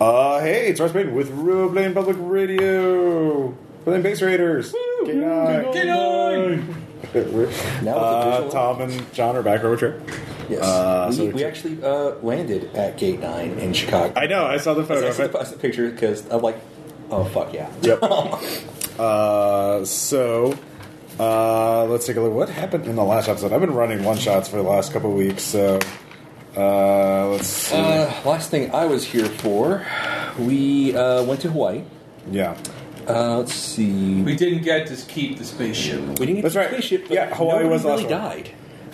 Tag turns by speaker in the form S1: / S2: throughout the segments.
S1: Uh, hey, it's Russ Baden with Real Blaine Public Radio. Blaine Base Raiders. K9. We're-
S2: Now with the
S1: uh,
S2: visual-
S1: Tom and John are back road trip.
S2: Yes.
S1: Uh,
S2: we
S1: so
S2: we actually uh, landed at Gate 9 in Chicago.
S1: I know, I saw the
S2: I
S1: photo.
S2: saw the, I saw the picture because I'm like, oh, fuck yeah.
S1: Yep. uh, so, uh, let's take a look. What happened in the last episode? I've been running one shots for the last couple of weeks, so uh, let's see.
S2: Uh, last thing I was here for, we uh, went to Hawaii.
S1: yeah,
S2: Uh, let's see.
S3: We didn't get to keep the spaceship.
S2: We didn't get
S1: That's
S2: to the
S1: right.
S2: spaceship, but
S1: Yeah, Hawaii
S2: nobody
S1: was the
S2: really
S1: last one.
S2: died.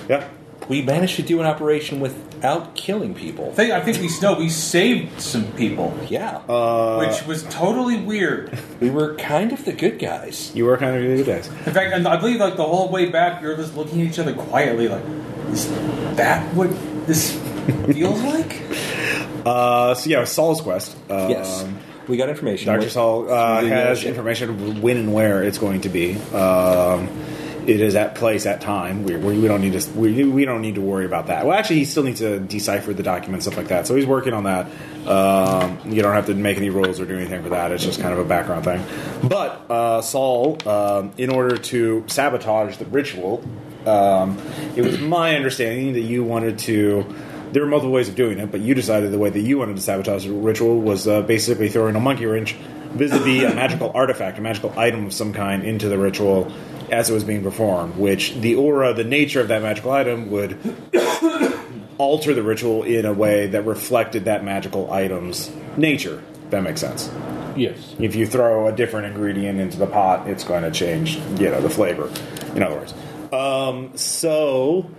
S1: yeah.
S2: We managed to do an operation without killing people.
S3: I think, I think we no, we saved some people,
S2: Yeah.
S1: Uh,
S2: Uh,
S3: which was totally weird.
S2: we were kind of the good guys.
S1: You were kind of good guys.
S3: In fact, and I believe like the whole way back, you're just looking at each other quietly, like, is that what this feels like?
S1: Uh, so yeah, it was Saul's quest. Um,
S2: yes. We got information.
S1: Dr.
S2: What-
S1: Saul uh,
S2: Through the, uh,
S1: has
S2: ship.
S1: information when and where it's going to be. Um, it is at place at time. We, we, we don't need to we, we don't need to worry about that. Well, actually, he still needs to decipher the document stuff like that. So he's working on that. Um, you don't have to make any rules or do anything for that. It's just kind of a background thing. But uh, Saul, um, in order to sabotage the ritual, um, it was my understanding that you wanted to there were multiple ways of doing it, but you decided the way that you wanted to sabotage the ritual was uh, basically throwing a monkey wrench vis-a-vis a magical artifact, a magical item of some kind, into the ritual as it was being performed. Which the aura, the nature of that magical item, would alter the ritual in a way that reflected that magical item's nature. If that makes sense.
S4: Yes.
S1: If you throw a different ingredient into the pot, it's going to change, you know, the flavor. In other words, um, so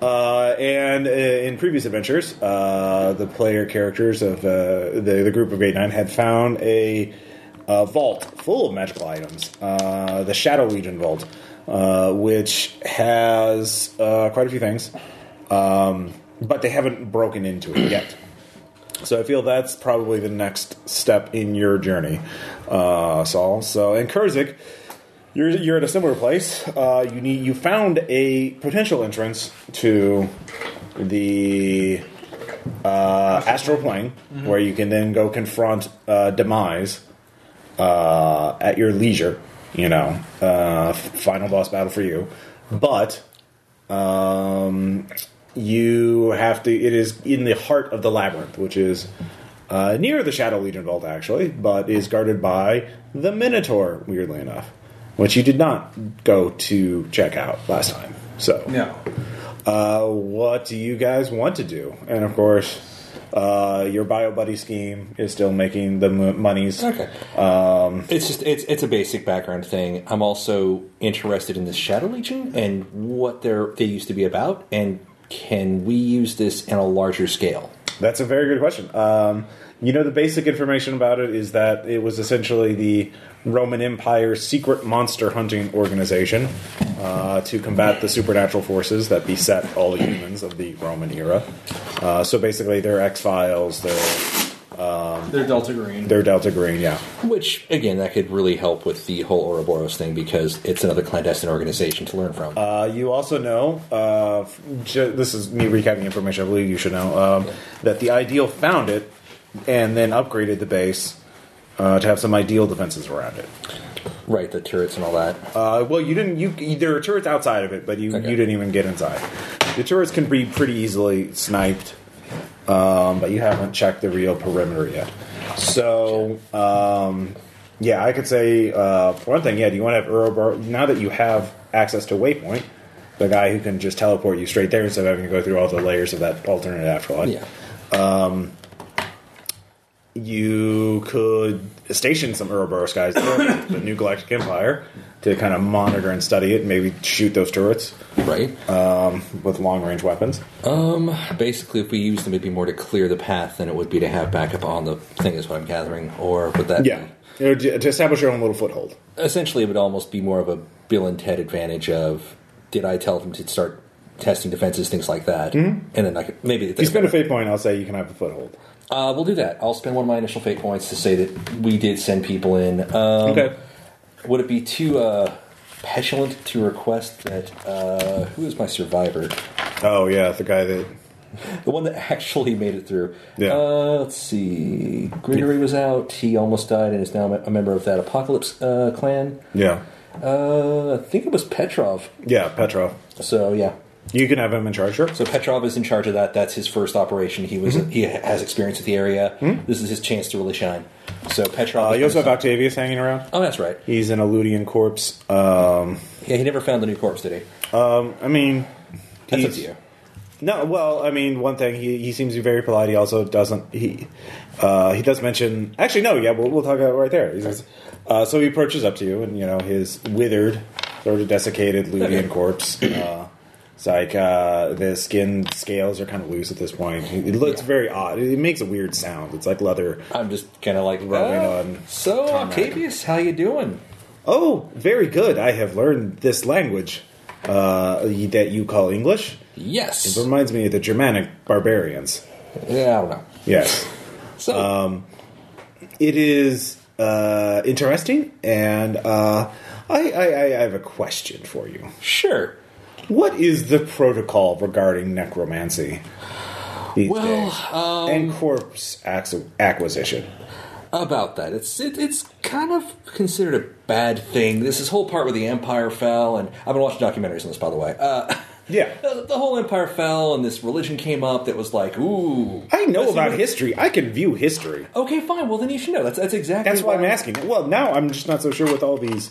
S1: uh, and uh, in previous adventures, uh, the player characters of uh, the the group of Gate Nine had found a, uh vault full of magical items, uh, the Shadow Legion vault, uh, which has uh, quite a few things, um, but they haven't broken into it yet. So I feel that's probably the next step in your journey, uh, Saul. So and Kurzik, you're you're at a similar place. Uh, you need you found a potential entrance to the uh, astral plane, where you can then go confront uh, demise uh, at your leisure. You know, uh, f- final boss battle for you, but um, you have to. It is in the heart of the labyrinth, which is uh, near the Shadow Legion vault, actually, but is guarded by the Minotaur. Weirdly enough, which you did not go to check out last time. So,
S3: No.
S1: uh, what do you guys want to do? And of course, uh, your bio buddy scheme is still making the m- monies.
S2: Okay.
S1: Um,
S2: it's just it's it's a basic background thing. I'm also interested in the Shadow Legion and what they're they used to be about, and can we use this in a larger scale?
S1: That's a very good question. Um, you know, the basic information about it is that it was essentially the Roman Empire's secret monster hunting organization uh, to combat the supernatural forces that beset all humans of the Roman era. Uh, so basically, they're X Files, they're,
S3: They're Delta Green.
S1: they're Delta Green, yeah.
S2: Which again, that could really help with the whole Ouroboros thing because it's another clandestine organization to learn from.
S1: Uh, you also know, uh, f- ju- this is me recapping information I believe you should know, um, that the Ideal found it and then upgraded the base uh, to have some Ideal defenses around it.
S2: right, the turrets and all that.
S1: Uh, well, you didn't. You there are turrets outside of it, but you,
S2: Okay.
S1: you didn't even get inside. The turrets can be pretty easily sniped, um, but you haven't checked the real perimeter yet. So, um, yeah, I could say uh, for one thing. Yeah, do you want to have Urobar now that you have access to Waypoint, the guy who can just teleport you straight there instead of having to go through all the layers of that alternate afterlife?
S2: yeah.
S1: you could station some Ouroboros guys there, the new Galactic Empire, to kind of monitor and study it, and maybe shoot those turrets
S2: Right.
S1: with long range weapons.
S2: Um. Basically, if we use them, it'd be more to clear the path than it would be to have backup on the thing. Is what I'm gathering, or would that?
S1: Yeah.
S2: Be?
S1: You know, to to establish your own little foothold.
S2: essentially it would almost be more of a Bill and Ted advantage of did I tell them to start testing defenses, things like that, and then I could maybe
S1: If you spend a fate point, I'll say you can have a foothold.
S2: Uh, we'll do that. I'll spend one of my initial fate points to say that we did send people in. Um,
S1: Okay.
S2: Would it be too uh, petulant to request that? Uh, who is my survivor?
S1: Oh yeah, the guy that
S2: the one that actually made it through.
S1: Yeah.
S2: Uh, let's see. Gregory was out. He almost died and is now a member of that Apocalypse uh, clan.
S1: Yeah.
S2: Uh, I think it was Petrov.
S1: Yeah, Petrov.
S2: So yeah.
S1: You can have him in charge, sure.
S2: So Petrov is in charge of that. That's his first operation. He was
S1: Mm-hmm.
S2: he has experience with the area. This is his chance to really shine. So Petrov.
S1: Hmm? Uh,
S2: is
S1: you also have
S2: gonna-
S1: Octavius hanging around.
S2: oh, that's right.
S1: He's an Eludian corpse. Um,
S2: Yeah, he never found the new corpse, did he?
S1: I mean,
S2: That's up
S1: he's-
S2: to you.
S1: No, well, I mean, one thing he, he seems to be very polite. He also doesn't he uh, he does mention actually no, yeah, we'll, we'll talk about it right there. He says, uh, so he approaches up to you, and you know his withered, sort of desiccated Ludian corpse. Uh, it's like uh, the skin scales are kind of loose at this point. It looks very odd. It makes a weird sound. It's like leather.
S2: I'm just kind of like
S1: Rubbing
S2: "Ah,
S1: on
S2: So
S1: Conrad."
S2: Octavius, how you doing?
S1: Oh, very good. I have learned this language uh, that you call English.
S2: Yes.
S1: It reminds me of the Germanic barbarians.
S2: Yeah, I don't know.
S1: Yes.
S2: So
S1: Um, it is uh, interesting, and uh, I, I, I I have a question for you.
S2: sure.
S1: What is the protocol regarding necromancy these
S2: Well, um,
S1: days and corpse ac- acquisition?
S2: about that. It's it, it's kind of considered a bad thing. This this whole part where the empire fell, and I've been watching documentaries on this, by the way. Uh,
S1: Yeah.
S2: the, the whole empire fell, and this religion came up that was like, ooh,
S1: I know
S2: Let's see
S1: about
S2: what-
S1: history. I can view history.
S2: Okay, fine. Well, then you should know. That's that's exactly
S1: That's why I'm asking. Well, now I'm just not so sure with all these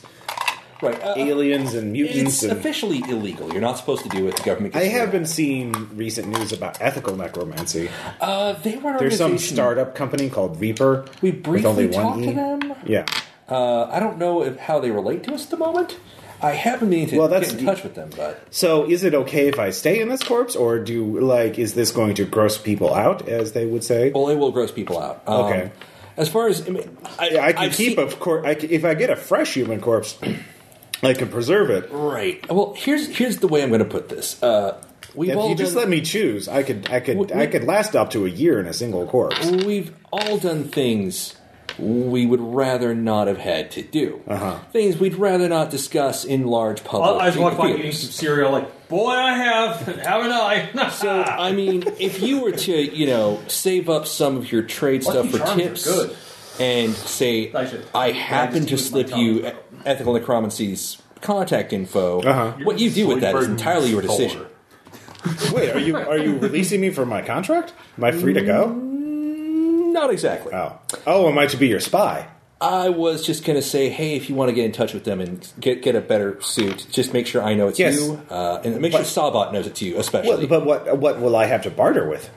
S2: Right. uh,
S1: aliens and mutants.
S2: it's
S1: And
S2: officially illegal. You're not supposed to do what the government.
S1: I
S2: gets to
S1: have
S2: do.
S1: been seeing recent news about ethical necromancy.
S2: Uh, they were an
S1: There's some
S2: organization-
S1: startup company called Reaper.
S2: We
S1: with
S2: briefly
S1: only one
S2: talked
S1: E.
S2: to them.
S1: Yeah.
S2: Uh, I don't know if, how they relate to us at the moment. I haven't been to
S1: Well, that's
S2: get
S1: the-
S2: in touch with them, but
S1: So, is it okay if I stay in this corpse, or do like is this going to gross people out, as they would say?
S2: well, it will gross people out. Um,
S1: Okay.
S2: As far as I, mean, I,
S1: I can
S2: I've
S1: keep
S2: seen-
S1: a cor- I can, if I get a fresh human corpse, I can preserve it.
S2: Right. Well, here's here's the way I'm going to put this. Uh, we've
S1: If
S2: all
S1: you just
S2: done,
S1: let me choose, I could I could
S2: W-
S1: I could last up to a year in a single corpse.
S2: We've all done things we would rather not have had to do.
S1: Uh-huh.
S2: Things we'd rather not discuss in large public.
S3: I just walk by eating
S2: theaters.
S3: some cereal, like, boy, I have, haven't I?
S2: So I mean, if you were to, you know, save up some of your trade
S3: Lucky
S2: stuff for
S3: charms are
S2: tips
S3: good.
S2: and say,
S3: I should-
S2: I
S3: I
S2: happen
S3: just
S2: to slip
S3: use my tongue.
S2: you ethical necromancy's contact info,
S1: Uh-huh.
S2: what you do with that is
S4: Sleeping
S2: entirely your
S4: store.
S2: decision.
S1: Wait, are you are you releasing me from my contract? Am I free to
S2: Mm.
S1: go?
S2: Not exactly.
S1: Oh, oh, am I to be your spy?
S2: I was just gonna say, hey, if you want to get in touch with them and get get a better suit, just make sure I know it's
S1: Yes.
S2: you, uh, and make
S1: But-
S2: sure Sawbot knows it's you, especially.
S1: What, but what what will I have to barter with?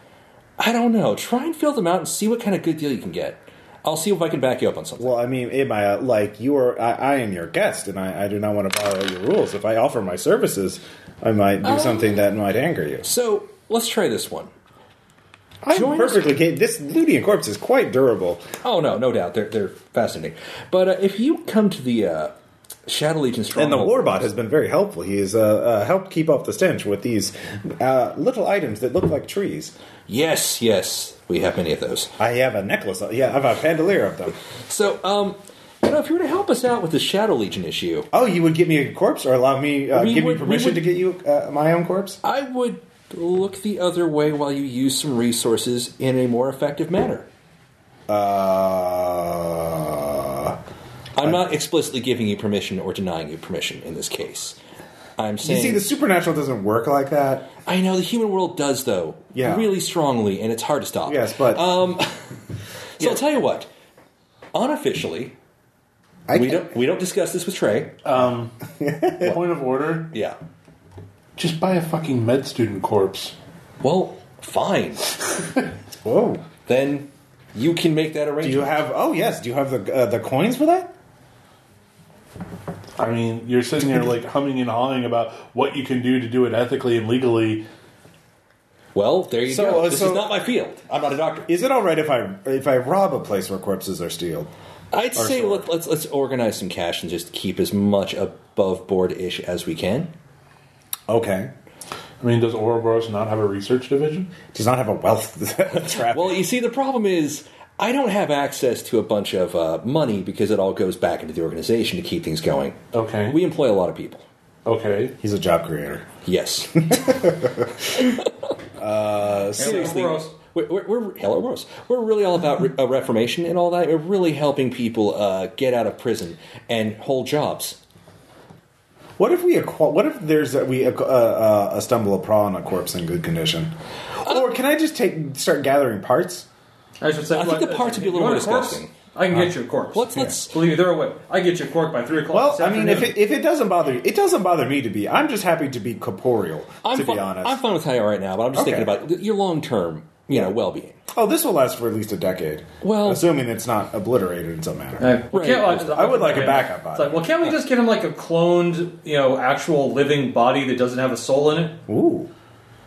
S2: I don't know. Try and fill them out and see what kind of good deal you can get. I'll see if I can back you up on something.
S1: Well, I mean, am I uh, like you are? I, I am your guest, and I, I do not want to violate your rules. If I offer my services, I might
S2: Oh.
S1: do something that might anger you.
S2: So let's try this one.
S1: I'm
S2: join us-
S1: perfectly capable. This Ludian corpse is quite durable.
S2: Oh no, no doubt they're they're fascinating. But uh, if you come to the uh, Shadow Legion
S1: And the
S2: stronghold,
S1: warbot has been very helpful. He has uh, uh, helped keep off the stench with these uh, little items that look like trees.
S2: yes, yes, we have many of those.
S1: I have a necklace. Yeah, I have a bandolier of them.
S2: So, um, you know, if you were to help us out with the Shadow Legion issue,
S1: Oh, you would give me a corpse, or allow me uh,
S2: We
S1: give
S2: would- we
S1: me permission
S2: would-
S1: to get you uh, my own corpse?
S2: I would look the other way while you use some resources in a more effective manner.
S1: Uh,
S2: I'm not explicitly giving you permission or denying you permission in this case. I'm
S1: you
S2: saying
S1: see, the supernatural doesn't work like that.
S2: I know the human world does though,
S1: Yeah.
S2: really strongly, and it's hard to stop.
S1: Yes, but-
S2: um, so I'll tell you what. Unofficially,
S1: I Uh.
S2: we
S1: can't-
S2: don't we don't discuss this with Trey.
S4: Um, point of order:
S2: Yeah.
S4: just buy a fucking med student corpse.
S2: Well, fine. Oh.
S1: Whoa.
S2: then you can make that
S1: Do
S2: arrangement.
S1: you have? Oh yes. Do you have the uh, the coins for that?
S4: I mean, you're sitting there like humming and hawing about what you can do to do it ethically and legally.
S2: well, there you
S1: So,
S2: go.
S1: uh,
S2: this
S1: so-
S2: is not my field. I'm not a doctor.
S1: Is it all right if I if I rob a place where corpses are stealed?
S2: I'd say
S1: sword.
S2: let, let's let's organize some cash and just keep as much above board ish as we can.
S1: Okay.
S4: I mean, does Ouroboros not have a research division?
S1: Does not have a wealth trap.
S2: Well, you see, the problem is I don't have access to a bunch of uh, money because it all goes back into the organization to keep things going.
S4: Okay.
S2: We employ a lot of people.
S4: okay.
S1: He's a job creator.
S2: Yes.
S1: Uh, seriously,
S3: Ouroboros.
S2: We're, we're, we're, hello, Rose. We're really all about re- uh, reformation and all that. We're really helping people uh, get out of prison and hold jobs.
S1: what if we acqu- what if there's a, we acqu- uh, uh, a stumble upon a corpse in good condition? Or can I just take start gathering parts?
S3: I should say.
S2: I think
S3: what-
S2: the parts would be a
S3: you
S2: little
S3: want
S2: more
S3: corpse?
S2: disgusting.
S3: I can get you a corpse.
S2: Let's let's.
S3: Believe me, they're away. I get you a cork by three o'clock.
S1: Well,
S3: this
S1: I mean, if
S3: afternoon.
S1: it, if it doesn't bother you, it doesn't bother me to be. I'm just happy to be corporeal,
S2: I'm
S1: to
S2: fine,
S1: be honest.
S2: I'm fine with how you are right now, but I'm just
S1: Okay.
S2: thinking about th- your long term, you know, well being.
S1: oh, this will last for at least a decade.
S2: Well-
S1: assuming it's not obliterated in some manner.
S3: Uh, we
S2: Right.
S3: can't, like,
S1: I would like a backup
S3: It's
S1: body.
S3: like, well, can't we just get him like a cloned, you know, actual living body that doesn't have a soul in it?
S1: Ooh,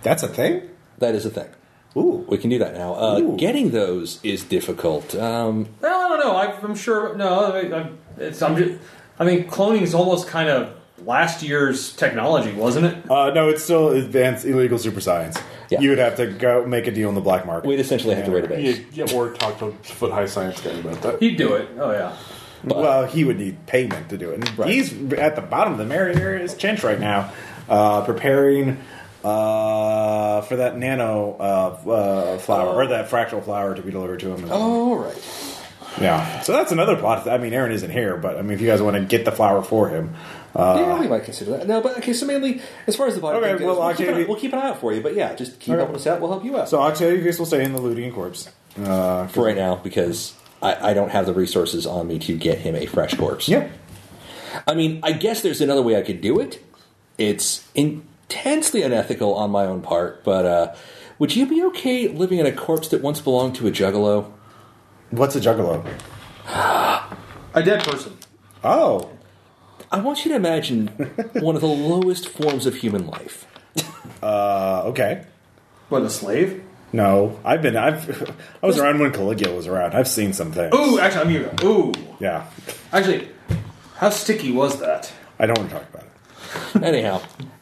S1: that's a thing.
S2: That is a thing.
S1: Ooh,
S2: We can do that now. Uh,
S1: Ooh.
S2: getting those is difficult. Um,
S3: Well, I don't know. I, I'm sure. No, I, I, it's. I'm just. I mean, cloning is almost kind of last year's technology, wasn't it?
S1: uh, no, it's still advanced illegal super science.
S2: Yeah.
S1: You would have to go make a deal in the black market.
S2: we'd essentially have to rate a base.
S4: You, you or talk to foot high science guy about that.
S3: He'd do it. Oh yeah.
S1: well, he would need payment to do it. And
S2: Right.
S1: He's at the bottom of the Mariner is Chinch right now, uh, preparing uh, for that nano uh, uh, flower or that fractal flower to be delivered to him.
S2: All Oh, right.
S1: Yeah. So that's another plot. I mean, Aaron isn't here, but I mean, if you guys want to get the flower for him, uh,
S2: yeah, we might consider that. No, but okay. So mainly, as far as the body,
S1: Okay,
S2: thing goes,
S1: well,
S2: we'll, keep an,
S1: actually-
S2: eye- we'll keep an eye out for you. But yeah, just keep
S1: Okay.
S2: helping us out. We'll help you out.
S1: so Octavius will stay in the looting and corpse. Uh,
S2: for right now, because I, I don't have the resources on me to get him a fresh corpse.
S1: yeah.
S2: I mean, I guess there's another way I could do it. It's intensely unethical on my own part, but uh, would you be okay living in a corpse that once belonged to a juggalo?
S1: What's a juggalo?
S3: A dead person.
S1: Oh,
S2: I want you to imagine one of the lowest forms of human life.
S1: uh, okay.
S3: What a slave.
S1: No, I've been. I've. I was around when Caligula was around. I've seen some things.
S3: Ooh, actually, I'm here. Ooh,
S1: Yeah,
S3: actually, how sticky was that?
S1: I don't want to talk about it.
S2: Anyhow,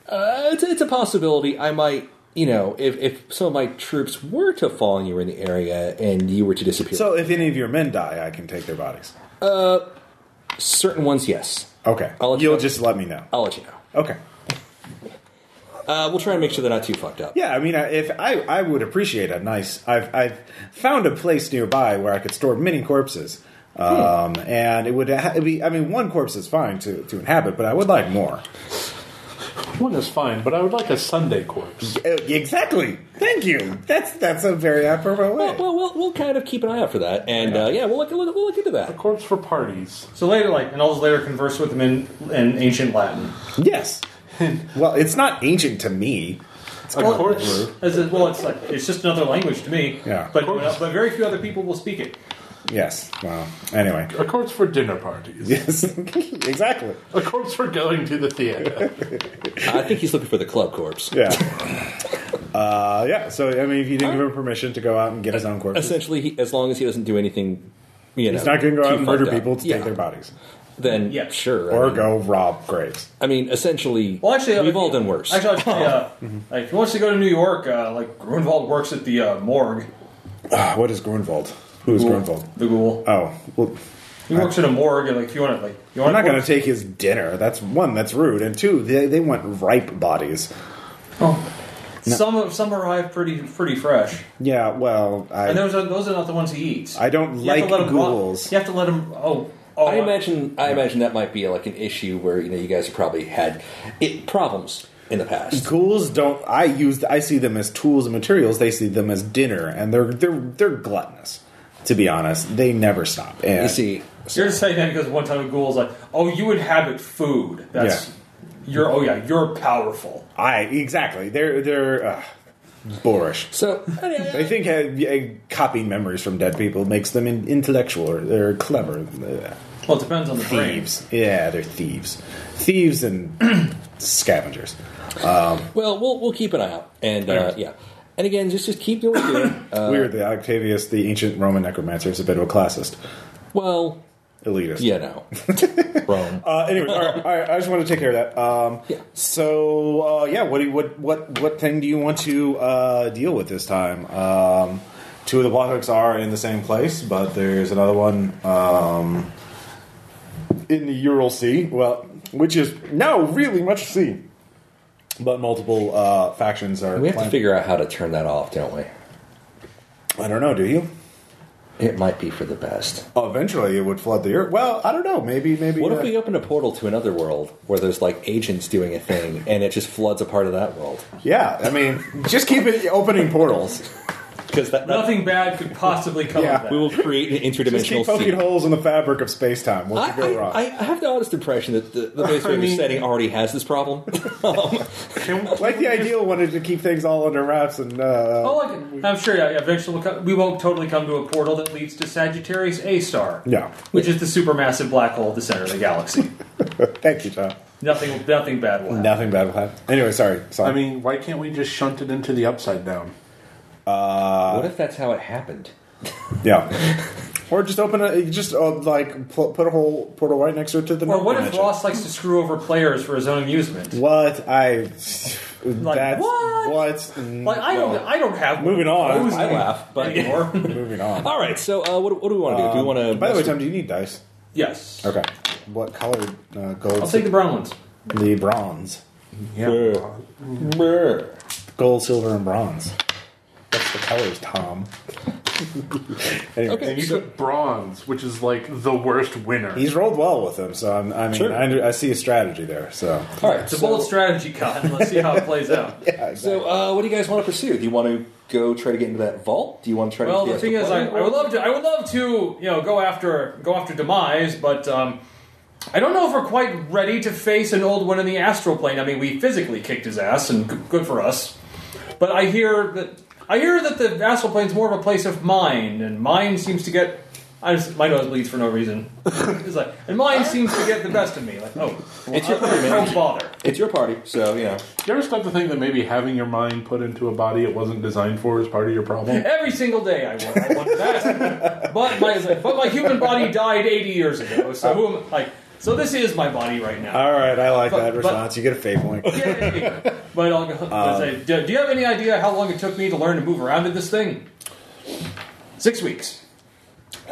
S2: uh, it's, it's a possibility. I might, you know, if, if some of my troops were to fall and you were in the area and you were to disappear,
S1: So, if any of your men die, I can take their bodies.
S2: certain ones, yes.
S1: Okay,
S2: I'll let you
S1: you'll
S2: know.
S1: just let me know.
S2: I'll let you know.
S1: Okay.
S2: Uh, we'll try and make sure they're not too fucked up.
S1: Yeah, I mean, I- if I, I would appreciate a nice. I've, I've found a place nearby where I could store many corpses, um, and it would ha- it'd be. I mean, one corpse is fine to, to inhabit, but I would like more.
S4: One is fine, but I would like a Sunday corpse.
S1: Uh, Exactly. Thank you. That's that's a very apropos way.
S2: Well, well, we'll, we'll kind of keep an eye out for that, and uh, yeah, we'll look, look, we'll look into
S4: A
S2: that.
S4: corpse for parties.
S3: So later, like, and all those later converse with him in, in ancient Latin.
S1: yes. well, it's not ancient to me.
S4: A corpse.
S3: As it, well, it's like it's just another language to me.
S1: Yeah.
S3: But but very few other people will speak it.
S1: Yes. Well, anyway.
S4: A corpse for dinner parties.
S1: Yes. exactly.
S4: A corpse for going to the theater.
S2: I think he's looking for the club corpse.
S1: Yeah. Uh, yeah. So I mean, if you didn't give him permission to go out and get his own corpses,
S2: Essentially, he, as long as he doesn't do anything, you know,
S1: he's not going to go
S2: too
S1: out and murder
S2: fucked up.
S1: people to
S2: yeah.
S1: take their bodies
S2: Then,
S3: Yeah.
S2: sure. I
S1: or
S2: mean,
S1: go rob graves.
S2: I mean, essentially,
S3: Well, actually,
S2: we've
S3: uh,
S2: all done worse.
S3: Actually, I'd say, uh, like, if he wants to go to New York, uh, like Grunwald works at the uh, morgue.
S1: Ah, what is Grunwald? Who is Grunwald?
S3: The ghoul.
S1: Oh, well,
S3: He works at a morgue, and like, if you want to, like, you
S1: I'm
S3: want
S1: not going to take his dinner. That's one. That's rude. And two, they, they want ripe bodies.
S3: Oh. Some some arrive pretty pretty fresh,
S1: Yeah. Well,
S3: and
S1: I
S3: those are those are not the ones he eats.
S1: I don't
S3: You have to
S1: like
S3: let 'em rot.
S1: ghouls.
S3: You have to let him. Oh, oh
S2: I imagine, I imagine that might be like an issue where you know you guys probably had it, problems in the past.
S1: Ghouls don't. I use. I see them as tools and materials. They see them as dinner, and they're they're they're gluttonous. To be honest, they never stop. And
S2: You see,
S3: You're just saying that because one time a ghoul's like, oh, you inhabit food. That's you're oh yeah, you're powerful.
S1: I exactly. They're they're uh, boorish.
S2: so
S1: They think uh, uh, copying memories from dead people makes them in- intellectual or they're clever. Uh,
S3: Well, it depends on the brain.
S1: thieves. Yeah, they're thieves. Thieves and scavengers.
S2: well, we'll we'll keep an eye out, and uh, yeah, and again, just just keep doing what you're doing. Uh,
S1: Weird that Octavius, the ancient Roman necromancer, is a bit of a classist.
S2: well,
S1: Elitist.
S2: yeah, no, Rome.
S1: Uh, anyway, all right, all right, I just want to take care of that. Um,
S2: Yeah.
S1: So, uh, yeah, what, do you- what what what thing do you want to uh, deal with this time? Um, two of the plot hooks are in the same place, but there's another one um, in the Ural Sea. Well, which is now really much sea. but multiple uh, factions are.
S2: We have
S1: playing-
S2: to figure out how to turn that off, don't we?
S1: I don't know. Do you?
S2: It might be for the best.
S1: Eventually, it would flood the earth. Well, I don't know. Maybe, maybe.
S2: What
S1: uh,
S2: if we open a portal to another world where there's like agents doing a thing and it just floods a part of that world?
S1: Yeah, I mean, just keep it opening portals.
S2: Because that, that-
S3: Nothing bad could possibly come
S1: Yeah.
S3: of that.
S2: we will create an
S1: Just
S2: interdimensional
S1: keep poking
S2: sea.
S1: holes in the fabric of space time. What
S2: I,
S1: could go wrong?
S2: I, I have the honest impression that the, the base
S4: I
S2: wave
S4: mean-
S2: setting already has this problem.
S4: Can,
S1: like the ideal one is to keep things all under wraps and. Uh,
S3: Oh, I can- I'm sure. Yeah, eventually, we'll come, we won't totally come to a portal that leads to Sagittarius A star,
S1: Yeah.
S3: which is the supermassive black hole at the center of the galaxy.
S1: Thank you, Tom.
S3: nothing, nothing bad will happen.
S1: Nothing bad will happen. Anyway, sorry. sorry.
S4: I mean, why can't we just shunt it into the upside down?
S2: what if that's how it happened?
S1: yeah. or just open a just uh, like pl- put a whole portal right next to it to the.
S3: Or what if
S1: dimension.
S3: Ross likes to screw over players for his own amusement?
S1: What I.
S3: Like,
S1: that's
S3: what?
S1: what?
S3: Like I don't, I don't have.
S1: Moving on.
S3: those
S2: I laugh, but
S3: anymore.
S1: Mm, Moving on.
S2: all right. So uh, what, what do we want to do? Do we want to?
S1: By the way, Tom, do you need dice?
S3: yes,
S1: Okay. What colored uh, gold?
S3: I'll take the brown ones.
S1: the bronze.
S2: Yeah. Brr.
S1: Gold, silver, and bronze. That's the colors, Tom. anyway,
S2: Okay.
S4: And you
S2: So-
S4: took bronze, which is like the worst winner.
S1: he's rolled well with them, so I'm, I mean,
S2: Sure.
S1: I, under, I see a strategy there. So
S2: All right.
S3: It's a
S2: so-
S3: bold strategy, Cotton. Let's see how it plays out.
S2: So, uh, what do you guys want to pursue? Do you want to go try to get into that vault? Do you want to try
S3: Well,
S2: to?
S3: the
S2: get
S3: thing is, I,
S2: player?
S3: I would love to. I would love to, you know, go after go after demise, but um, I don't know if we're quite ready to face an old one in the astral plane. I mean, we physically kicked his ass, and g- good for us. But I hear that I hear that the astral plane's more of a place of mind, and mind seems to get. I just, my nose bleeds for no reason. It's like, and mine seems to get the best of me. Like, oh,
S2: It's your
S3: I- don't bother.
S2: It's your party, so you know.
S4: You ever stop to think that maybe having your mind put into a body it wasn't designed for is part of your problem?
S3: Every single day I want, I want that. but my but my human body died 80 years ago. So who am like so this is my body right now.
S1: all right, I like
S3: But-
S1: that
S3: but-
S1: response. you get a fake point.
S3: Yay. but I'll go,
S1: Uh,
S3: let's say, do, do you have any idea how long it took me to learn to move around in this thing? 6 weeks.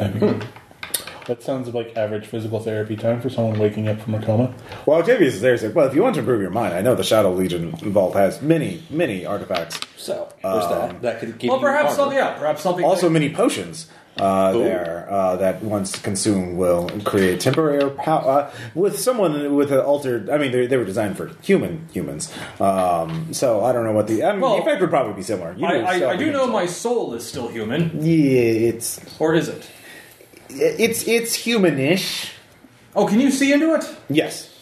S5: That sounds like average physical therapy time for someone waking up from a coma.
S1: well, Octavius is there. He's like, well, if you want to improve your mind, I know the Shadow Legion vault has many, many artifacts.
S2: So there's that. That could give
S3: Well,
S2: you
S3: perhaps
S2: armor.
S3: something yeah, perhaps something
S1: Also,
S3: like-
S1: many potions uh, there uh, that once consumed will create temporary power. Uh, with someone with an altered, I mean, they, they were designed for human humans. Um, so I don't know what the, I mean,
S3: Well,
S1: the effect would probably be similar. You
S3: I,
S1: know, so-
S3: I, I do know my soul is still human,
S1: Yeah, it's
S3: or is it?
S1: it's it's humanish.
S3: Oh, can you see into it?
S1: Yes,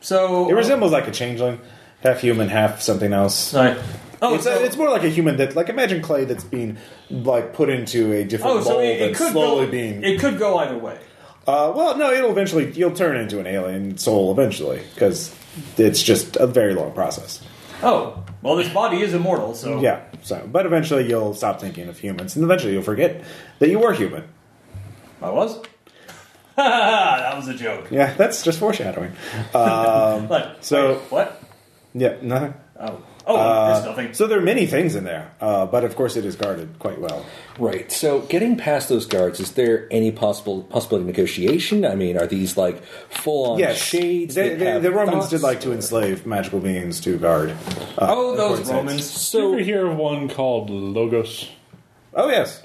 S3: So uh,
S1: it resembles like a changeling, half human, half something else.
S3: Sorry. Oh,
S1: it's,
S3: so-
S1: it's more like a human that, like, imagine clay that's being like put into a different
S3: oh,
S1: mold
S3: so it, it
S1: that's
S3: could
S1: slowly
S3: go,
S1: being
S3: it could go either way.
S1: Uh, well, no, it'll eventually you'll turn into an alien soul eventually because it's just a very long process.
S3: Oh, well, this body is immortal, so
S1: Yeah. So, but eventually you'll stop thinking of humans, and eventually you'll forget that you were human.
S3: I was. that was a joke.
S1: Yeah, that's just foreshadowing.
S3: But,
S1: So-
S3: wait, what?
S1: Yeah. Nothing.
S3: Oh, oh, there's nothing.
S1: So there are many things in there, uh, but of course it is guarded quite well.
S2: Right. So getting past those guards, is there any possible possibility of negotiation? I mean, are these like full on
S1: Yes,
S2: shades?
S1: They,
S2: that
S1: they,
S2: have
S1: the Romans
S2: thoughts?
S1: did like to enslave magical beings to guard. Uh,
S3: oh, those
S1: important things.
S3: Romans.
S5: So,
S2: So
S5: you ever hear of one called Logos?
S1: Oh yes.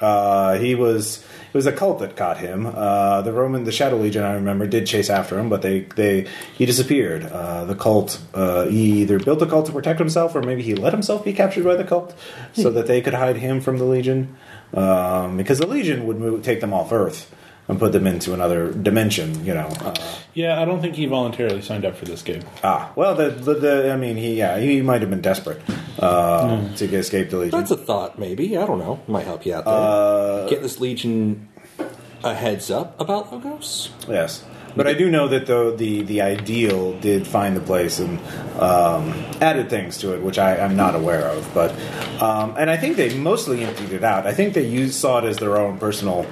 S1: Uh, he was it was a cult that caught him. Uh, the Roman, the Shadow Legion, I remember, did chase after him, but they they he disappeared. Uh, the cult uh, he either built a cult to protect himself, or maybe he let himself be captured by the cult
S2: Hmm.
S1: so that they could hide him from the Legion, um, because the Legion would move, take them off Earth and put them into another dimension. You know. Uh,
S5: Yeah, I don't think he voluntarily signed up for this game.
S1: ah, well, the, the, the I mean, he yeah, he might have been desperate uh, to get- escape the Legion.
S2: Hmm. that's a thought, maybe. I don't know. Might help you out there.
S1: Uh,
S2: Get this legion a heads up about logos.
S1: Yes, but I do know that the the, the ideal did find the place and um, added things to it, which I, I'm not aware of. But um, and I think they mostly emptied it out. I think they used, saw it as their own personal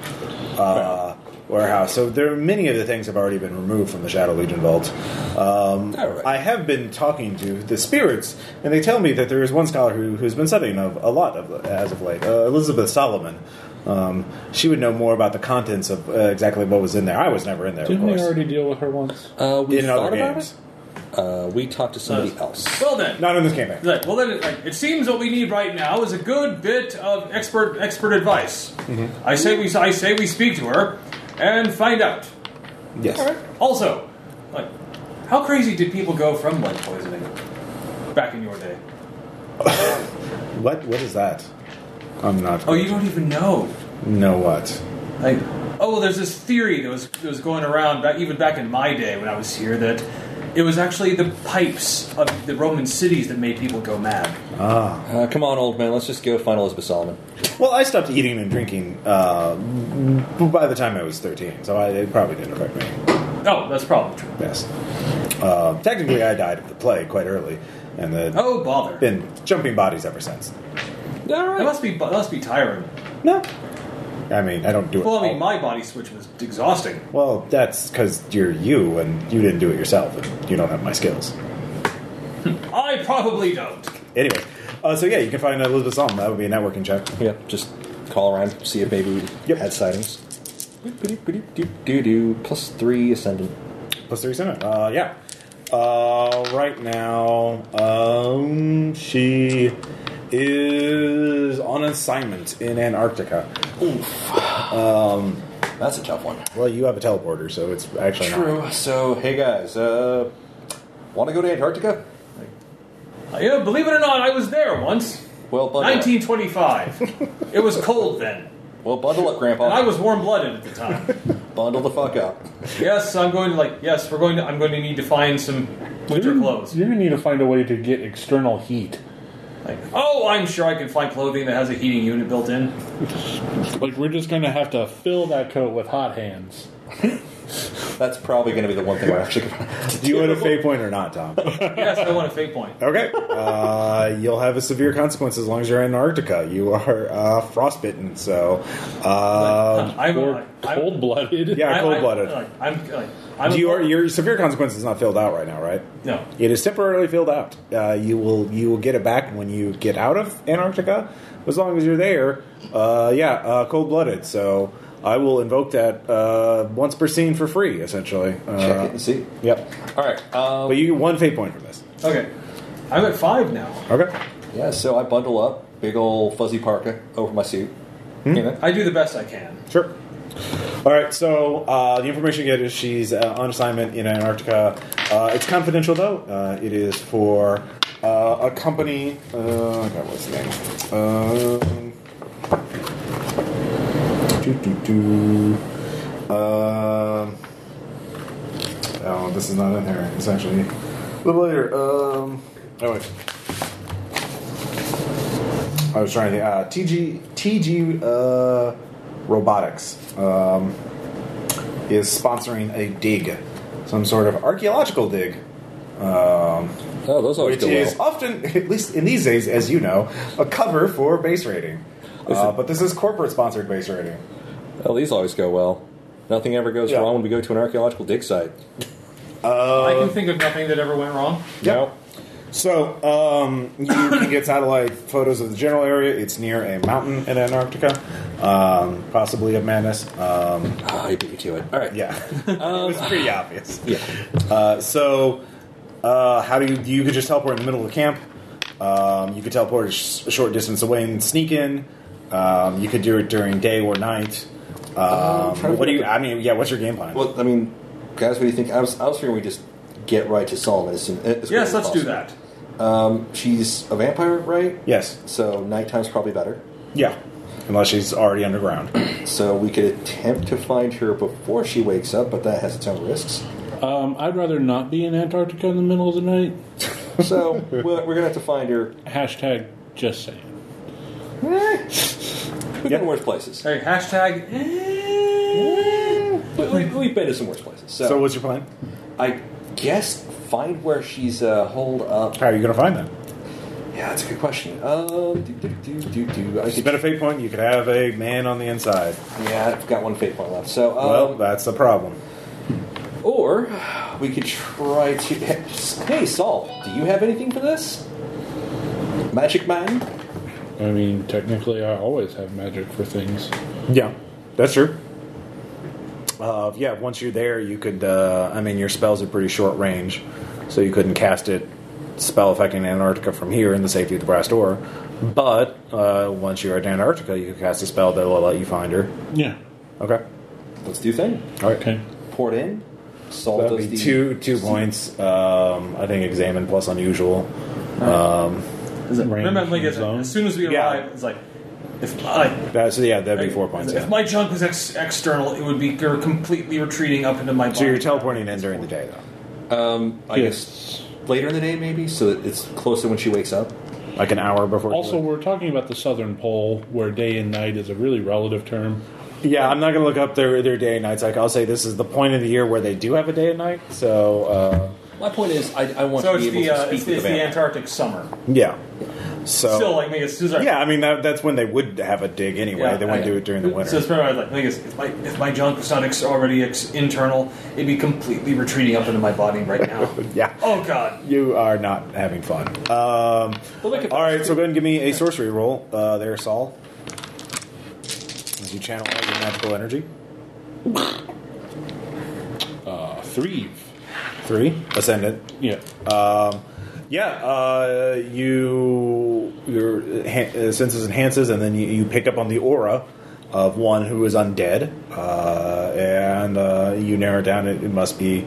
S1: uh, warehouse. So there, many of the things have already been removed from the Shadow Legion vault. Um,
S2: All right.
S1: I have been talking to the spirits, and they tell me that there is one scholar who, who's been studying of a lot of, as of late, uh, Elizabeth Solomon. Um, she would know more about the contents of uh, exactly what was in there. I was never in there,
S5: Didn't
S1: of
S5: they
S1: course.
S5: already deal with her once?
S2: Uh, we
S1: in
S2: thought
S1: other
S2: about
S1: games.
S2: it. Uh, we talked to somebody else.
S3: Well then,
S1: Not in this eh? campaign.
S3: Right, well then, it, like, it seems what we need right now is a good bit of expert expert advice.
S1: Mm-hmm.
S3: I say we I say we speak to her and find out.
S1: Yes.
S3: Also, like, how crazy did people go from lead poisoning back in your day?
S1: What? What is that? I'm not.
S3: Oh, you don't even know.
S1: know what?
S3: Like, oh, well, there's this theory that was that was going around back, even back in my day when I was here that it was actually the pipes of the Roman cities that made people go mad.
S2: Uh, come on, old man. Let's just go find Elizabeth Solomon.
S1: Well, I stopped eating and drinking uh, by the time I was 13, so I, it probably didn't affect me.
S3: Oh, that's probably true.
S1: Yes. Uh, technically, I died of the plague quite early, and the
S3: Oh, bother.
S1: been jumping bodies ever since.
S2: All
S3: That must be that must be tiring.
S1: No. I mean, I don't do it.
S3: Well, I
S1: all-
S3: mean, my body switch was exhausting.
S1: Well, that's because you're you, and you didn't do it yourself, and you don't have my skills.
S3: I probably don't.
S1: Anyway, uh, so yeah, you can find Elizabeth Solomon. That would be a networking check.
S2: Yeah, just call around, see if maybe we
S1: Yep.
S2: had sightings. Do do plus three ascendant.
S1: Plus three center. Uh, yeah. Uh, right now, um, she is on assignment in Antarctica.
S2: That's a tough one.
S1: Well, you have a teleporter, so it's actually not.
S2: True. So hey guys, uh, want to go to Antarctica?
S3: Uh, Yeah, believe it or not, I was there once.
S2: Well, bundle up.
S3: 1925. it was cold then,
S2: Well, bundle up, Grandpa.
S3: and I was warm-blooded at the time.
S2: bundle the fuck up.
S3: yes, I'm going to like. Yes, we're going to. I'm going to need to find some winter clothes.
S5: You're gonna need to find a way to get external heat.
S3: Like, oh, I'm sure I can find clothing that has a heating unit built in.
S5: Like we're just gonna have to fill that coat with hot hands.
S2: That's probably going to be the one thing we're actually going to.
S1: Do you want a fate point or not, Tom?
S3: Yes, I want a fake point.
S1: Okay. Uh, you'll have a severe consequence as long as you're in Antarctica. You are uh, frostbitten, so uh,
S3: I'm,
S5: Or
S3: I'm-
S5: cold blooded.
S1: yeah,
S3: I'm-
S1: cold-blooded.
S3: I'm, like, I'm, like, I'm
S1: Do you
S3: a-
S1: are, your severe consequence is not filled out right now, right?
S3: No.
S1: It is temporarily filled out. Uh, you will you will get it back when you get out of Antarctica. As long as you're there, uh, yeah, uh, cold blooded. So I will invoke that uh, once per scene for free, essentially. Uh,
S2: Check it and see.
S1: Yep.
S2: All right. Um,
S1: But you get one fate point from this.
S3: Okay, I'm at five now.
S1: Okay.
S2: yeah. So I bundle up, big old fuzzy parka over my suit. You know,
S3: I do the best I can.
S1: Sure. All right. So uh, the information you get is she's uh, on assignment in Antarctica. Uh, it's confidential though. Uh, it is for uh, a company. Uh, God, what's the name? Um, doo, doo, doo. Um, oh, this is not in here. It's actually a little later. Um, oh wait. I was trying to uh, TG TG uh, Robotics um, is sponsoring a dig, some sort of archaeological dig,
S2: oh, those always
S1: which
S2: go
S1: is
S2: well.
S1: often, at least in these days, as you know, a cover for base rating. Uh, but this is corporate sponsored base rating.
S2: Oh, these always go well. Nothing ever goes
S1: Yeah.
S2: wrong when we go to an archaeological dig site.
S3: I can think of nothing that ever went wrong.
S1: Yep. So um, you can get satellite photos of the general area. It's near a mountain in Antarctica, um, possibly of Madness. Um,
S2: Ah, you beat me to it. All right.
S1: Yeah, it was pretty obvious.
S2: Yeah.
S1: Uh, so, uh, how do you? You could just teleport in the middle of the camp. Um, you could teleport a, sh- a short distance away and sneak in. Um, you could do it during day or night. Um,
S2: trying to
S1: what do you?
S2: think of-
S1: I mean, yeah. What's your game plan?
S2: Oh, Well, I mean, guys, what do you think? I was, I was figuring we just get right to Solomon as soon as quickly
S3: Yes, let's do
S2: possible.
S3: that.
S2: She's a vampire, right?
S1: yes.
S2: So nighttime's probably better.
S1: Yeah. Unless she's already underground.
S2: So we could attempt to find her before she wakes up, but that has its own risks.
S5: Um, I'd rather not be in Antarctica in the middle of the night.
S2: So we're, we're gonna have to find her.
S5: Hashtag just saying.
S2: We've been
S1: Yep.
S2: in worse places.
S3: Hey, hashtag. eh.
S2: We, we, we've been in some worse places. So,
S1: So, what's your plan?
S2: I guess find where she's uh, holed up.
S1: How are you going to find them?
S2: Yeah, that's a good question. Um, do, do, do, do, do. I
S1: If you
S2: could,
S1: spend a fate point, you could have a man on the inside.
S2: yeah, I've got one fate point left. So um,
S1: well, that's the problem.
S2: Or we could try to. Hey, Saul, do you have anything for this? Magic Man?
S5: I mean, technically, I always have magic for things.
S1: Yeah, that's true. Uh, yeah, once you're there, you could. Uh, I mean, your spells are pretty short range, so you couldn't cast it spell affecting Antarctica from here in the safety of the brass door. But uh, once you're at Antarctica, you could cast a spell that will let you find her.
S5: Yeah.
S1: Okay.
S2: Let's do thing.
S1: All right.
S5: Okay.
S2: Pour it in. Saul
S1: That'll
S2: does
S1: be
S2: the-
S1: two two points. Um, I think examine plus unusual.
S3: Is it-
S5: Range
S3: Remember, like,
S5: and
S3: it's-
S5: zone?
S3: as soon as we
S1: Yeah.
S3: arrive, it's like if I
S1: That's yeah, that'd be four points.
S3: If
S1: yeah.
S3: my junk was ex- external, it would be you're completely retreating up into my.
S1: so you're
S3: body.
S1: teleporting in during the day, though,
S2: Um, I
S5: Yes.
S2: guess later in the day, maybe, so that it's closer when she wakes up.
S1: like an hour before.
S5: Also, we're talking about the Southern Pole, where day and night is a really relative term.
S1: yeah, I'm not gonna look up their their day and night cycle. I'll say this is the point of the year where they do have a day and night. So. Uh,
S2: My point is, I, I want
S3: So
S2: to be
S3: it's
S2: able
S3: the,
S2: to
S3: uh,
S2: speak with
S3: it's, it's
S2: the
S3: the
S2: vampire.
S3: Antarctic summer.
S1: Yeah. So
S3: Still, like, I mean, it's, it's our-
S1: Oh. yeah, I mean that, that's when they would have a dig anyway.
S3: Yeah,
S1: they wouldn't
S2: I-
S1: do it during the winter.
S3: So it's pretty much like, like it's, if, my, if my junk was not ex- already ex- internal, it'd be completely retreating up into my body right now.
S1: yeah.
S3: Oh God!
S1: You are not having fun. Um,
S2: Well, look at
S1: all right, so go ahead and give me a sorcery roll uh, there, Saul. As you channel all your magical energy.
S5: Uh, three.
S1: Three. Ascendant.
S5: Yeah. Uh,
S1: Yeah, uh, you your ha- uh, senses enhances, and then you, you pick up on the aura of one who is undead, uh, and uh, you narrow down it, it must be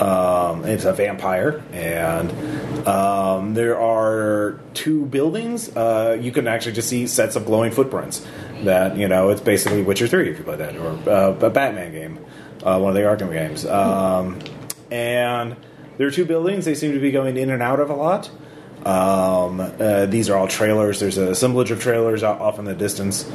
S1: um, it's a vampire, and um, there are two buildings. Uh, you can actually just see sets of glowing footprints. That you know, it's basically Witcher Three if you play that, or uh, a Batman game, uh, one of the Arkham games, um, and. There are two buildings they seem to be going in and out of a lot. Um, uh, these are all trailers. There's an assemblage of trailers o- off in the distance.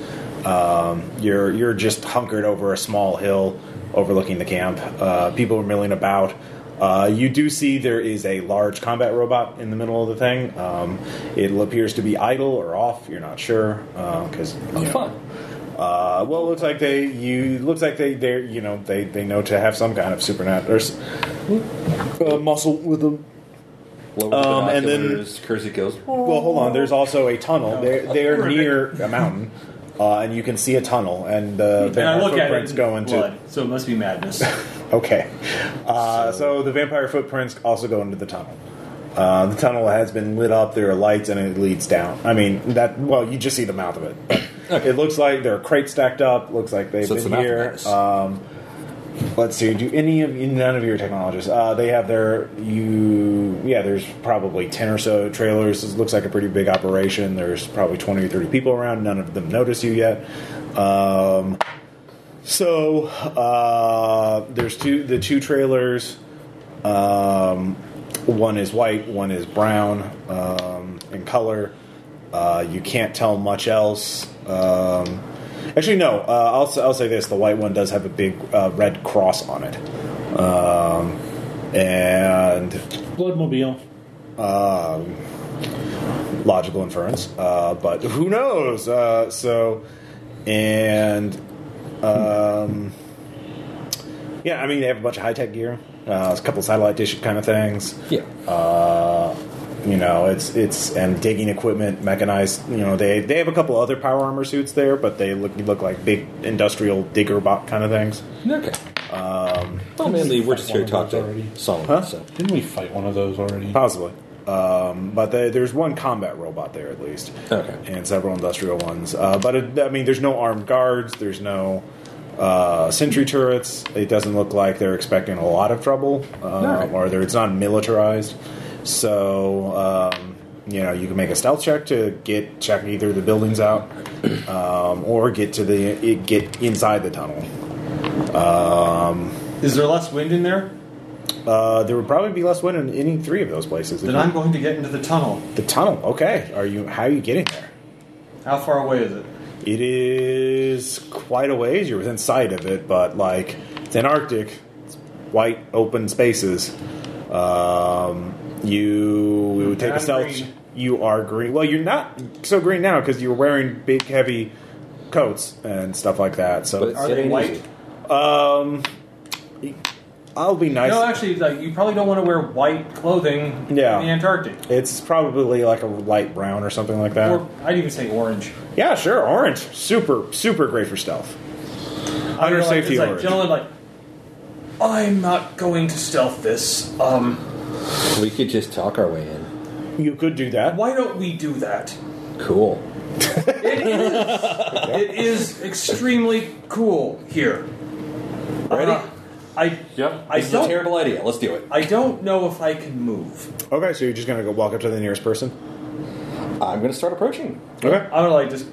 S1: Um, you're you're just hunkered over a small hill overlooking the camp. Uh, people are milling about. Uh, you do see there is a large combat robot in the middle of the thing. Um, it appears to be idle or off. You're not sure because
S2: Oh, fun.
S1: uh, well, it looks like they you it looks like they they you know they they know to have some kind of supernatural there's, uh, muscle with them.
S2: Lower
S1: Um, and
S2: and
S1: then-
S2: then Kurzik goes.
S1: Well, hold on. There's also a tunnel. They're they're near a mountain, uh, and you can see a tunnel, and uh,
S3: And I
S1: vampire
S3: look at it,
S1: footprints
S3: and
S1: go into
S3: blood, so it must be madness.
S1: okay. Uh, so the vampire footprints also go into the tunnel. Uh, the tunnel has been lit up. There are lights, and it leads down. I mean, that well, you just see the mouth of it. It looks like there are crates stacked up. Looks like they've
S2: So it's
S1: been
S2: the mouth of
S1: here.
S2: madness.
S1: Um, let's see. Do any of you- none of your technologists? Uh, they have their you. Yeah, there's probably ten or so trailers. This looks like a pretty big operation. There's probably twenty or thirty people around. None of them notice you yet. Um, so uh, there's two the two trailers. Um, one is white, one is brown um, in color. Uh, you can't tell much else. Um, actually, no. Uh, I'll s- I'll say this: the white one does have a big uh, red cross on it, um, and
S5: Bloodmobile.
S1: logical inference. Uh, but who knows? Uh, so, and um, yeah, I mean they have a bunch of high tech gear, uh, a couple satellite dish kind of things.
S2: Yeah.
S1: Uh, you know, it's it's and digging equipment, mechanized. You know, they they have a couple other power armor suits there, but they look look like big industrial digger bot kind of things.
S2: Okay. Um, well, mainly we're just here to talk to
S5: Already.
S2: Solomon.
S1: Huh?
S2: So.
S5: Didn't we fight one of those already?
S1: Possibly. Um, but they, there's one combat robot there at least,
S2: Okay.
S1: and several industrial ones. Uh, but it, I mean, there's no armed guards. There's no uh, sentry turrets. It doesn't look like they're expecting a lot of trouble, um,
S2: Alright.
S1: or they're, it's not militarized. So um, you know, you can make a stealth check to get check either the buildings out, um, or get to the it, get inside the tunnel.
S3: Is there less wind in there?
S1: Uh, there would probably be less wind in any three of those places.
S3: Then I'm going to get into the tunnel.
S1: the tunnel. Okay, are you? How are you getting there?
S3: How far away is it?
S1: It is quite a ways. You're within sight of it, but like it's Antarctic, it's white open spaces. Um, you it would take
S3: I'm
S1: a stealth.
S3: green.
S1: You are green. Well, you're not so green now because you're wearing big, heavy coats and stuff like that.
S2: But
S1: So
S2: it's
S3: Are
S2: it
S3: they
S2: ain't
S3: white?
S2: easy.
S1: I'll be nice.
S3: No, actually, like you probably don't want to wear white clothing
S1: Yeah.
S3: in the Antarctic.
S1: it's probably like a light brown or something like that.
S3: Or I'd even say orange.
S1: yeah, sure, orange. Super, super great for stealth. Under
S3: Like,
S1: safety
S3: it's like,
S1: orange.
S3: gentlemen, like I'm not going to stealth this. Um,
S2: We could just talk our way in.
S1: You could do that.
S3: why don't we do that?
S2: Cool.
S3: It is, it is extremely cool here.
S2: Ready?
S3: Uh, I
S4: Yep.
S3: I
S2: this is a
S3: don't
S2: terrible idea. Let's do it.
S3: I don't know if I can move.
S1: Okay, so you're just gonna go walk up to the nearest person.
S2: I'm going to start approaching.
S1: Okay.
S3: I'm gonna like just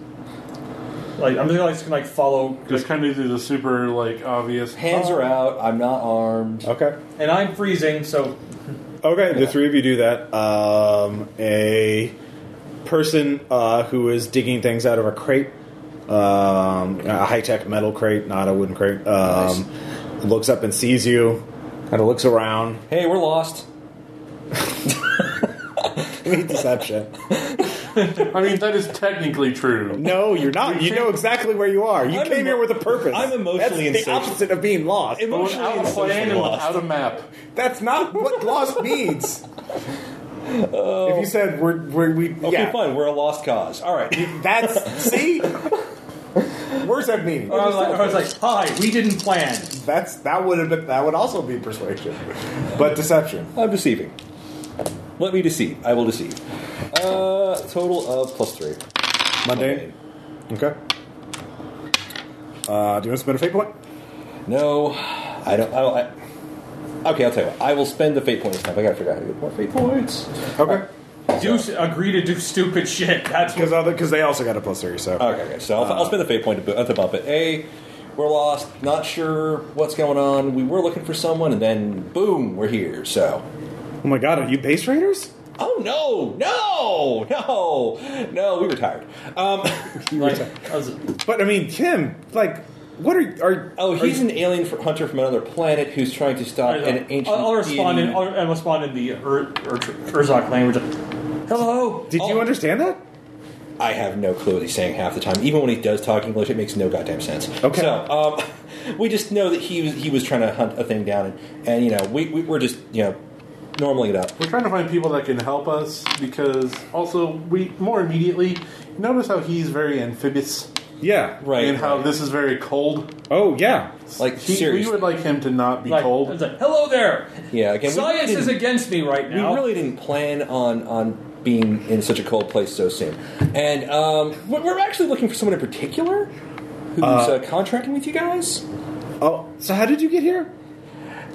S3: like I'm just gonna like, just gonna, like follow,
S4: Just kind of do the super like obvious.
S2: Hands
S3: Uh.
S2: are out. I'm not armed.
S1: Okay.
S3: and I'm freezing, so
S1: Okay. The three of you do that. Um, a person uh, who is digging things out of a crate, um, a high-tech metal crate, not a wooden crate, um, looks up and sees you. Kind of looks around.
S2: Hey, we're lost.
S1: Deception.
S4: I mean, that is technically true.
S1: No, you're not. You know exactly where you are. You
S2: I'm
S1: came
S2: emo-
S1: here with a purpose.
S2: I'm emotionally
S1: That's the
S2: insatiable.
S1: opposite of being lost.
S4: Going out of plan and without a map.
S1: That's not what lost means. if you said we're, we're we
S2: Oh. Okay,
S1: yeah,
S2: fine. We're a lost cause. All right.
S1: that's see, words have meaning.
S3: I was like, I was like hi, we didn't plan.
S1: That's that would have been that would also be persuasion, but deception.
S2: I'm deceiving. Let me deceive. I will deceive. Uh, total of plus three.
S1: Mundane. Okay. Uh, do you want to spend a fate point?
S2: No, I don't. I don't I, okay, I'll tell you what. I will spend the fate points this time. I gotta figure out how to get more fate points.
S1: Okay.
S3: Do s- agree to do stupid shit. That's what
S1: Because because they also got a plus three, so
S2: Okay, okay. So I'll, I'll spend the fate point to, bu- to bump it. A, we're lost. Not sure what's going on. We were looking for someone, and then boom, we're here. So.
S1: oh my god, are you base raiders?
S2: Oh no! No! No! No! We were tired. Um,
S3: like. I was-
S1: But I mean, Kim, like, what are are
S2: oh, he's an alien fr- hunter from another planet who's trying to stop an ancient.
S3: I'll, I'll respond in
S2: deity.
S3: I'll, I'll respond in the Ur, Ur, Urzok language. Hello.
S1: did you
S2: Oh.
S1: understand that?
S2: I have no clue what he's saying half the time. Even when he does talk English, it makes no goddamn sense.
S1: Okay.
S2: So, um, we just know that he was he was trying to hunt a thing down, and, and you know we, we we're just you know normaling it up.
S4: We're trying to find people that can help us because also we more immediately notice how he's very amphibious
S1: Yeah.
S2: Right.
S4: and how
S2: right.
S4: this is very cold.
S1: Oh yeah.
S2: like
S4: He, we
S2: seriously,
S4: would like him to not be
S3: Like, I was
S4: cold.
S3: like, Hello there.
S2: yeah. Again,
S3: Science
S2: we
S3: is
S2: didn't-
S3: against me right
S2: we
S3: now.
S2: really didn't plan on on being in such a cold place so soon, and um, we're we're actually looking for someone in particular who's uh, contracting with you guys.
S1: Oh, so how did you get here?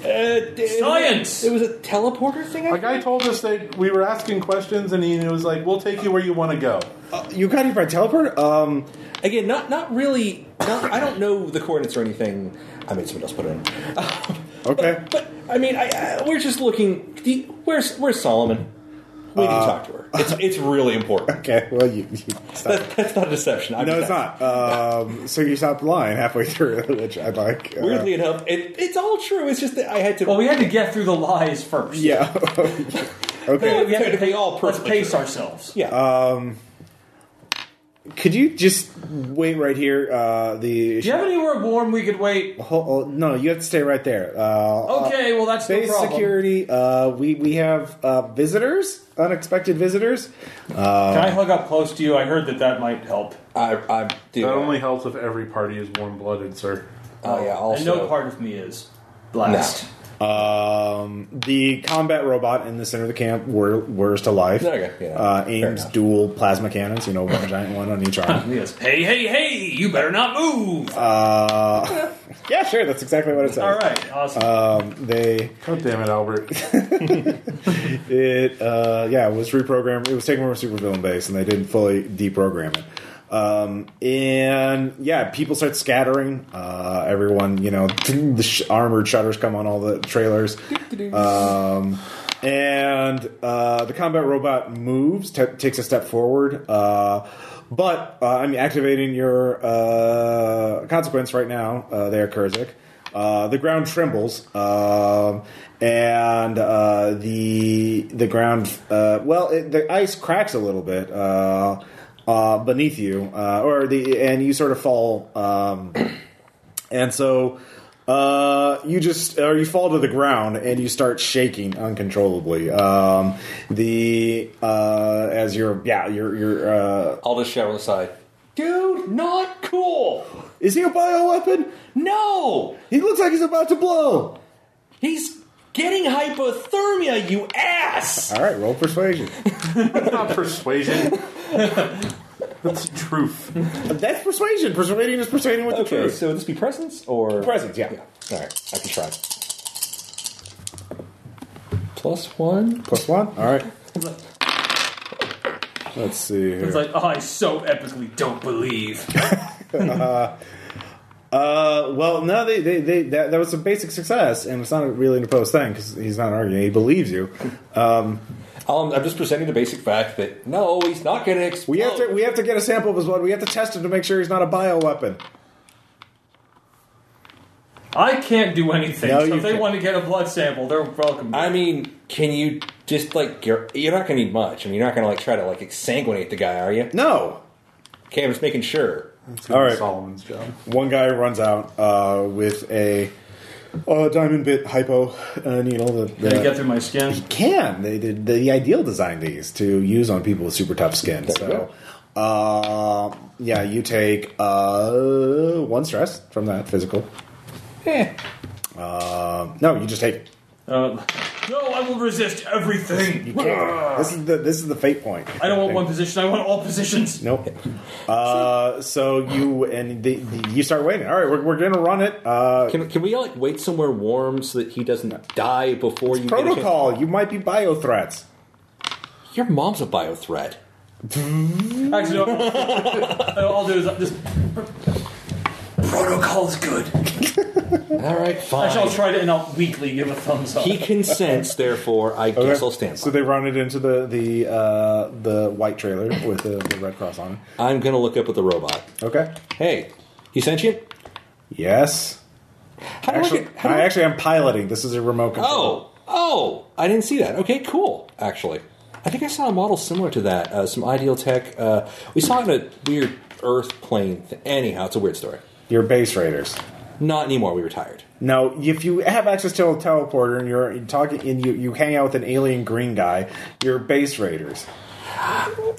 S2: Uh,
S3: Science!
S2: It was a teleporter thing. I
S4: A guy told us that we were asking questions and he was like, "We'll take you where you want to go."
S1: Uh, you got here by teleport? Um,
S2: Again, not not really. Not, I don't know the coordinates or anything. I made someone else put it in.
S1: okay.
S2: But I mean, I, I, we're just looking. do you- where's Where's Solomon? We need
S1: Uh,
S2: to talk to her. It's it's really important.
S1: Okay, well, you, you stop.
S2: That, that's not a deception. I'm
S1: No, it's
S2: just-
S1: not. Um, so you stopped lying halfway through, which I like. Uh,
S2: Weirdly enough, it, it's all true. It's just that I had to.
S3: Well, we had to get through the lies first.
S1: Uh, Yeah. okay.
S3: We had to
S2: Technically
S3: pay,
S2: all
S3: let's
S2: perfectly
S3: pace ourselves.
S2: yeah.
S1: Could you just wait right here? Uh, the.
S3: Do you have anywhere warm we could wait?
S2: Uh,
S1: Ho- oh, no, you have to stay right there. Uh,
S3: Okay, well that's Oh, no
S1: Base
S3: problem.
S1: security. Uh, we we have uh, visitors, unexpected visitors.
S3: Can I hug up close to you? I heard that that might help.
S2: I I do.
S4: That only helps if every party is warm-blooded, sir.
S2: oh yeah. Also,
S3: and no part of me is blast.
S1: Um, the combat robot in the center of the camp were were to life.
S2: Okay, yeah.
S1: uh,
S2: Fair
S1: aims
S2: enough.
S1: dual plasma cannons. You know, one giant one on each arm.
S3: Yes. Hey, hey, hey! You better not move.
S1: Uh, yeah, sure. That's exactly what it says.
S3: All right. Awesome.
S1: Um, they
S4: God damn it, Albert!
S1: it uh, yeah it was reprogrammed. It was taken from a supervillain base, and they didn't fully deprogram it. Um, and yeah, people start scattering. Uh, everyone, you know, the sh- armored shutters come on all the trailers. Um, and uh, the combat robot moves, t- takes a step forward. Uh, but uh, I'm activating your uh, consequence right now, uh, there, Kurzik. Uh, the ground trembles, um, and uh, the the ground. Uh, well, it, the ice cracks a little bit uh, uh, beneath you, uh, or the and you sort of fall um, and so uh, you just or you fall to the ground and you start shaking uncontrollably. Um, the uh, as your yeah your your uh,
S2: I'll just shout on the side. Dude, not cool.
S1: is he a bioweapon?
S2: No.
S1: He looks like he's about to blow.
S2: He's getting hypothermia, you ass!
S1: All right, roll persuasion.
S4: Not persuasion. That's truth.
S1: That's persuasion. Persuading is persuading with the
S2: Okay,
S1: truth.
S2: so would this be presence or
S1: Presence, yeah.
S2: All right, I can try. Plus one.
S1: Plus one. All right. Let's see. Here.
S3: It's like, oh, I so epically don't believe.
S1: Uh, well, no, they, they, they that, that was a basic success, and it's not really an opposed thing because he's not arguing; he believes you.
S2: Um, I'm just presenting the basic fact that no, he's not going to explode.
S1: We have to we have to get a sample of his blood. We have to test him to make sure he's not a bioweapon.
S3: I can't do anything.
S1: No,
S3: so
S1: you
S3: if they
S1: can't.
S3: want to get a blood sample, they're welcome. to.
S2: I mean, can you just like you're, you're not going to need much. I mean, you're not going to like try to like exsanguinate the guy, are you?
S1: No.
S2: Okay, I'm just making sure.
S4: That's gonna be
S1: All right.
S4: Solomon's job.
S1: One guy runs out uh, with a uh, diamond bit hypo uh, needle. That,
S3: Did I
S1: that
S3: get through my skin?
S1: can they did the ideal design these to use on people with super tough skin. So, uh, yeah, you take uh, one stress from that physical.
S2: Eh.
S1: Uh, no, you just take it.
S3: Uh, no, I will resist everything.
S1: This is the this is the fate point.
S3: I don't want one position. I want all positions.
S1: Nope. Uh, so you and the, the, you start waiting. All right, we're, we're gonna run it. Uh,
S2: Can, can we all like wait somewhere warm so that he doesn't die before you get a chance-
S1: protocol. You might be bio threats.
S2: Your mom's a bio threat.
S3: Actually, no. all I'll do is I'll just. Protocol's good.
S1: Mm-hmm.
S2: All right, fine.
S3: I shall try to, and I'll weakly give a thumbs up.
S2: He consents, therefore, I guess I'll stand.
S1: So
S2: By.
S1: they run it into the the uh, the white trailer with the, the red cross on it.
S2: I'm gonna look up at the robot.
S1: Okay.
S2: Hey, you sentient?
S1: Yes.
S2: How do I
S1: Actually,
S2: get? How do
S1: I
S2: I,
S1: actually am piloting. This is a remote control.
S2: oh, oh, I didn't see that. Okay, cool. Actually, I think I saw a model similar to that. Uh, some Ideal Tech. Uh, we saw it in a weird Earth plane. Th- Anyhow, it's a weird story.
S1: Your base raiders.
S2: Not anymore. We retired.
S1: No, if you have access to a teleporter and you're talking and you, you hang out with an alien green guy, you're base raiders.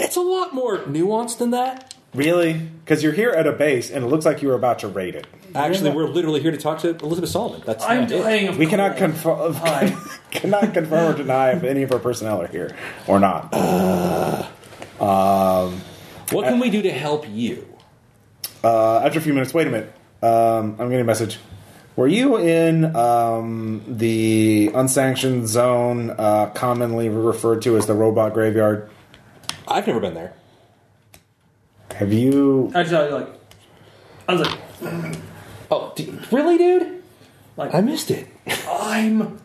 S2: It's a lot more nuanced than that.
S1: Really? Because you're here at a base and it looks like you were about to raid it.
S2: Actually, we're literally here to talk to Elizabeth Solomon. That's
S3: I'm
S2: not it.
S3: dying of
S1: We cannot
S3: cold.
S1: confirm,
S3: Hi.
S1: cannot confirm or deny if any of our personnel are here or not. Uh,
S2: What can we do to help you?
S1: Uh, after a few minutes, wait a minute. Um, I'm getting a message. Were you in um, the unsanctioned zone, uh, commonly referred to as the robot graveyard?
S2: I've never been there.
S1: Have you?
S3: Actually, I was like, I was like,
S2: Oh, d- really, dude?
S3: Like-
S2: I missed it.
S3: I'm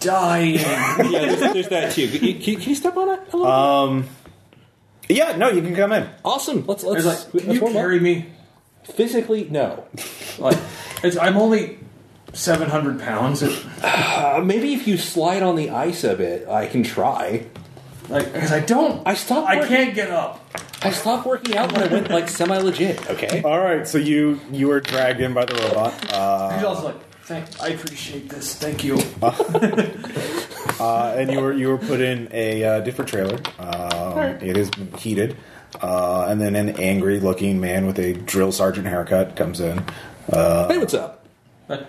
S3: dying.
S2: yeah, there's, there's that too. Can you, can you step on it a little?
S3: Uh,
S2: bit?
S1: Yeah, no, you can come in.
S2: Awesome. Let's
S3: I
S2: let's.
S3: was like, can
S2: let's
S3: you
S2: warm up.
S3: carry me?
S2: Physically, no.
S3: Like, it's, I'm only 700 pounds. It,
S2: Uh, maybe if you slide on the ice a bit, I can try.
S3: like, because I don't.
S2: I stopped.
S3: I
S2: work-
S3: can't get up.
S2: I stopped working out when I went like semi legit. Okay.
S1: All right, so you you were dragged in by the robot, uh,
S3: He's also like, Thank, I appreciate this. Thank you.
S1: uh, and you were you were put in a uh, different trailer. Um, It is heated, uh, and then an angry looking man with a drill sergeant haircut comes in.
S2: hey, what's up?
S3: Like,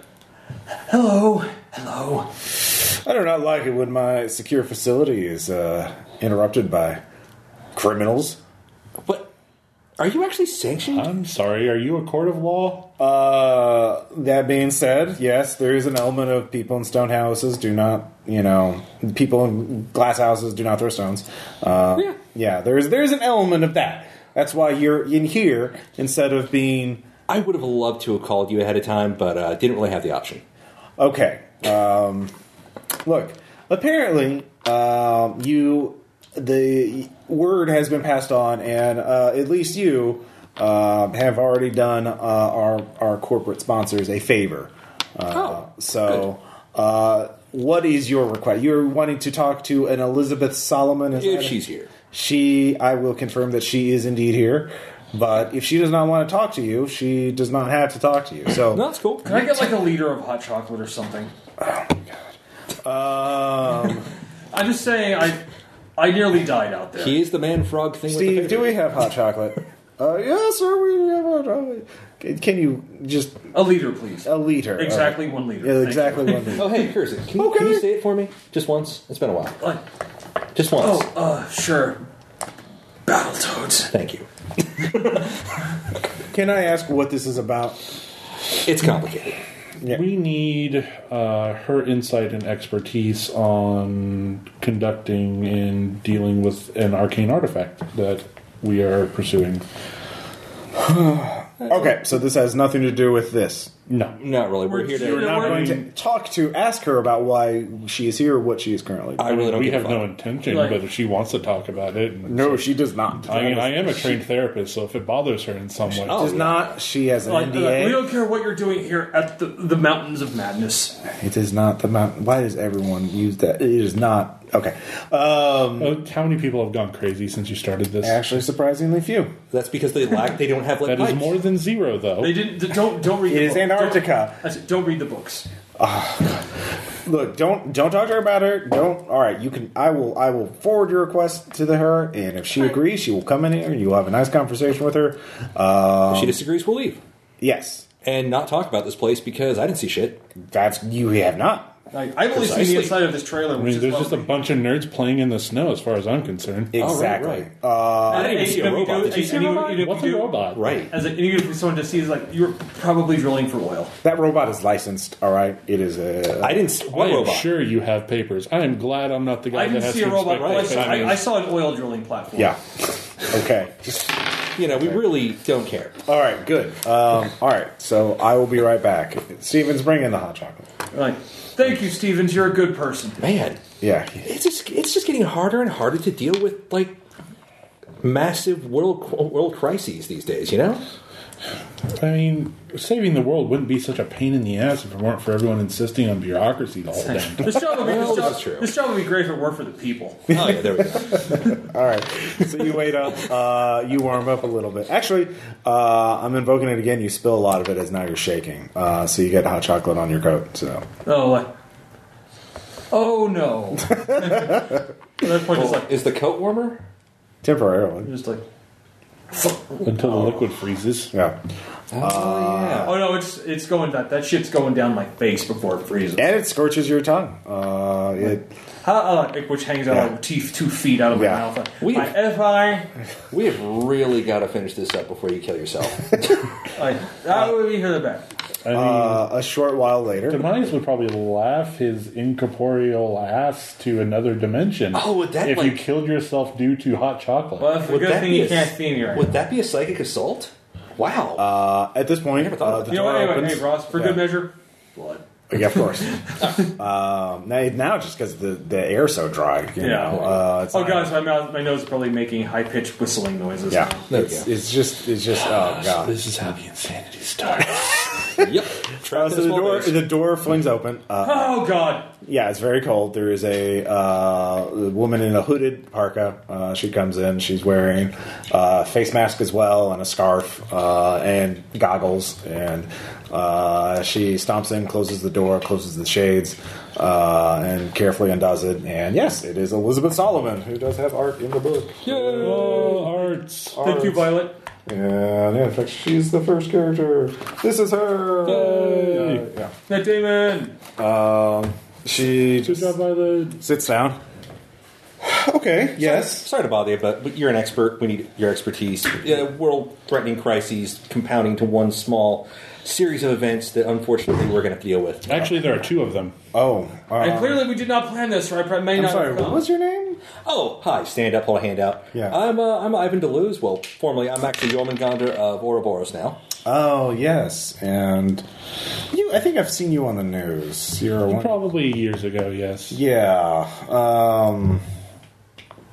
S3: hello, hello.
S1: I do not like it when my secure facility is uh, interrupted by criminals.
S2: What? Are you actually sanctioned?
S5: I'm sorry, are you a court of law?
S1: Uh, that being said, yes, there is an element of people in stone houses do not, you know, people in glass houses do not throw stones. Uh,
S2: Yeah.
S1: there is there is an element of that. That's why you're in here instead of being
S2: I would have loved to have called you ahead of time, but uh, didn't really have the option.
S1: okay. Um, look, apparently, um, you the word has been passed on, and uh, at least you uh, have already done uh, our our corporate sponsors a favor. Uh,
S2: oh,
S1: So, uh, what is your request? You're wanting to talk to an Elizabeth Solomon? Is
S2: if
S1: that it?
S2: she's here.
S1: she, I will confirm that she is indeed here. But if she does not want to talk to you, she does not have to talk to you. So,
S2: No, that's cool.
S3: Can I get like a liter of hot chocolate or something?
S1: um,
S3: I'm just saying, I I nearly died out there.
S2: He is the man frog thing. with the
S1: Steve,
S2: fingers.
S1: do we have hot chocolate? Uh, yes, sir. We have a, can- can you just
S3: A liter, please.
S1: a liter?
S3: Exactly one
S1: Uh,
S3: liter.
S1: yeah,
S3: Thank
S1: exactly one liter.
S2: Oh, hey, here's it. Can, you-
S1: Okay.
S2: can you say it for me? Just once? It's been a while.
S3: you. Uh,
S2: Just once.
S3: Oh, uh, sure. Battletoads.
S2: Thank you.
S1: Can I ask what this is about?
S2: It's complicated.
S1: Yeah.
S5: We need uh, her insight and expertise on conducting and dealing with an arcane artifact that we are pursuing.
S1: Okay, so this has nothing to do with this.
S5: No.
S2: Not really. We're,
S3: We're
S2: here
S3: here
S2: to.
S3: to-
S1: I'm
S3: We're-
S1: going to talk to ask her about why she is here, what she is currently.
S2: I
S1: Doing.
S2: really don't
S5: We
S2: give a
S5: have
S2: fuck.
S5: no intention,
S3: Like-
S5: but if she wants to talk about it, and
S1: no, she does not.
S5: I mean, I am a trained therapist, so if it bothers her in some way,
S2: Oh.
S1: does not. She has an
S3: Like, uh,
S1: NDA.
S3: we don't care what you're doing here at the, the Mountains of Madness.
S1: It is not the mountain. Why does everyone use that? It is not. Okay. Um,
S5: Uh, how many people have gone crazy since you started this?
S1: actually, surprisingly few.
S2: That's because they lack. They don't have like.
S5: that is
S2: pipes.
S5: more than zero, though.
S3: They didn't. th- Don't don't read.
S1: It
S3: the
S1: is
S3: book.
S1: Antarctica.
S3: Don't, I said, don't read the books.
S1: Look, don't don't talk to her about her. Don't. All right, you can. I will. I will forward your request to the her, and if she agrees, she will come in here. You will have a nice conversation with her. Uh,
S2: If she disagrees, we'll leave
S1: yes,
S2: and not talk about this place because I didn't see shit.
S1: that's you have not
S2: Oh,
S3: I, I've only seen
S2: Precisely.
S3: the inside of this trailer,
S5: I
S3: which
S5: mean, there's
S3: is
S5: just a bunch of nerds playing in the snow, as far as I'm concerned.
S1: exactly.
S2: right.
S1: Uh,
S3: I
S2: didn't even see a robot. Did you see a robot?
S5: What's a robot?
S2: Right.
S3: As a, and even if someone just sees, like you're probably drilling for oil.
S1: that robot is licensed. All right, it is a.
S2: I didn't. s-
S5: I
S2: What
S5: am
S2: robot?
S5: sure you have papers. I am glad I'm not the guy
S3: I
S5: that
S3: didn't
S5: has
S3: see
S5: to
S3: a robot.
S5: inspect
S3: but I,
S5: those
S3: saw, I, I
S5: things.
S3: saw an oil drilling platform.
S1: Yeah. Okay.
S2: You know, we really don't care.
S1: All right. Good. Um, all right. So I will be right back. Stevens, bring in the hot chocolate.
S3: Like, thank you, Stevens. You're a good person.
S2: Man,
S1: Yeah.
S2: it's just it's just getting harder and harder to deal with like massive world world crises these days. You know.
S5: I mean, saving the world wouldn't be such a pain in the ass if it weren't for everyone insisting on bureaucracy the whole damn time.
S3: This job would be
S2: Well,
S3: this
S2: this
S3: job,
S2: is true.
S3: this job would be great if it weren't for the people.
S2: Oh yeah, there we go.
S1: All right. So you wait up. Uh, you warm up a little bit. Actually, uh, I'm invoking it again. You spill a lot of it as now you're shaking. Uh, so you get hot chocolate on your coat. So
S3: Oh, like, oh no. At that point, it's like
S2: Is the coat warmer?
S1: temporarily.
S3: just like
S5: until the liquid freezes.
S1: Yeah.
S2: Oh
S3: oh no, it's it's going that that shit's going down my face before it freezes.
S1: And it scorches your tongue. Uh, it,
S3: Ha- uh, like, which hangs out
S1: Yeah.
S3: like teeth two feet out of my
S1: Yeah.
S3: mouth. Like,
S2: We-
S3: my if I,
S2: yeah, we have really got to finish this up before you kill yourself.
S3: like, that would be for the best.
S5: I mean,
S1: uh, a short while later.
S5: Demise would probably laugh his incorporeal ass to another dimension.
S2: Oh, would that,
S5: if you
S2: like-
S5: killed yourself due to hot chocolate?
S3: Well, it's a
S2: Would
S3: good
S2: that
S3: thing
S2: be
S3: you
S2: a-
S3: can't see me right.
S2: Would that be a psychic assault? Wow.
S1: Uh, at this point,
S2: never thought
S1: uh,
S2: of
S1: the
S3: now. you know
S1: door
S3: what? Anyway,
S1: opens.
S3: hey Ross, for
S1: Yeah.
S3: good measure, blood.
S1: Yeah, of course. um, now, now just because the, the air's so dry. You
S3: Yeah.
S1: Know, uh, it's
S3: oh
S1: not-
S3: god, so my mouth, my nose is probably making high pitched whistling noises.
S1: Yeah.
S2: There we
S1: It's,
S2: go.
S1: it's just, it's just, oh, God.
S5: this is how the insanity starts.
S2: yep.
S1: Uh,
S2: Trapped
S1: so
S2: in a
S1: the
S2: small
S1: door,
S2: base.
S1: the door flings open. Uh,
S3: Oh god.
S1: yeah, it's very cold. There is a uh, woman in a hooded parka. Uh, she comes in. She's wearing uh, face mask as well and a scarf uh, and goggles. And uh, she stomps in, closes the door, closes the shades, uh, and carefully undoes it. And yes, it is Elizabeth Solomon who does have art in the book.
S5: oh, arts.
S3: Thank you, Violet.
S1: And yeah, in fact, she's the first character. This is her.
S5: Yay.
S1: Uh,
S3: Now, Damon.
S1: yeah. Um, she
S5: Good job by the.
S1: sits down. Okay. Yes.
S2: Sorry to bother you, but, but you're an expert. We need your expertise. Yeah, world-threatening crises compounding to one small series of events that unfortunately we're going to have to deal with.
S5: Actually, there are two of them.
S1: Oh.
S3: and
S1: Uh,
S3: clearly, we did not plan this, right? But it may
S1: I'm
S3: not
S1: sorry.
S3: have
S1: What
S3: come.
S1: was your name?
S2: Oh, hi! Stand up, hold a hand out.
S1: Yeah.
S2: I'm uh, I'm Ivan Deleuze. Well, formerly I'm actually Yeoman Gondor of Ouroboros now.
S1: Oh yes, and you. I think I've seen you on the news. You're a one.
S5: Probably years ago, yes.
S1: Yeah. Um.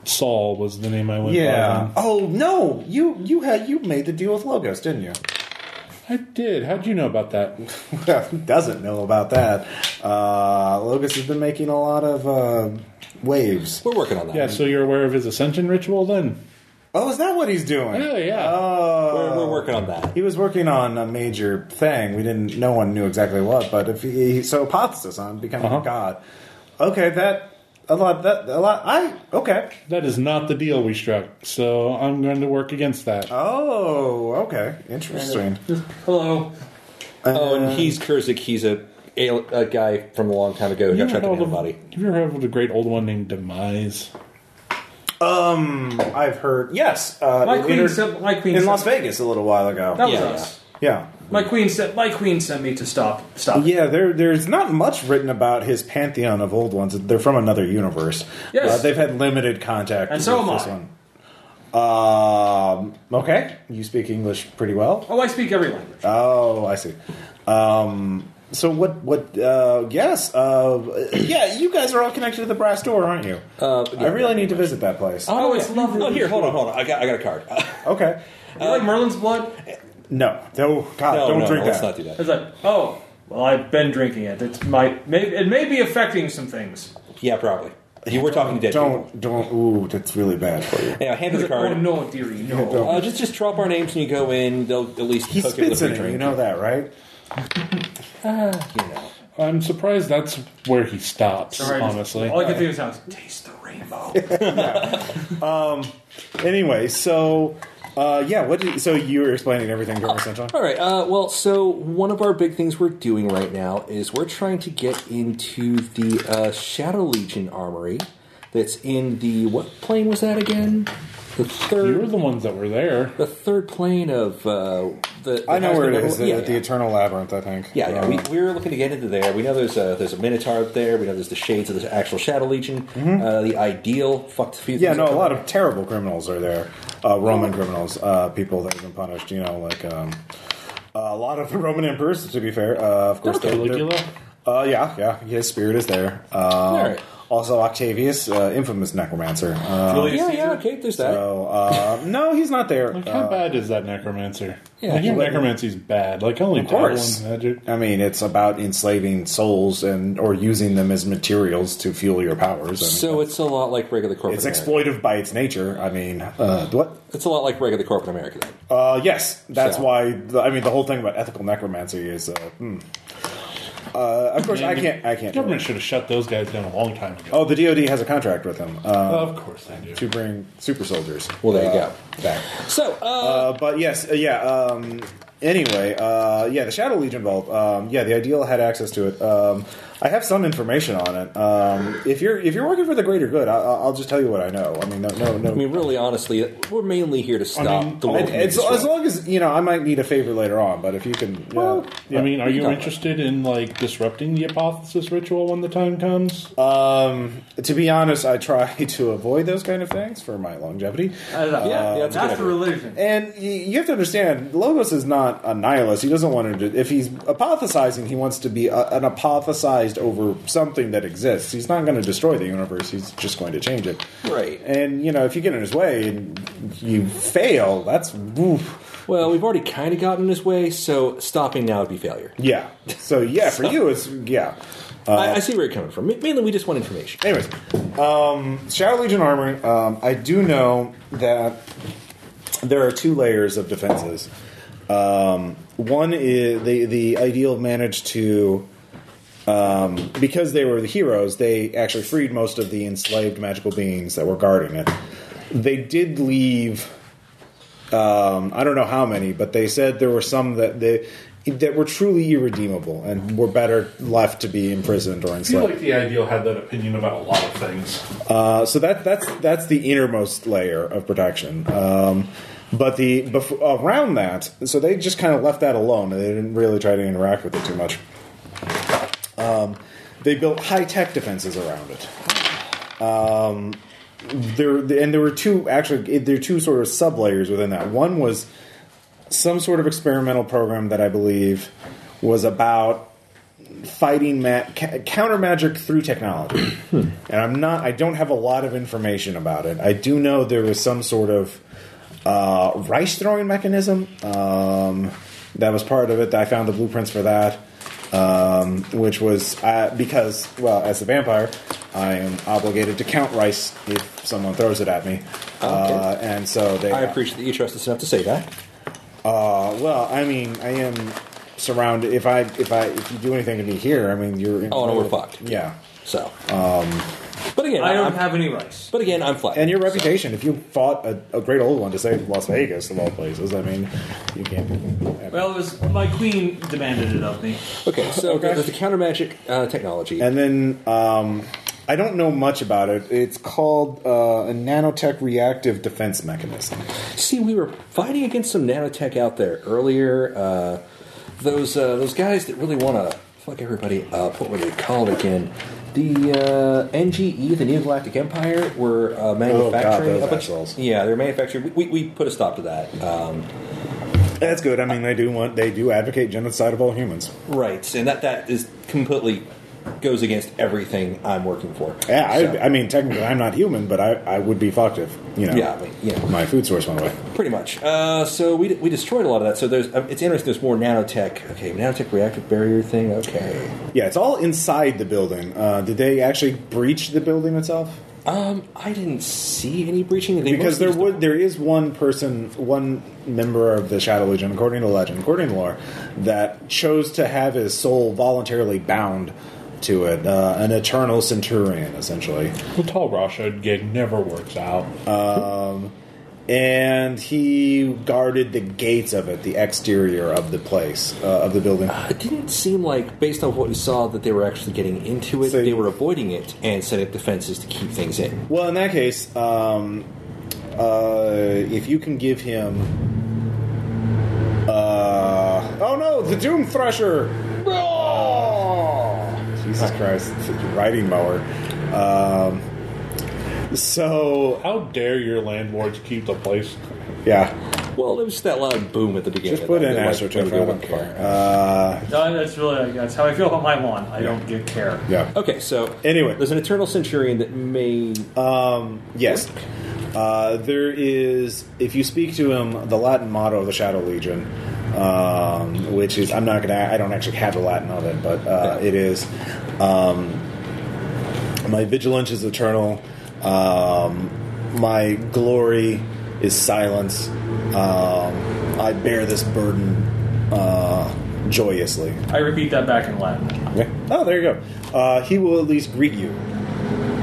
S5: Saul was the name I went
S1: Yeah.
S5: by.
S1: Oh no. You you had you made the deal with Logos, didn't you?
S5: then. I did. How'd you know about that?
S1: Who doesn't know about that? Uh, Logos has been making a lot of uh, waves.
S2: We're working on that.
S5: Yeah, so you're aware of his ascension ritual then?
S1: Oh, is that what he's doing?
S5: Yeah, yeah.
S1: Oh.
S2: we're, we're working on that.
S1: He was working on a major thing. We didn't. No one knew exactly what, but if he, so, hypothesis on becoming
S5: Uh-huh.
S1: a god. Okay, that a lot. That a lot. I okay.
S5: That is not the deal we struck, so I'm going to work against that.
S1: Oh, okay. Interesting.
S3: Hello.
S2: oh, and he's Kurzik. He's a, al- a guy from a long time ago who got
S5: ever
S2: trapped in
S5: heard
S2: a
S5: of-
S2: body.
S5: you ever heard of the great old one named Demise?
S1: Um, I've heard yes. Uh,
S3: My queen
S1: inter-
S3: sent my queen
S1: in
S3: sent-
S1: Las Vegas a little while ago.
S3: That was
S2: Yeah.
S3: us.
S1: Yeah.
S3: My queen sent my queen sent me to stop stop.
S1: Yeah, there, there's not much written about his pantheon of old ones. They're from another universe.
S3: Yes.
S1: Uh, they've had limited contact
S3: And so
S1: with
S3: am
S1: this
S3: I.
S1: one. Um, okay, you speak English pretty well.
S3: Oh, I speak every language.
S1: Oh, I see. Um, so what? What? Uh, yes. Uh, yeah, you guys are all connected to the brass door, aren't you? Uh, I really need to visit that place.
S3: Oh, it's lovely.
S2: Oh, here, hold on, hold on. I got, I got a card.
S1: Okay.
S3: You like Merlin's blood?
S1: No. No. God,
S2: no,
S1: don't
S2: no,
S1: drink
S2: no,
S1: that.
S2: Let's not do
S3: I was
S2: that.
S3: like, oh, well, I've been drinking it. It's my, may, it may be affecting some things.
S2: Yeah, probably. You were talking to dead people.
S1: Don't. Don't. Ooh, that's really bad for you.
S2: Anyhow, hand me the
S3: Oh
S2: card.
S3: no, dearie, no.
S1: don't.
S2: Uh, just, just drop our names when you go in. They'll at least
S1: He
S2: hook it with
S1: spits in
S2: a free
S1: it.
S2: drink.
S1: You know that, right?
S2: You know.
S5: I'm surprised that's where he stops,
S3: All right,
S5: honestly.
S3: all I can think of sounds taste the rainbow.
S1: Anyway, so uh, yeah, what? Did, so you were explaining everything to her essentially.
S2: All right. Uh, well, so one of our big things we're doing right now is we're trying to get into the uh, Shadow Legion armory that's in the what plane was that again? The
S5: You're
S2: third,
S5: the ones that were there.
S2: the third plane of uh, the, the.
S1: I know
S2: Hasbro
S1: where it
S2: level-
S1: is. The,
S2: Yeah,
S1: the
S2: yeah.
S1: Eternal Labyrinth, I think.
S2: Yeah, yeah.
S1: Uh,
S2: We, we were looking to get into there. We know there's a, there's a Minotaur up there. We know there's the shades of the actual Shadow Legion. Uh, the ideal fucked few.
S1: Mm-hmm. yeah,
S2: things
S1: no,
S2: up
S1: a lot
S2: there.
S1: of terrible criminals are there. Uh, Roman criminals, uh, people that have been punished. You know, like um, a lot of the Roman emperors. To be fair, uh, of course, they're- they're-
S5: Caligula?
S1: Uh, yeah, yeah, his spirit is there. Uh,
S2: right.
S1: Also, Octavius, uh, infamous necromancer. Uh,
S3: Julius
S2: Yeah, yeah.
S3: Caesar.
S2: Okay, there's that.
S1: so, uh, no, he's not there.
S5: Like, how
S1: Uh,
S5: bad is that necromancer?
S2: Yeah,
S5: Yeah, like,
S2: he
S5: your
S2: wouldn't-
S5: necromancy's bad. Like, only
S1: Of course.
S5: Dabbling magic.
S1: I mean, it's about enslaving souls and or using them as materials to fuel your powers. I mean,
S2: So it's a lot like regular corporate.
S1: it's
S2: America.
S1: exploitive by its nature. I mean, uh, what?
S2: It's a lot like regular corporate America. Then.
S1: Uh, yes, that's
S2: So-
S1: why. The, I mean, the whole thing about ethical necromancy is. Uh, hmm. uh, of course, I can't. I can't.
S5: Government should have shut those guys down a long time ago.
S1: Oh, the DoD has a contract with him uh,
S5: of course they do.
S1: to bring super soldiers.
S2: Well, there you
S1: uh,
S2: go.
S1: Back.
S2: So, uh,
S1: Uh, but yes, uh, yeah. Um, anyway, uh, yeah, the Shadow Legion vault. Um, yeah, the Ideal had access to it. Um, I have some information on it. Um, if you're if you're working for the greater good, I, I'll I'll just tell you what I know. I mean, no, no, no.
S2: I mean, really, honestly, we're mainly here to stop
S5: mean,
S2: the
S1: And
S2: world. being
S1: it's-
S2: destroyed.
S1: as long as you know, I might need a favor later on. But if you can, yeah, yeah.
S5: I mean, are you
S2: No.
S5: interested in, like, disrupting the apothesis ritual when the time comes?
S1: um, to be honest, I try to avoid those kind of things for my longevity.
S3: I don't know.
S2: yeah, that's a good
S3: that's
S2: idea.
S3: the religion.
S1: And y- you have to understand, Logos is not a nihilist. He doesn't want to. If he's apothecizing, he wants to be a, an apothecized over something that exists. He's not going to destroy the universe. He's just going to change it.
S2: Right.
S1: And you know, if you get in his way and you fail, that's oof.
S2: well, we've already kind of gotten this way, so stopping now would be failure.
S1: yeah. So yeah, for you, it's yeah. Uh,
S2: I, I see where you're coming from. Ma- Mainly, we just want information.
S1: Anyways, um, Shadow Legion Armory. Um, I do know that there are two layers of defenses. Um, one is the the ideal managed to um, because they were the heroes. They actually freed most of the enslaved magical beings that were guarding it. They did leave. Um, I don't know how many, but they said there were some that they that were truly irredeemable and were better left to be imprisoned or enslaved.
S5: the ideal had that opinion about a lot of things.
S1: Uh, so that that's that's the innermost layer of protection. Um, but the bef- around that, so they just kind of left that alone, and they didn't really try to interact with it too much. Um, they built high tech defenses around it. Um, there and there were two actually there are two sort of sub layers within that. One was some sort of experimental program that I believe was about fighting ma- ca- counter magic through technology. and I'm not, I don't have a lot of information about it. I do know there was some sort of uh, rice throwing mechanism um, that was part of it. I found the blueprints for that, um, which was uh, because, well, as a vampire, I am obligated to count rice if someone throws it at me. Uh, and so they.
S2: I appreciate that you trust us enough to say that.
S1: Uh, well, I mean, I am surrounded. If I if I if you do anything to me here, I mean, you're. In
S2: Oh, no, we're fucked.
S1: Yeah.
S2: So, But again,
S3: I don't
S2: I'm-
S3: have any rice.
S2: But again, I'm flat.
S1: Um, And your reputation, if you fought a, a great old one to save Las Vegas of all places, I mean, you can't be.
S3: Well, it was my queen demanded it of me.
S2: okay, so
S1: Okay.
S2: there's the counter magic uh, technology.
S1: And then um, I don't know much about it. It's called uh, a nanotech reactive defense mechanism.
S2: See, we were fighting against some nanotech out there earlier. Uh, those uh, those guys that really want to fuck everybody up. What were they called again? The uh, NGE, the New Galactic Empire, were uh, manufacturing
S1: Oh, those
S2: a bunch.
S1: assholes.
S2: Yeah, they're manufacturing. We, we, we put a stop to that. Um,
S1: That's good. I mean, they do want they do advocate genocide of all humans.
S2: right, and that that is completely goes against everything I'm working for.
S1: Yeah,
S2: So-
S1: I, I mean, technically, I'm not human, but I, I would be fucked if you know.
S2: Yeah, I mean, yeah.
S1: My food source went away.
S2: Pretty much. Uh, so we, we destroyed a lot of that. So there's uh, it's interesting. There's more nanotech. Okay, nanotech reactive barrier thing. Okay.
S1: Yeah, it's all inside the building. Uh, did they actually breach the building itself?
S2: Um, I didn't see any breaching. They
S1: Because
S2: mostly
S1: there
S2: just-
S1: would there is one person, one member of the Shadow Legion, according to legend, according to lore, that chose to have his soul voluntarily bound to it, uh, an eternal centurion, essentially.
S5: The tall Rasha gig never works out.
S1: And he guarded the gates of it, the exterior of the place, uh, of the building.
S2: It didn't seem like, based on what we saw, that they were actually getting into it.
S1: So-
S2: they were avoiding it and setting up defenses to keep things in.
S1: Well, in that case, um, uh, if you can give him. Uh, oh no, the Doom Thresher! Oh, Jesus Christ, it's a riding mower. Um, so,
S5: How dare your landlords keep the place?
S1: yeah,
S2: Well, it was just that loud boom at the beginning.
S1: just put in
S2: Like,
S1: AstroTurf,
S2: nobody
S1: I don't
S2: would
S1: care. Uh,
S3: No, that's really that's how I feel about my lawn. I don't get care.
S1: yeah.
S2: Okay, so
S1: Anyway. Uh.
S2: there's an eternal centurion that may.
S1: Yes. Uh, there is, if you speak to him, the Latin motto of the Shadow Legion, um, which is, I'm not gonna, I don't actually have the Latin of it, but uh, it is, um, my vigilance is eternal, um, my glory is silence, um, I bear this burden uh, joyously.
S3: I repeat that back in Latin.
S1: Okay. Oh, there you go. Uh, he will at least greet you.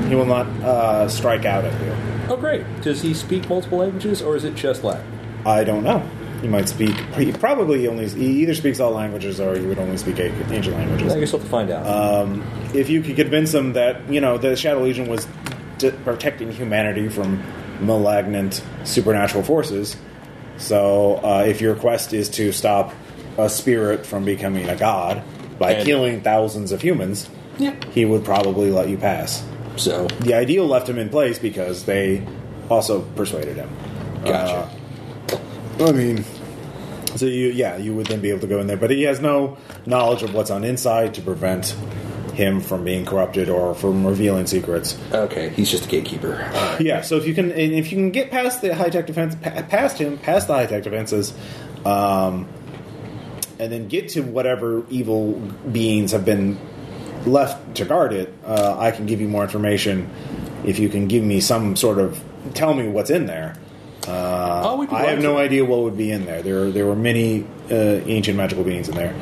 S1: He will not uh, strike out at you.
S2: oh, great! Does he speak multiple languages, or is it just Latin?
S1: I don't know. He might speak. He probably only. He either speaks all languages or he would only speak a- ancient
S2: I
S1: languages.
S2: guess we'll have to find out.
S1: Um, if you could convince him that you know the Shadow Legion was d- protecting humanity from malignant supernatural forces, so uh, if your quest is to stop a spirit from becoming a god by
S2: And-
S1: killing thousands of humans,
S2: Yeah.
S1: he would probably let you pass.
S2: so
S1: The ideal left him in place because they also persuaded him.
S2: Gotcha.
S1: Uh, I mean, so you yeah, you would then be able to go in there, but he has no knowledge of what's on inside to prevent him from being corrupted or from revealing secrets.
S2: okay, he's just a gatekeeper.
S1: Yeah, so if you can and if you can get past the high tech defense, pa- past him, past the high tech defenses, um, and then get to whatever evil beings have been left to guard it, uh, I can give you more information if you can give me some sort of tell me what's in there. Uh,
S2: Oh, we'd be
S1: I have
S2: glad
S1: no
S2: to.
S1: idea what would be in there. There, there were many uh, ancient magical beings in there.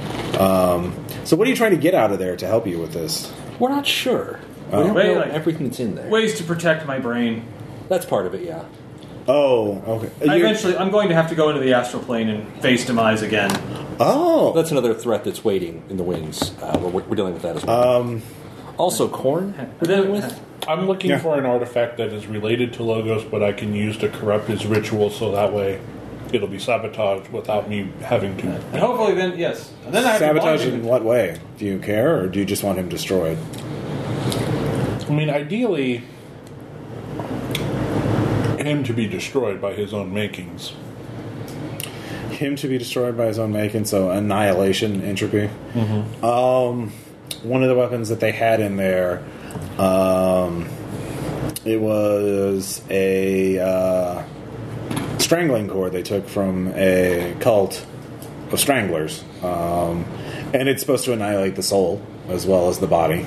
S1: Um, so, what are you trying to get out of there to help you with this?
S2: We're not sure.
S1: Uh.
S2: we don't
S3: Wait,
S2: know
S3: like-
S2: everything that's in there.
S3: Ways to protect my brain.
S2: That's part of it, yeah.
S1: Oh, okay.
S3: I
S1: You're-
S3: eventually, I'm going to have to go into the astral plane and face demise again.
S1: oh,
S2: That's another threat that's waiting in the wings. Uh, we're, we're dealing with that as well.
S1: Um,
S2: also, corn we're dealing with.
S5: I'm looking
S1: Yeah.
S5: for an artifact that is related to Logos, but I can use to corrupt his ritual so that way it'll be sabotaged without me having to.
S3: And hopefully, then yes, and then I have
S1: Sabotage
S3: to
S1: in
S3: bind
S1: what way? Do you care, or do you just want him destroyed?
S5: I mean, ideally, him to be destroyed by his own makings.
S1: Him to be destroyed by his own making, so annihilation, entropy. Um, one of the weapons that they had in there, um, it was a uh, strangling cord they took from a cult of stranglers, um, and it's supposed to annihilate the soul as well as the body,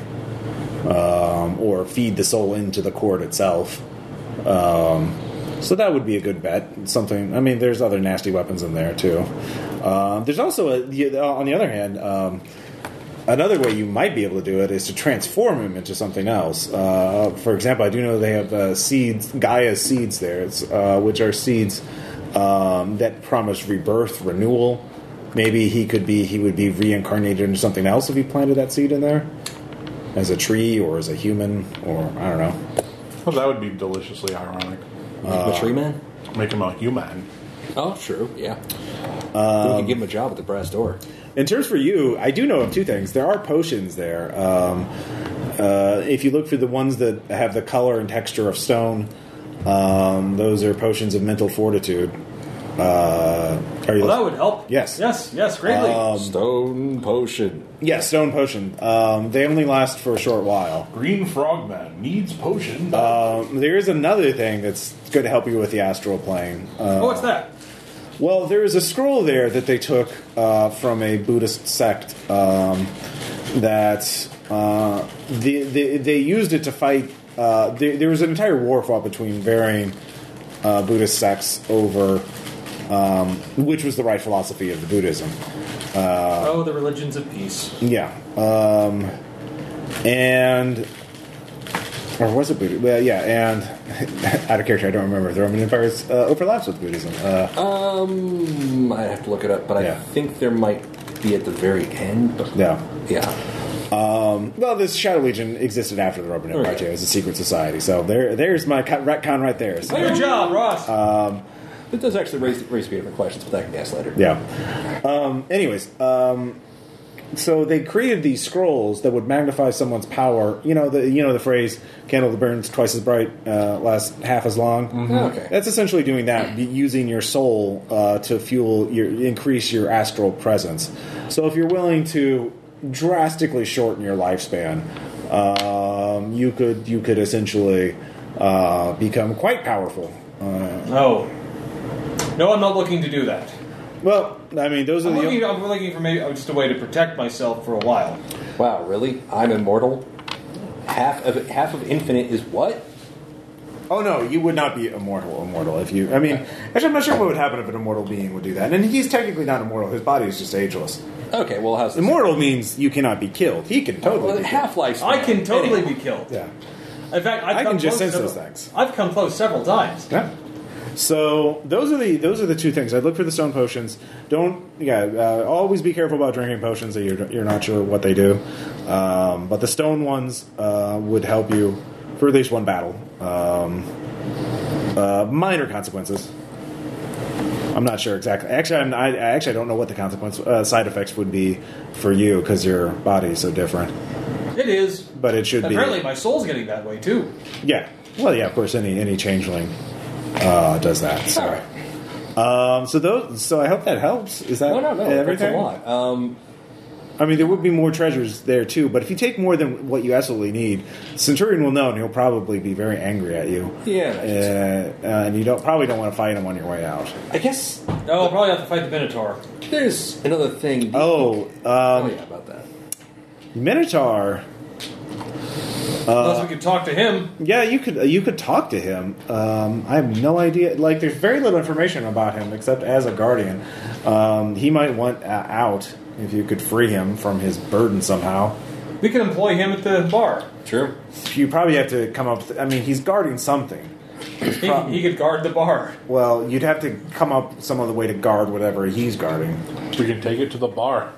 S1: um, or feed the soul into the cord itself. So that would be a good bet. Something. I mean, there's other Uh, nasty weapons in there too. Um, there's also a, the- on the other hand, um, Another way you might be able to do it is to transform him into something else. Uh, for example, I do know they have uh, seeds, Gaia's seeds there, it's, uh, which are seeds um, that promise rebirth, renewal. Maybe he could be he would be reincarnated into something else if he planted that seed in there, as a tree or as a human or I don't know.
S4: Well, that would be deliciously ironic.
S2: the tree man?
S4: Make him a human.
S2: Oh, true, yeah.
S1: Um,
S2: we could give him a job at the brass door.
S1: In terms for you, I do know of two things. There are potions there. Um, uh, if you look for the ones that have the color and texture of stone, um, those are potions of mental fortitude. Uh, are you
S3: Well, that would help.
S1: Yes. Um,
S3: Yes, yes, greatly.
S2: Stone potion.
S1: yeah, stone potion. Um, they only last for a short while.
S4: Green frogman needs potion.
S1: Um, there is another thing that's going to help you with the astral plane. Uh,
S3: oh, what's that?
S1: well, there is a scroll there that they took uh, from a Buddhist sect um, that uh, the, the, they used it to fight. Uh, there, there was an entire war fought between varying uh, Buddhist sects over um, which was the right philosophy of the Buddhism. uh,
S3: oh, the religions of peace.
S1: Yeah. Um, and. Or was it Buddhism? Well, yeah, and out of character, I don't remember. if The Roman Empire uh, overlaps with Buddhism. Uh,
S2: Um, I'd have to look it up, but
S1: Yeah.
S2: I think there might be at the very end. But
S1: yeah.
S2: yeah.
S1: Well, this Shadow Legion existed after the Roman Empire,
S2: Right.
S1: too, as a secret society. So there, there's my co- retcon right there. So,
S3: Good job, Ross.
S1: Uh,
S2: It does actually raise, raise a few different questions, but I can ask later.
S1: yeah. Um, anyways, um, so they created these scrolls that would magnify someone's power. You know the you know the phrase "candle that burns twice as bright, uh, lasts half as long."
S2: Okay.
S1: That's essentially doing that, be- using your soul uh, to fuel your increase your astral presence. So if you're willing to drastically shorten your lifespan, um, you could you could essentially uh, become quite powerful. Uh,
S3: no. No, I'm not looking to do that.
S1: well, I mean, those are
S3: I'm
S1: the
S3: looking, I'm looking for maybe uh, just a way to protect myself for a while.
S2: Wow, really? I'm immortal? Half of half of infinite is what?
S1: Oh no, you would not be immortal. Immortal, if you. I mean, actually, I'm not sure what would happen if an immortal being would do that. And he's technically not immortal. His body is just ageless.
S2: Okay, well, how's this?
S1: Immortal means you cannot be killed. He can totally.
S2: Well,
S1: be
S2: half life.
S3: I can totally be killed.
S1: killed. Yeah.
S3: In fact, I've
S1: I
S3: come
S1: can just
S3: close
S1: sense those
S3: several-
S1: things.
S3: I've come close several times.
S1: Yeah. So those are the those are the two things. I look for the stone potions. Don't yeah. Uh, always be careful about drinking potions that you're you're not sure what they do. Um, but the stone ones uh, would help you for at least one battle. Um, uh, minor consequences. I'm not sure exactly. Actually, I'm, I, I actually I don't know what the consequence uh, side effects would be for you because your body is so different.
S3: It is.
S1: But it should
S3: Apparently,
S1: be
S3: my soul's getting that way too.
S1: yeah. Well, yeah. Of course, any any changeling uh, does that. So.
S2: All right.
S1: Um, so those, so I hope that helps. Is that
S2: Oh, No, no, no. That's a
S1: everything?
S2: lot. Um,
S1: I mean, there would be more treasures there too, but if you take more than what you absolutely need, Centurion will know, and he'll probably be very angry at you.
S2: Yeah,
S1: uh,
S2: that's
S1: and you don't probably don't want to fight him on your way out.
S2: I guess
S3: No, I'll probably have to fight the Minotaur.
S2: there's another thing.
S1: Oh,
S2: oh
S1: um,
S2: yeah, about that.
S1: Minotaur. Uh,
S3: Unless we can talk to him.
S1: Yeah, you could you could talk to him. Um, I have no idea. Like, there's very little information about him except as a guardian. Um, he might want uh, out if you could free him from his burden somehow.
S3: We can employ him at the bar.
S2: True.
S1: You probably have to come up. With, I mean, he's guarding something.
S3: He, he could guard the bar.
S1: Well, you'd have to come up some other way to guard whatever he's guarding.
S4: we can take it to the bar.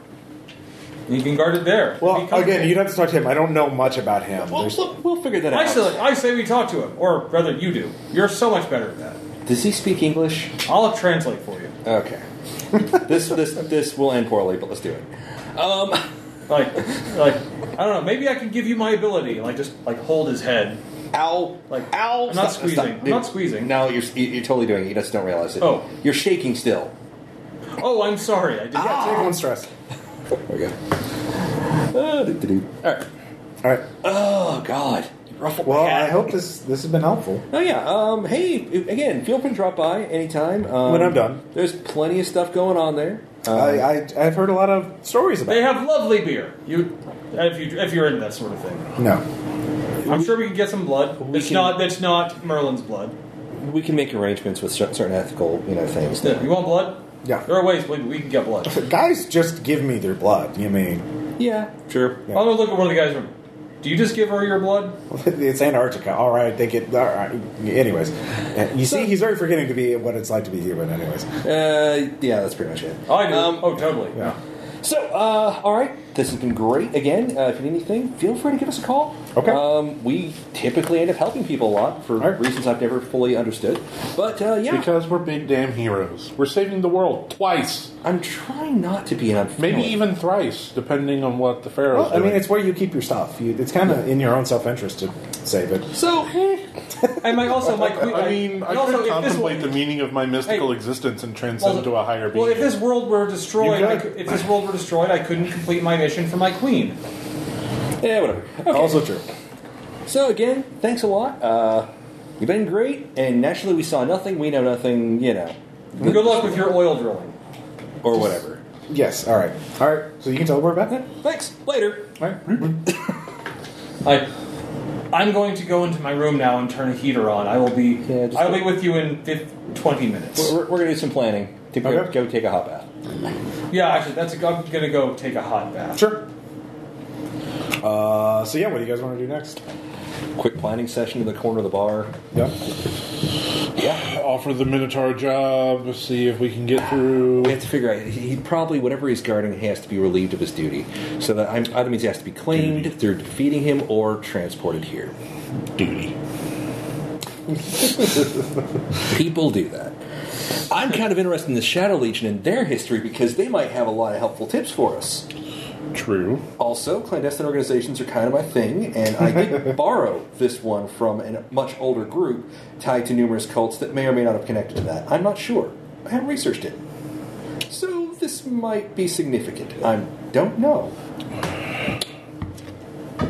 S3: He can guard it there.
S1: Well,
S3: Be comfortable.
S1: again, you'd have to talk to him. I don't know much about him.
S2: We'll,
S1: There's-
S2: we'll, we'll figure that
S3: I
S2: out.
S3: say, I say we talk to him, or rather, you do. You're so much better at that.
S2: Does he speak English?
S3: I'll translate for you.
S2: Okay. this this this will end poorly, but let's do it. Um,
S3: Like, like I don't know. Maybe I can give you my ability. Like, just like hold his head.
S2: ow,
S3: Like,
S2: ow.
S3: I'm not
S2: stop,
S3: squeezing.
S2: stop.
S3: I'm
S2: Dude,
S3: not squeezing.
S2: No, you're you- you're totally doing it. You just don't realize it.
S3: Oh.
S2: you're shaking still.
S3: Oh, I'm sorry. I did.
S2: Ah.
S1: yeah, take one stress.
S2: There we go. Uh, do-do-do. All right.
S1: All right.
S2: Oh God, you ruffled my
S1: Well,
S2: hat.
S1: I hope this this has been helpful.
S2: Oh yeah. Um, hey, again, feel free to drop by anytime. Um,
S1: When I'm done.
S2: there's plenty of stuff going on there. Um,
S1: Uh, I, I I've heard a lot of stories about.
S3: They have lovely beer. You, if you if you're into that sort of thing,
S1: it. No.
S3: I'm sure we can get some blood.
S2: We
S3: It's
S2: can-
S3: not that's not Merlin's blood.
S2: we can make arrangements with cer- certain ethical, you know, things.
S3: Yeah,
S2: that-
S3: You want blood?
S1: Yeah.
S3: There are ways. Believe me, we can get blood.
S1: Guys, just give me their blood. You mean?
S2: Yeah. Yeah.
S3: Sure. I'm gonna look at one of the guys. Do you just give her your blood?
S1: it's Antarctica. All right, they get. All right. Anyways, uh, you see, he's very forgetting to be what it's like to be human. Anyways,
S2: Uh, yeah, that's pretty much it.
S3: I do.
S2: Um,
S3: oh, totally.
S1: yeah.
S2: So, uh, all right, this has been great. Again, uh, if you need anything, feel free to give us a call.
S1: Okay.
S2: Um, we typically end up helping people a lot for
S1: All right.
S2: reasons I've never fully understood. But uh, yeah,
S4: Because we're big damn heroes. We're saving the world twice,
S2: I'm trying not to be an. I'm
S4: maybe
S2: failing.
S4: even thrice, depending on what the pharaoh's
S1: Well, I mean,
S4: doing.
S1: it's where you keep your stuff. You, it's kind of in your own self interest to save it.
S2: So, eh,
S3: And my also my que-
S4: I mean, I
S3: and also
S4: could
S3: if this
S4: contemplate
S3: were-
S4: the meaning of my mystical
S3: Hey.
S4: existence and transcend
S3: well,
S4: to a higher being.
S3: Well, if this world were destroyed,
S4: You
S3: I
S4: could.
S3: cou- if this world were destroyed, I couldn't complete my mission for my queen.
S2: yeah, eh, whatever. Okay.
S1: Also true.
S2: So again, thanks a lot. Uh, you've been great, and naturally, we saw nothing, we know nothing, you know,
S3: Good luck with your oil drilling.
S2: or whatever.
S1: Yes. All right. All right. So you can teleport back then.
S2: Thanks. Later.
S1: All right. Mm-hmm.
S3: I, I'm going to go into my room now and turn a heater on. I will be.
S2: Yeah, just-
S3: I'll be with you in fif- 20 minutes.
S2: We're, we're gonna do some planning to go,
S1: Okay.
S2: go take a hot bath.
S3: Yeah, actually, that's. A, I'm gonna go take a hot bath.
S1: Sure. Uh, so yeah, what do you guys want to do next?
S2: Quick planning session in the corner of the bar.
S1: Yep.
S2: Yeah.
S5: Offer the Minotaur a job, see if we can get through.
S2: We have to figure out. He he probably whatever he's guarding, he has to be relieved of his duty. So that I'm, either means he has to be claimed through defeating him or transported here.
S5: duty.
S2: People do that. I'm kind of interested in the Shadow Legion and their history because they might have a lot of helpful tips for us.
S5: True.
S2: Also, clandestine organizations are kind of my thing, and I did borrow this one from a much older group tied to numerous cults that may or may not have connected to that. I'm not sure. I haven't researched it. So this might be significant. I don't know.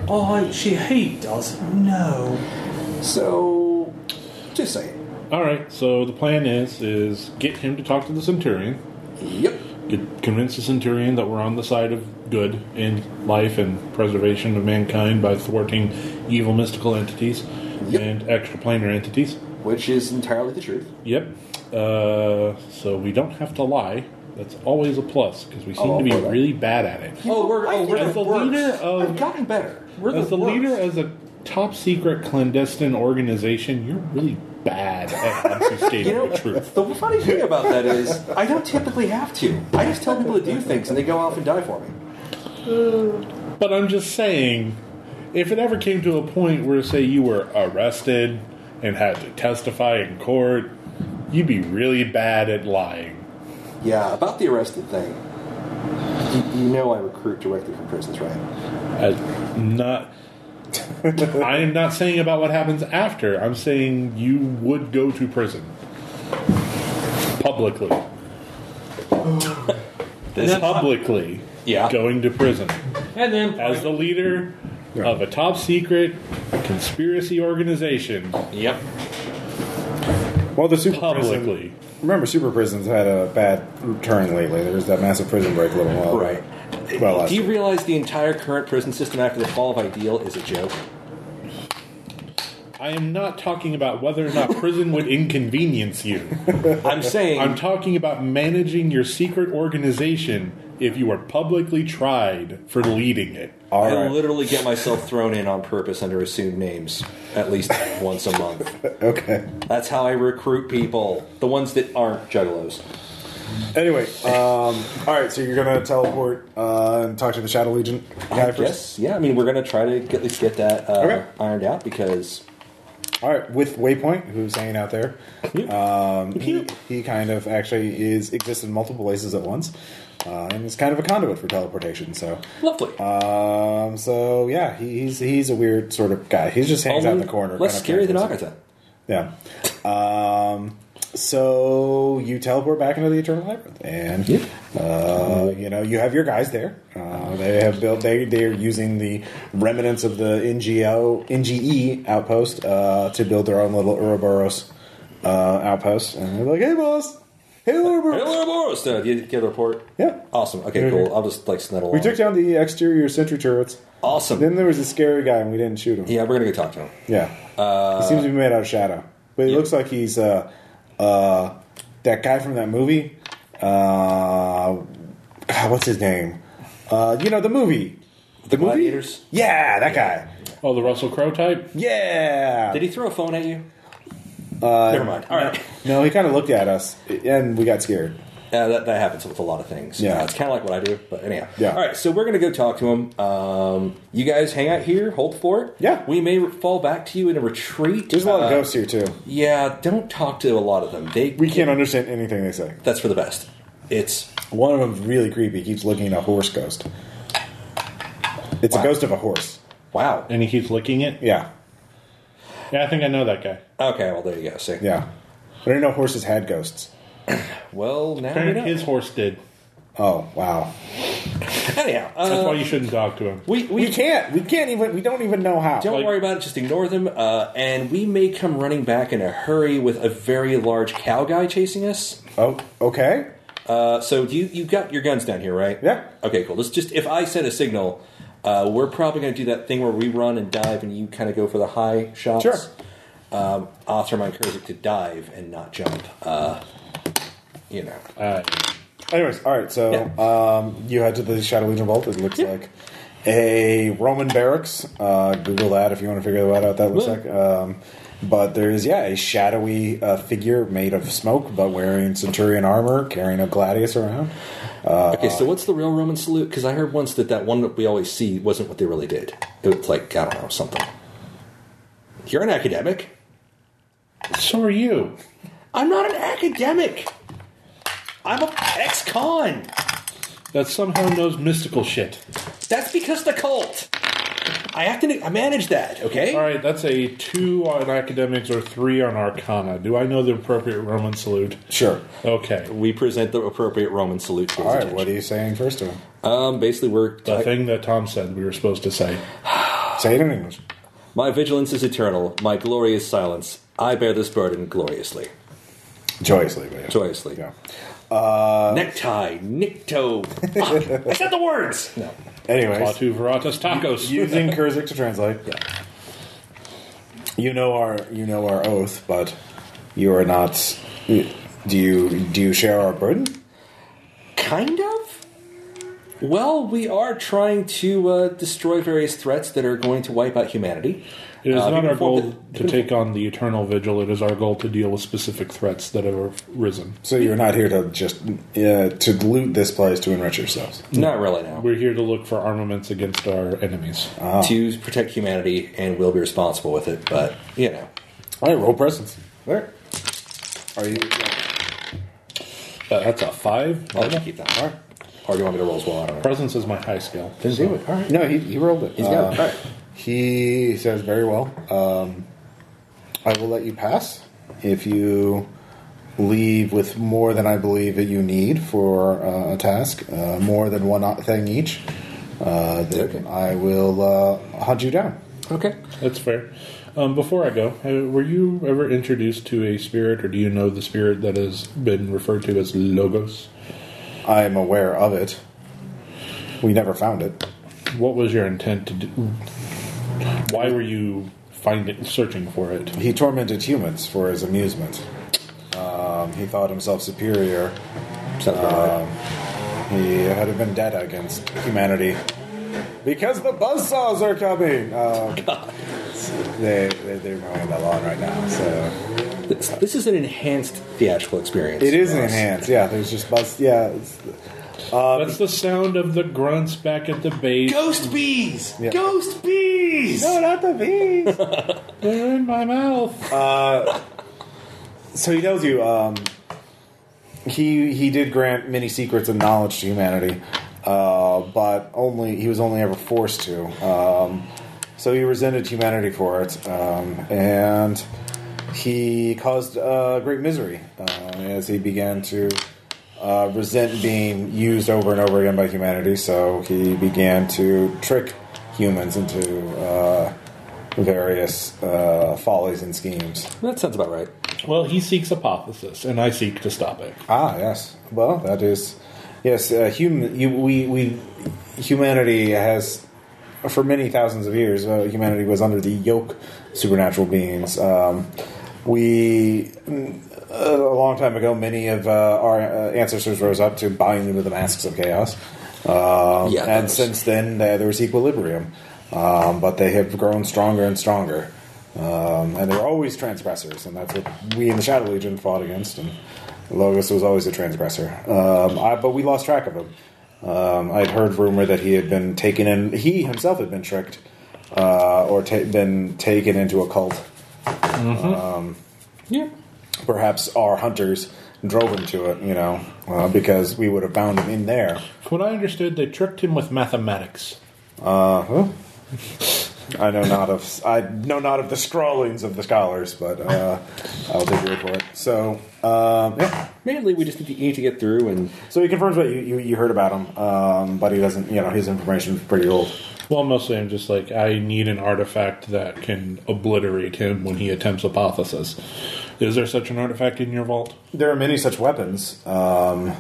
S3: Oh, she he doesn't know.
S2: So, just saying.
S5: All right. So the plan is is get him to talk to the Centurion.
S2: Yep.
S5: Get, convince the Centurion that we're on the side of good in life and preservation of mankind by thwarting evil mystical entities
S2: Yep.
S5: and extraplanar entities.
S2: Which is entirely the truth.
S5: Yep. Uh, so we don't have to lie. That's always a plus because we seem
S2: Oh,
S5: to be
S2: okay.
S5: really bad at it.
S3: Oh, we're,
S2: I
S3: oh, we're
S5: As
S3: the
S5: the
S3: worst.
S5: leader
S2: I've
S5: of
S2: gotten better.
S3: We're
S5: as the
S3: worst.
S5: leader as a top secret clandestine organization, you're really bad at honestly stating
S2: You know,
S5: the truth.
S2: the funny thing about that is, I don't typically have to. I just tell people to do things and they go off and die for me.
S5: But I'm just saying, if it ever came to a point where, say, you were arrested and had to testify in court, you'd be really bad at lying.
S2: Yeah, about the arrested thing. You, you know I recruit directly from prisons, right?
S5: I, not. I am not saying about what happens after. I'm saying you would go to prison publicly. publicly,
S2: Yeah.
S5: going to prison
S3: and then
S5: as the leader of a top secret conspiracy organization
S2: Yep.
S1: Well, the super prison.
S5: publicly.
S1: Remember, super prisons had a bad turn lately. There was that massive prison break a little while. ago.
S2: Right.
S1: Well, last
S2: Do you realize the entire current prison system after the fall of Ideal is a joke?
S5: I am not talking about whether or not prison would inconvenience you.
S2: I'm saying
S5: I'm talking about managing your secret organization if you are publicly tried for leading it.
S1: All
S2: I
S1: right.
S2: literally get myself thrown in on purpose under assumed names at least once a month.
S1: Okay.
S2: That's how I recruit people. The ones that aren't juggalos.
S1: Anyway, um, all right. So you're gonna teleport uh, and talk to the Shadow Legion guy
S2: I
S1: first.
S2: guess, yeah, I mean, we're going to try to get, at least get that uh,
S1: Okay.
S2: ironed out because
S1: All right, with Waypoint, who's hanging out there. Um, he, he kind of actually is exists in multiple places at once, uh, and is kind of a conduit for teleportation. So,
S2: Lovely.
S1: um, so yeah, he, he's he's a weird sort of guy. He just hangs out in the corner.
S2: Less
S1: kind of
S2: scary than
S1: person.
S2: Agatha.
S1: Yeah. Um, so you teleport back into the Eternal Labyrinth, and
S2: Yep.
S1: uh, you know you have your guys there. Uh, they have built. They they are using the remnants of the NGO NGE E outpost uh, to build their own little Ouroboros uh, outpost, and they're like, "Hey, boss, hey, Ouroboros,
S2: Hello, Boris. Uh, you get a report?
S1: yeah."
S2: Awesome. Okay, cool. I'll just like snuggle
S1: We took down the exterior sentry turrets.
S2: awesome.
S1: Then there was a scary guy, and we didn't shoot him.
S2: yeah, we're gonna go talk to him.
S1: Yeah. he seems to be made out of shadow. But he
S2: Yeah.
S1: looks like he's uh, uh, that guy from that movie. Uh, God, what's his name? Uh, you know, the movie.
S2: The
S1: movie?
S2: gladiators.
S1: Yeah, that guy.
S5: Oh, the Russell Crowe type?
S1: Yeah.
S2: Did he throw a phone at you? Uh, Never mind. All right.
S1: No, he kind of looked at us, and we got scared.
S2: Uh, that, that happens with a lot of things.
S1: Yeah.
S2: Uh, it's kind of like what I do, but anyhow.
S1: Yeah.
S2: All right, so we're going to go talk to him. Um, you guys hang out here, hold for it.
S1: Yeah.
S2: We may re- fall back to you in a retreat.
S1: There's a lot
S2: Uh,
S1: of ghosts here too.
S2: Yeah, don't talk to a lot of them. They
S1: We can't understand anything they say.
S2: That's for the best. It's
S1: One of them's really creepy. He keeps looking at a horse ghost. It's
S2: Wow.
S1: a ghost of a horse.
S2: wow.
S5: And he keeps licking it?
S1: Yeah,
S5: Yeah, I think I know that guy.
S2: Okay, well there you go. See.
S1: yeah. I didn't know horses had ghosts.
S2: Well, now we know.
S5: Apparently his horse did.
S1: Oh wow.
S2: Anyhow, uh,
S5: That's why you shouldn't talk to him.
S2: we we,
S1: We can't. We can't even. We don't even know how.
S2: don't
S5: like-
S2: worry about it. Just ignore them, uh, and we may come running back in a hurry with a very large cow guy chasing us.
S1: Oh, okay.
S2: Uh, so do you you got your guns down here, right?
S1: Yeah.
S2: Okay, cool. Let's just if I send a signal, uh, we're probably going to do that thing where we run and dive, and you kind of go for the high shots.
S1: Sure.
S2: Um, Othram, I encourage it to dive and not jump. Uh, you know.
S5: Uh,
S1: Anyways, all right. So um, you head to the Shadow Legion vault. It looks like a Roman barracks. Uh, Google that if you want to figure that out. That looks
S2: Well-
S1: like. Um, but there is yeah a shadowy uh, figure made of smoke, but wearing centurion armor, carrying a gladius around. Uh,
S2: Okay, so what's the real Roman salute? Because I heard once that that one that we always see wasn't what they really did. It was like I don't know something. You're an academic.
S5: so are you.
S2: I'm not an academic. I'm a ex-con.
S5: That somehow knows mystical shit.
S2: That's because the cult. I have to I manage that. Okay.
S5: All right, that's a two on academics or three on arcana. Do I know the appropriate Roman salute?
S1: Sure.
S5: Okay.
S2: We present the appropriate Roman salute. To his
S1: All right.
S2: attention.
S1: What are you saying first of all?
S2: Um, basically, we're
S5: The thing that Tom said we were supposed to say.
S1: Say it in English.
S2: my vigilance is eternal. My glory is silence. I bear this burden gloriously,
S1: Joyously. but yeah.
S2: joyously.
S1: Yeah.
S2: Uh, Necktie, nicto. Fuck. I said the words. No.
S1: Anyways,
S5: Latu Veratas Tacos.
S1: using Kurzik to translate. You know our you know our oath, but you are not. Do you do you share our burden?
S2: Kind of? Well, we are trying to uh, destroy various threats that are going to wipe out humanity.
S5: It is
S2: Uh,
S5: not
S2: people
S5: our
S2: form
S5: goal
S2: the-
S5: to take on the eternal vigil. It is our goal to deal with specific threats that have arisen.
S1: So you're not here to just uh, to loot this place to enrich yourselves.
S2: Not really now.
S5: We're here to look for armaments against our enemies. Uh,
S1: Ah.
S2: To protect humanity, and we'll be responsible with it, but, you know.
S1: All right, roll presence. There. Are you?
S5: Uh, that's a five.
S2: I'll let you keep that.
S1: All right.
S2: Or do you want me to roll as well? I don't know.
S5: Presence is my high skill.
S1: Didn't do it. All right. No, he, he rolled it. He's
S2: got it. All right.
S1: He says very well. Um, I will let you pass if you leave with more than I believe that you need for uh, a task, uh, more than one o- thing each. Uh, then
S2: Okay.
S1: I will uh, hunt you down.
S2: Okay.
S5: That's fair. Um, before I go, uh, were you ever introduced to a spirit, or do you know the spirit that has been referred to as Logos?
S1: I am aware of it. We never found it.
S5: What was your intent to do? Why were you finding searching for it?
S1: He tormented humans for his amusement. Um, he thought himself superior.
S2: Sounds about right.
S1: He had a vendetta against humanity. Because the buzzsaws are coming! Um, they, they, they're mowing the lawn right now, so.
S2: This, this is an enhanced theatrical experience.
S1: Um, It is
S2: for us.
S1: enhanced, yeah. There's just buzz. Yeah, it's, Uh,
S5: That's the sound of the grunts back at the base.
S2: Ghost bees!
S1: Yeah.
S2: Ghost bees!
S1: no, not the bees!
S5: They're in my mouth.
S1: so he tells you um, he he did grant many secrets and knowledge to humanity, uh, but only he was only ever forced to. Um, so he resented humanity for it, um, and he caused uh, great misery uh, as he began to uh, resent being used over and over again by humanity. So he began to trick humans into uh, various uh, follies and schemes.
S2: That sounds about right.
S5: Well, he seeks apothesis, and I seek to stop it.
S1: Ah, yes. Well, that is yes. Uh, human, you, we we humanity has for many thousands of years. Uh, humanity was under the yoke of supernatural beings. Um, we mm, a long time ago, many of uh, our uh, ancestors rose up to bind them with the masks of chaos. Um,
S2: Yeah, that
S1: and
S2: was-
S1: since then, uh, there was equilibrium, um, but they have grown stronger and stronger. Um, and they were always transgressors, and that's what we in the Shadow Legion fought against. And Logos was always a transgressor, um, I, but we lost track of him. Um, I'd heard rumor that he had been taken in; he himself had been tricked uh, or ta- been taken into a cult
S2: Yeah.
S1: perhaps our hunters drove him to it, you know, uh, because we would have found him in there.
S5: From what I understood, they tricked him with mathematics.
S1: Uh huh. I know not of I know not of the scrawlings of the scholars, but uh, I'll take your word for it. So um, yeah.
S2: Mainly, we just need to, you need to get through and
S1: so he confirms what you, you, you heard about him, um, but he doesn't. You know, his information is pretty old.
S5: Well, mostly I'm just like, I need an artifact that can obliterate him when he attempts apothesis. Is there such an artifact in your vault?
S1: There are many such weapons. Um,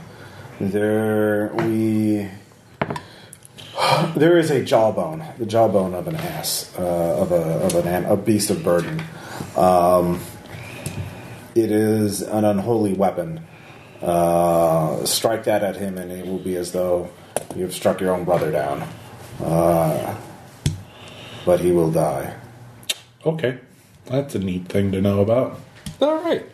S1: there we. There is a jawbone, the jawbone of an ass, uh, of a of an an, a beast of burden. Um, it is an unholy weapon. Uh, strike that at him, and it will be as though you have struck your own brother down. Uh, but he will die.
S5: Okay. That's a neat thing to know about.
S2: all right.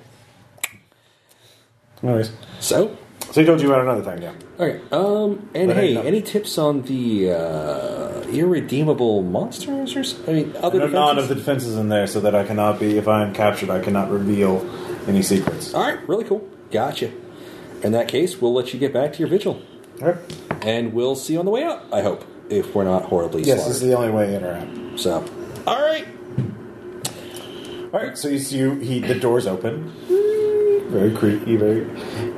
S1: Anyways,
S2: So,
S1: so he told you about another thing, yeah.
S2: okay. Um, and
S1: But I
S2: hey,
S1: know-
S2: any tips on the uh, irredeemable monsters or s- I mean other
S1: No, none of
S2: defenses?
S1: the defenses in there, so that I cannot be. If I am captured, I cannot reveal any secrets.
S2: All right, really cool. Gotcha. In that case, we'll let you get back to your vigil,
S1: Okay.
S2: and we'll see you on the way up. I hope, if we're not horribly
S1: Yes, this is the
S2: slaughtered.
S1: only way in or out.
S2: so, all right.
S1: All right, so you see you, he, the doors open, very creepy, very,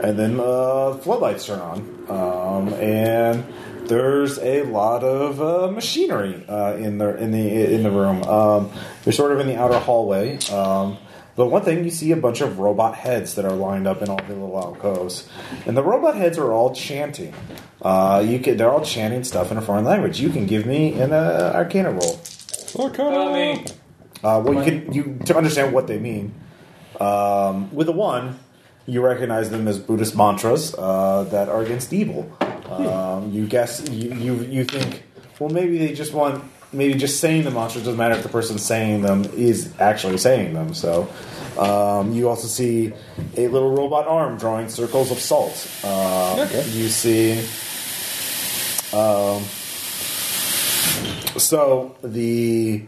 S1: and then uh, floodlights turn on, um, and there's a lot of uh, machinery uh, in the in the in the room. Um, they're sort of in the outer hallway. Um, but one thing you see a bunch of robot heads that are lined up in all the little alcoves, and the robot heads are all chanting. Uh, you can, they're all chanting stuff in a foreign language. You can give me an uh, Arcana roll.
S3: Coming.
S1: Uh, well, you can you to understand what they mean. Um, with a one, you recognize them as Buddhist mantras uh, that are against evil. Um, you guess you, you you think well maybe they just want maybe just saying the mantras doesn't matter if the person saying them is actually saying them. So um, you also see a little robot arm drawing circles of salt. Um,
S2: Okay.
S1: You see. Um, so the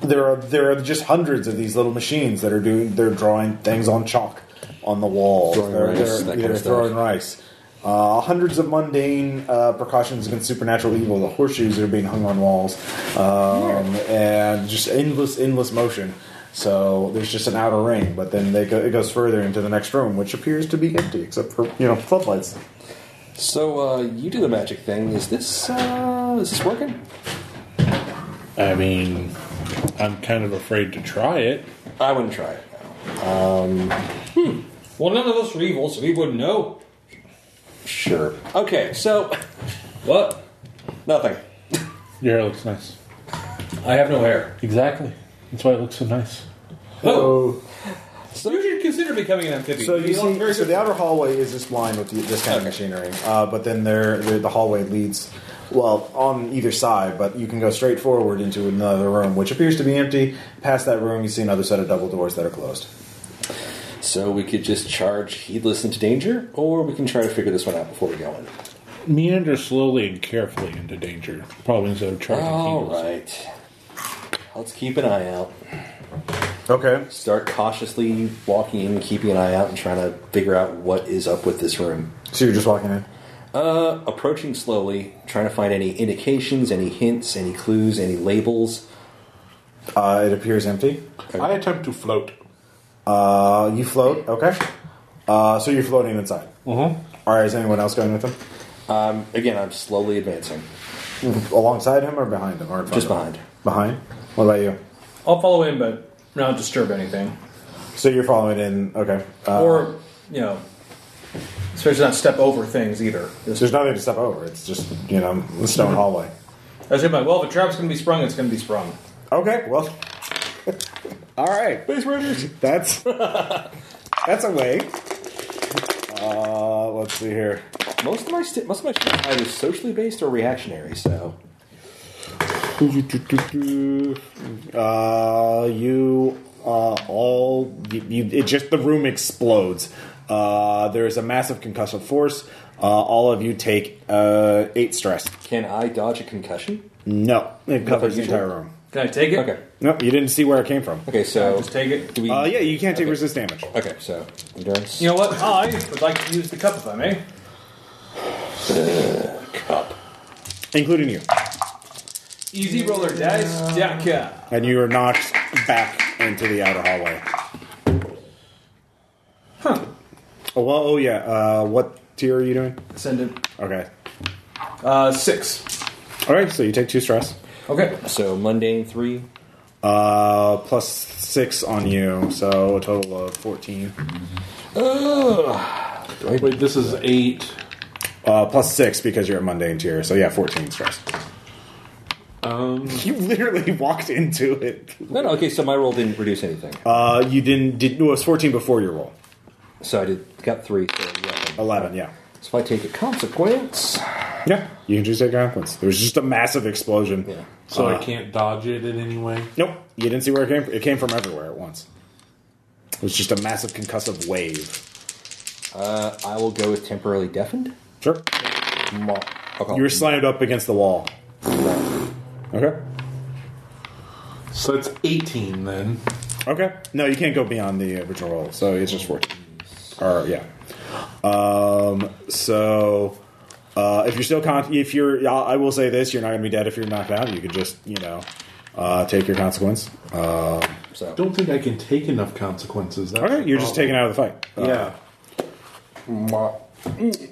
S1: there are there are just hundreds of these little machines that are doing they're drawing things on chalk on the wall.
S2: Throwing
S1: they're,
S2: rice,
S1: they're-
S2: that kind
S1: they're
S2: of stuff.
S1: throwing rice. Uh, hundreds of mundane uh, precautions against supernatural evil. The horseshoes are being hung on walls, um, and just endless, endless motion. So there's just an outer ring, but then they go, it goes further into the next room, which appears to be empty except for you know floodlights.
S2: So uh, you do the magic thing. Is this uh, is this working?
S5: I mean, I'm kind of afraid to try it.
S2: I wouldn't try it.
S3: Well, none of us are evil, so we wouldn't know.
S2: Sure. Okay. So
S3: What?
S2: nothing.
S5: Your hair looks nice.
S3: I have no hair.
S5: Exactly. That's why it looks so nice.
S3: Oh,
S1: So,
S3: you should consider becoming an amphibian.
S1: so you
S3: look
S1: see,
S3: very
S1: so
S3: good.
S1: the outer hallway is just lined with the, this kind of machinery, uh, but then there, there the hallway leads well on either side, but you can go straight forward into another room, which appears to be empty. Past that room, you see another set of double doors that are closed.
S2: So we could just charge heedless into danger, or we can try to figure this one out before we go in.
S5: Meander slowly and carefully into danger. Probably instead of charging
S2: All
S5: heels.
S2: right. Let's keep an eye out.
S1: Okay.
S2: Start cautiously walking in, keeping an eye out, and trying to figure out what is up with this room.
S1: So you're just walking in.
S2: Uh, approaching slowly, trying to find any indications, any hints, any clues, any labels.
S1: Uh, it appears empty.
S5: I attempt to float.
S1: Uh, you float. Okay. Uh, so you're floating inside.
S5: Uh-huh.
S1: All right. Is anyone else going with him?
S2: Um, again, I'm slowly advancing,
S1: Alongside him or behind him or in front
S2: just
S1: of him?
S2: behind.
S1: Behind. What about you?
S3: I'll follow in, but not disturb anything.
S1: So you're following in. Okay. Uh,
S3: or, you know, especially not step over things either. Just-
S1: there's nothing to step over. It's just you know the stone hallway.
S3: I said, well, if a trap's going to be sprung, it's going to be sprung.
S1: Okay. Well. All right.
S2: Space Rangers.
S1: That's that's a way. Uh, let's see here.
S2: Most of my st- most of my shit is either socially based or reactionary. So
S1: Uh, you uh, all. You, you, it just the room explodes. Uh, there is a massive concussive force. Uh, all of you take uh, eight stress.
S2: can I dodge a concussion?
S1: No, it covers the
S2: usual?
S1: entire room.
S3: Can I take it?
S2: Okay.
S1: Nope, you didn't see where it came from.
S2: Okay. So
S3: Just take it.
S2: do we?
S1: Uh, yeah, you can't take
S2: Okay.
S1: resist damage.
S2: Okay. So endurance.
S3: You know what? Oh, I would like to use the cup if I may.
S2: cup.
S1: including you.
S3: Easy roller dice. Daka.
S1: And you are knocked back into the outer hallway. Huh. Oh, well, oh yeah. Uh, what tier are you doing?
S3: Send it.
S1: Okay.
S3: Uh, six.
S1: All right, so you take two stress.
S3: Okay.
S2: So mundane three.
S1: Uh, plus six on you, so a total of 14.
S4: Wait, this is eight.
S1: Uh, plus six because you're a mundane tier, so yeah, 14 stress.
S4: Um,
S1: You literally walked into it.
S2: No, no. Okay. So my roll didn't reduce anything.
S1: Uh, you didn't, did, no, it was 14 before your roll.
S2: So I did got three. So, yeah.
S1: 11, yeah.
S2: so if I take a consequence,
S1: Yeah, you can choose to take consequence. There was just a massive explosion.
S2: Yeah.
S4: so I can't dodge it in any way.
S1: Nope, you didn't see where it came from. It came from everywhere at once. It was just a massive concussive wave.
S2: uh, I will go with temporarily deafened.
S1: Sure.
S2: Mo- I'll call
S1: You were
S2: it-
S1: slammed up against the wall. Okay.
S4: So it's 18 then.
S1: Okay. No, you can't go beyond the original roll, so it's just 14. Or, yeah. Um, so, uh, if you're still con, if you're, I I will say this, you're not going to be dead if you're knocked out. You can just, you know, uh, take your consequence. Uh,
S2: So
S4: Don't think I can take enough consequences. That's
S1: okay,
S4: the
S1: you're just
S4: problem.
S1: taken out of the fight. Uh,
S4: Yeah.
S2: Mo-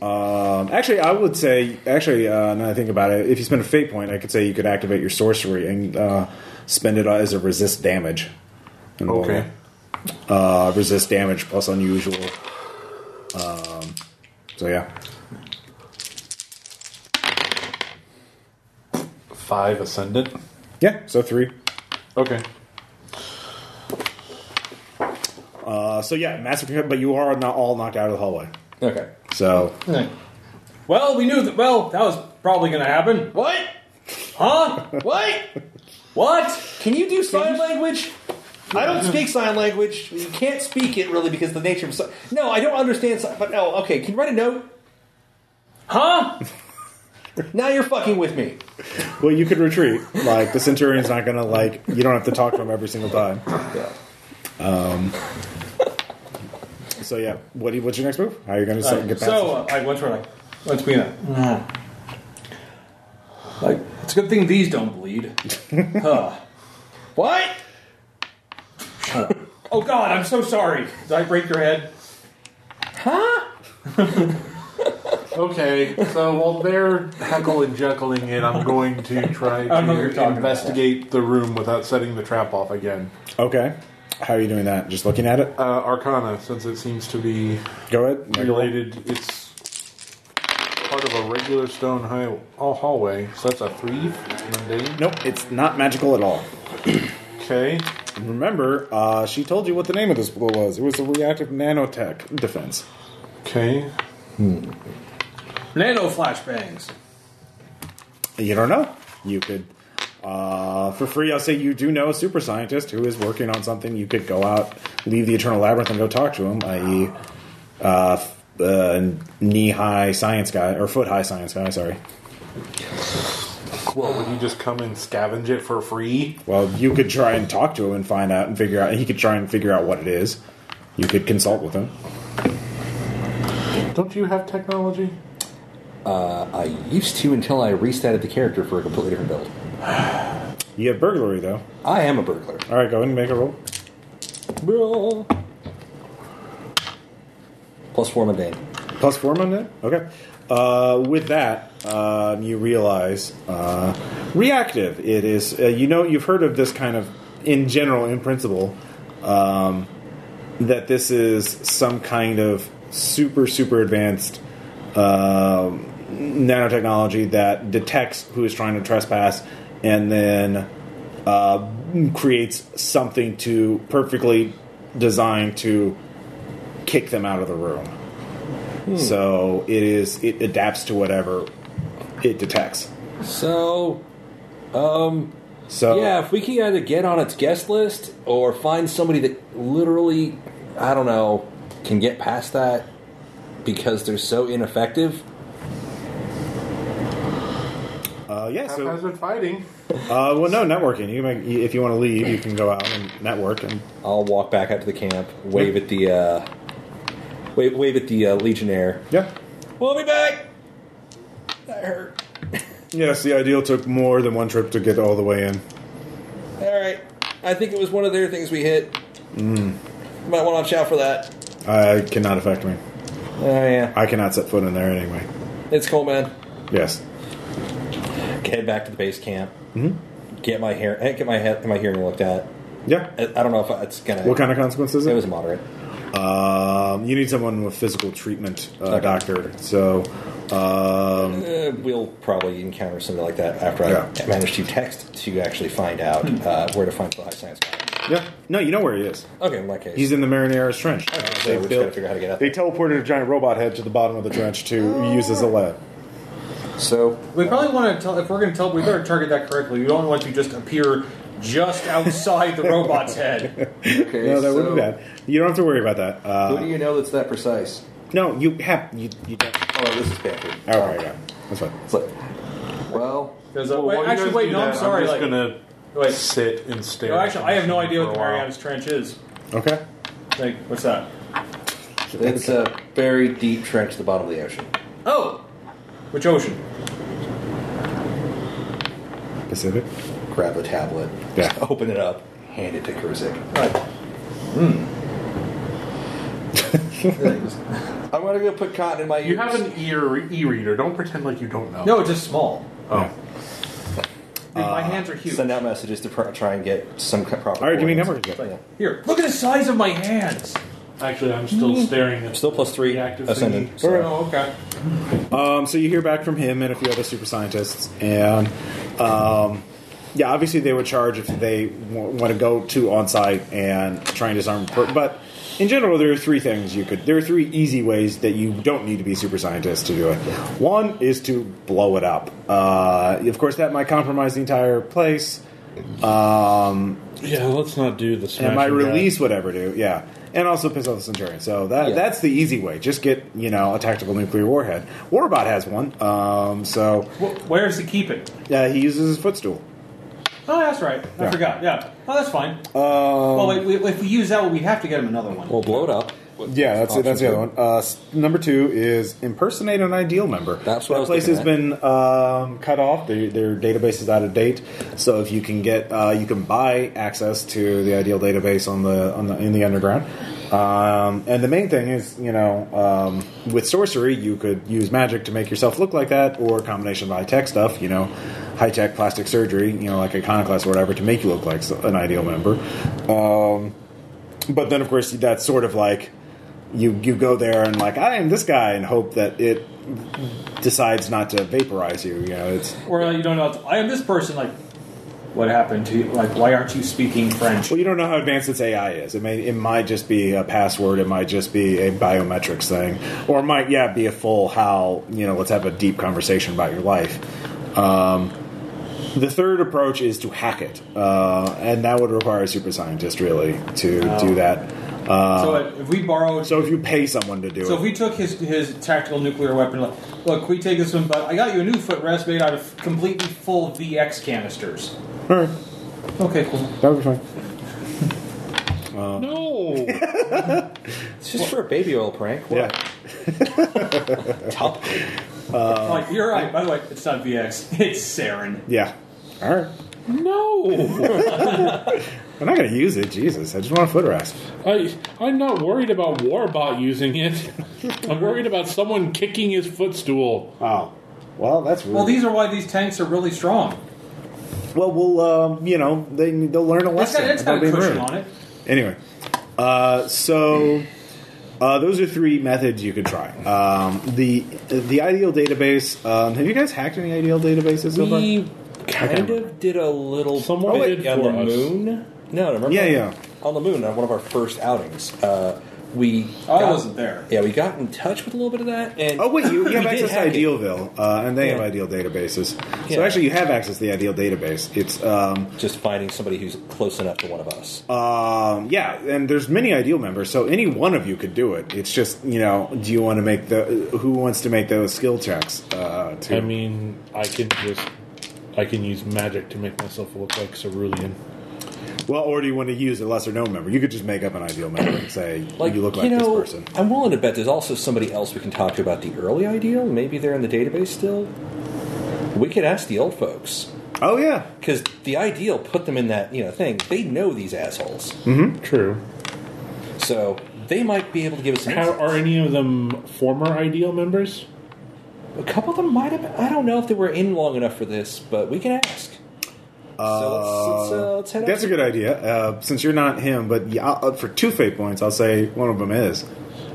S1: Um, actually, I would say, actually, uh, now that I think about it, if you spend a fate point, I could say you could activate your sorcery and uh, spend it as a resist damage. And we'll,
S4: Okay.
S1: Uh, resist damage plus unusual. Um, so, yeah.
S4: Uh, Five ascendant.
S1: Yeah, so three.
S4: Okay.
S1: Uh, so, yeah, massive, but you are not all knocked out of the hallway.
S2: okay.
S1: So,
S3: Well, we knew that. Well, that was probably going to happen. What? Huh? what? What?
S2: Can you do sign language? I don't speak sign language. You can't speak it really because the nature of sign. No, I don't understand. Sign, but oh, okay. Can you write a note?
S3: Huh?
S2: Now you're fucking with me.
S1: well, you could retreat. Like, the centurion's not going to, like, you don't have to talk to him every single time. So, yeah, what do you, what's your next move? How are you going to get past
S3: So,
S1: this?
S3: uh, I went for like, let's be in Like, it's a good thing these don't bleed. huh.
S2: What?
S3: Oh God, I'm so sorry. Did I break your head?
S4: Okay, so while they're heckle and juckling it, I'm going to try
S3: I know what you're talking
S4: to
S3: about.
S4: investigate the room without setting the trap off again.
S1: Okay. How are you doing that? Just looking at it?
S4: Uh, Arcana, since it seems to be
S1: Go ahead. Make a roll.
S4: related, it's part of a regular stone hi- oh, hallway, so that's a three mundane.
S1: Nope, it's not magical at all.
S4: Okay,
S1: Remember, uh, she told you what the name of this blow was. It was a reactive nanotech defense.
S4: okay.
S3: Nano flashbangs.
S1: You don't know. You could, uh, for free, I'll say you do know a super scientist who is working on something. You could go out, leave the Eternal Labyrinth, and go talk to him, i.e., uh, f- uh, knee high science guy, or foot high science guy, sorry.
S4: Well, would you just come and scavenge it for free?
S1: Well, you could try and talk to him and find out and figure out. He could try and figure out what it is. You could consult with him.
S4: Don't you have technology?
S2: I used to until I restarted the character for a completely different build.
S1: You have burglary, though.
S2: I am a burglar.
S1: All right, go ahead and make a roll.
S2: Bro. Plus four mundane.
S1: Plus four on that? Okay. Uh, with that, um, you realize uh, reactive. It is, uh, you know, you've heard of this kind of, in general, in principle, um, that this is some kind of super, super advanced um nanotechnology that detects who is trying to trespass and then uh, creates something to perfectly designed to kick them out of the room
S2: Hmm.
S1: So it is it adapts to whatever it detects.
S2: So
S1: So
S2: yeah, if we can either get on its guest list or find somebody that literally, I don't know, can get past that because they're so ineffective.
S1: uh, yeah. So
S4: Haphazard fighting.
S1: uh, well, no networking. You can make, if you want to leave, you can go out and network and
S2: I'll walk back out to the camp, wave at the uh, wave wave at the uh, legionnaire.
S1: yeah.
S2: We'll be back. That hurt.
S1: Yes, the ideal took more than one trip to get all the way in.
S2: All right, I think it was one of their things we hit. Mm. Might want to watch out for that.
S1: Uh, it cannot affect me.
S2: Oh yeah,
S1: I cannot set foot in there anyway.
S2: it's cool, man.
S1: Yes.
S2: Head back to the base camp. Mm-hmm. Get my hair. eh, Get my head. My hearing looked at.
S1: Yeah.
S2: I I don't know if I- it's gonna.
S1: What kind of consequences? is
S2: It
S1: it?
S2: was moderate.
S1: Um, you need someone with physical treatment, uh,
S2: Okay.
S1: doctor. So, um,
S2: Uh, we'll probably encounter something like that after
S1: Yeah. Hmm.
S2: I manage to text to actually find out uh, where to find the high science guy.
S1: yeah. No, you know where he is.
S2: Okay, in that case,
S1: He's in the Marineris Trench.
S2: so we just gotta figure out how to get out
S1: They teleported a giant robot head to the bottom of the trench to use as a lab.
S2: so
S3: We probably want to tell if we're going to tell. We better target that correctly. We don't want to just appear just outside the robot's head.
S6: Okay,
S1: No, that
S6: so
S1: wouldn't be bad. You don't have to worry about that.
S6: Who do
S1: Uh,
S6: you know that's that precise?
S1: no, you have you. you don't.
S6: Oh, this is Bamford.
S1: Oh, right, yeah, that's fine.
S6: It's like, well,
S3: There's a-
S4: Well,
S3: wait,
S4: while you
S3: actually,
S4: guys
S3: wait.
S4: do
S3: No, I'm
S4: that,
S3: sorry.
S4: I'm just
S3: like,
S4: gonna
S3: wait.
S4: sit and stare.
S3: No,
S4: at
S3: actually,
S4: the
S3: I have no
S4: machine
S3: idea
S4: for
S3: what
S4: a
S3: the
S4: while.
S3: Marianas Trench is.
S1: Okay.
S3: Like, what's that?
S6: it's a very deep trench at the bottom of the ocean.
S3: Oh, which ocean?
S1: Pacific.
S6: Grab the tablet,
S1: Yeah.
S6: open it up, hand it to Kurzik.
S3: Right. Hmm.
S6: I'm gonna go put cotton in my ears.
S4: You have an ear e-reader. Don't pretend like you don't know.
S3: No, it's just small.
S4: Oh.
S3: Dude, my hands are huge.
S6: send out messages to pr- try and get some co- proper.
S1: All right, give me
S6: coordinates.
S1: numbers. again.
S3: Here, look at the size of my hands. Hmm.
S4: Actually, I'm still staring at
S2: still plus three
S4: Reactive
S2: ascendant.
S4: thingy.
S2: so-
S3: Oh, okay.
S1: Um, so you hear back from him and a few other super scientists, and um, yeah, obviously they would charge if they w- want to go to on site and try and disarm. Per- but in general, there are three things you could. There are three easy ways that you don't need to be a super scientist to do it. One is to blow it up. Uh, of course, that might compromise the entire place. Um,
S5: Yeah, let's not do the smash.
S1: and my
S5: and grab.
S1: release whatever do yeah and also piss off the centurion so that
S6: Yeah.
S1: that's the easy way just get you know a tactical nuclear warhead warbot has one um, so
S3: Wh- Where does he keep it?
S1: yeah he uses his footstool
S3: Oh, that's right. I
S1: Yeah.
S3: forgot. Yeah. Oh, that's fine. well, wait, we, if we use that one, we have to get him another one.
S2: We'll blow it up.
S1: yeah that's it that's the other one uh, s- number two is impersonate an ideal member
S2: That's
S1: that
S2: what I was
S1: place has
S2: looking
S1: been um, cut off their, their database is out of date so if you can get uh, you can buy access to the ideal database on the, on the in the underground um, and the main thing is you know um, with sorcery you could use magic to make yourself look like that or a combination of high tech stuff you know high tech plastic surgery you know like iconoclast or whatever to make you look like so- an ideal member um, but then of course that's sort of like you you go there and like I am this guy and hope that it decides not to vaporize you. You know, it's
S3: Or like, you don't know. it's, I am this person. Like, what happened to you? Like, why aren't you speaking French?
S1: well, you don't know how advanced its AI is. It may it might just be a password. It might just be a biometrics thing, or it might yeah be a full how you know let's have a deep conversation about your life. Um, the third approach is to hack it, uh, and that would require a super scientist really to do that. Uh,
S3: so uh, if we borrowed, so,
S1: so if you pay someone to do it,
S3: if we took his his tactical nuclear weapon, like, look, we take this one, but I got you a new footrest made out of completely full VX canisters.
S1: All right,
S3: Okay, cool.
S1: that would be fine.
S5: uh, No.
S2: It's just for a baby oil prank. What?
S1: Yeah.
S2: Top. Uh,
S3: like, you're right. By the way, it's not VX. It's sarin.
S1: Yeah. All right.
S5: No.
S1: I'm not going to use it. Jesus. I just want a foot rest.
S5: I I'm not worried about Warbot using it. I'm worried about someone kicking his footstool.
S1: Oh. Well, that's rude.
S3: Well,
S1: Well,
S3: these are why these tanks are really strong.
S1: we'll, um, you know, they, they'll learn a
S3: It's
S1: lesson.
S3: got, it's got
S1: about
S3: a
S1: being
S3: cushion
S1: rude.
S3: on it.
S1: Anyway. Uh, so. Uh, those are three methods you could try. Um, the the ideal database. Um, have you guys hacked any ideal databases so far?
S2: We kind of did a little
S5: Someone
S2: bit
S5: did
S2: on
S5: for
S2: the
S5: us.
S2: moon. No, remember?
S1: Yeah, yeah.
S2: On the moon, on one of our first outings, uh, we
S3: Oh, I
S2: got-
S3: wasn't there.
S2: Yeah, we got in touch with a little bit of that. And
S1: Oh wait, you, you have
S2: did
S1: access to
S2: hack it.
S1: Idealville, uh, and they have
S2: Yeah.
S1: Ideal databases.
S2: Yeah.
S1: So actually, you have access to the Ideal database. It's um,
S2: Just finding somebody who's close enough to one of us.
S1: Um, yeah, and there's many ideal members, so any one of you could do it. It's just you know, do you want to make the who wants to make those skill checks? Uh, to
S5: I mean, I can just I can use magic to make myself look like Cerulean.
S1: well, or do you want to use a lesser known member? You could just make up an ideal member and say you look like
S2: know,
S1: this person.
S2: I'm willing to bet there's also somebody else we can talk to about the early ideal. Maybe they're in the database still. We could ask the old folks
S1: Oh yeah,
S2: because the ideal put them in that you know thing. They know these assholes,
S5: True.
S2: so they might be able to give us
S5: How,
S2: some.
S5: are any of them former ideal members?
S2: A couple of them might have. I don't know if they were in long enough for this, but we can ask. so let's, let's, uh, let's head out.
S1: that's a good idea. Uh, since you're not him, but yeah, I'll- uh, for two fate points, I'll say one of them is.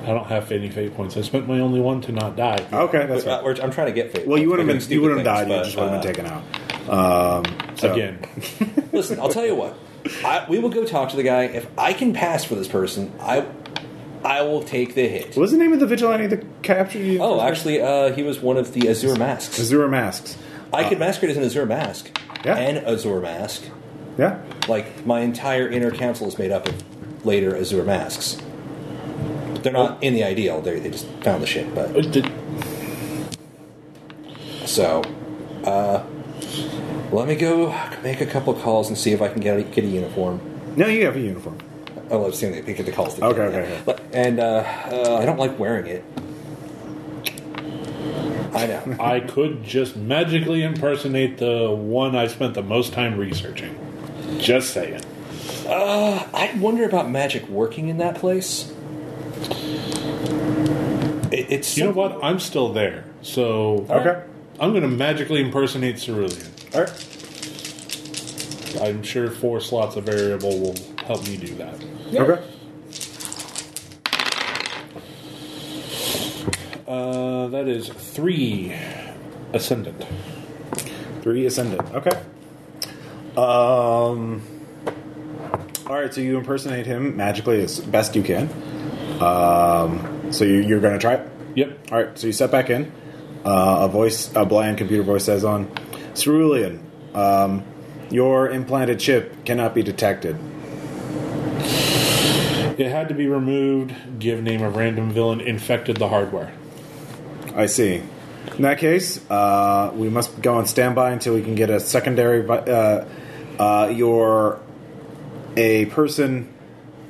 S5: I don't have any fate points. I spent my only one to not die.
S1: Okay, that's
S2: Uh,
S1: fine.
S2: we're- I'm trying to get. Fate
S1: Well, you
S2: We're
S1: would have been
S2: doing
S1: you
S2: stupid
S1: would have
S2: things,
S1: died. You
S2: but,
S1: just would have
S2: uh,
S1: been taken out. Um, so.
S5: Again,
S2: Listen, I'll tell you what. I, we will go talk to the guy. If I can pass for this person, I I will take the hit.
S1: What was the name of the vigilante that captured you?
S2: Oh, actually, uh, he was one of the Azure masks.
S1: Azura masks.
S2: I could masquerade as an Azure mask
S1: Yeah.
S2: and Azure mask.
S1: Yeah.
S2: Like my entire inner council is made up of later Azure masks. They're not in the ideal. They they just found the shit. But
S5: did,
S2: so, uh, let me go make a couple calls and see if I can get a, get a uniform.
S1: No, you have a uniform.
S2: Oh, I've seen it. Pick the calls.
S1: Okay, okay, okay.
S2: But- And uh, uh, I don't like wearing it. I know.
S5: I could just magically impersonate the one I spent the most time researching. Just saying.
S2: I wonder about magic working in that place. It, it's
S5: You know what? I'm still there, so
S1: Okay.
S5: I'm going to magically impersonate Cerulean.
S1: All right.
S5: I'm sure four slots of variable will help me do that.
S1: Okay.
S5: Uh, that is three ascendant.
S1: Three ascendant. Okay. Um. All right. So you impersonate him magically as best you can. Um. So you, you're going to try it.
S5: Yep.
S1: All right. So you step back in. Uh, a voice, a bland computer voice, says on Cerulean. Um, your implanted chip cannot be detected.
S5: It had to be removed. Give name of random villain. Infected the hardware.
S1: I see. In that case, uh, we must go on standby until we can get a secondary. vi- Uh, uh, your a person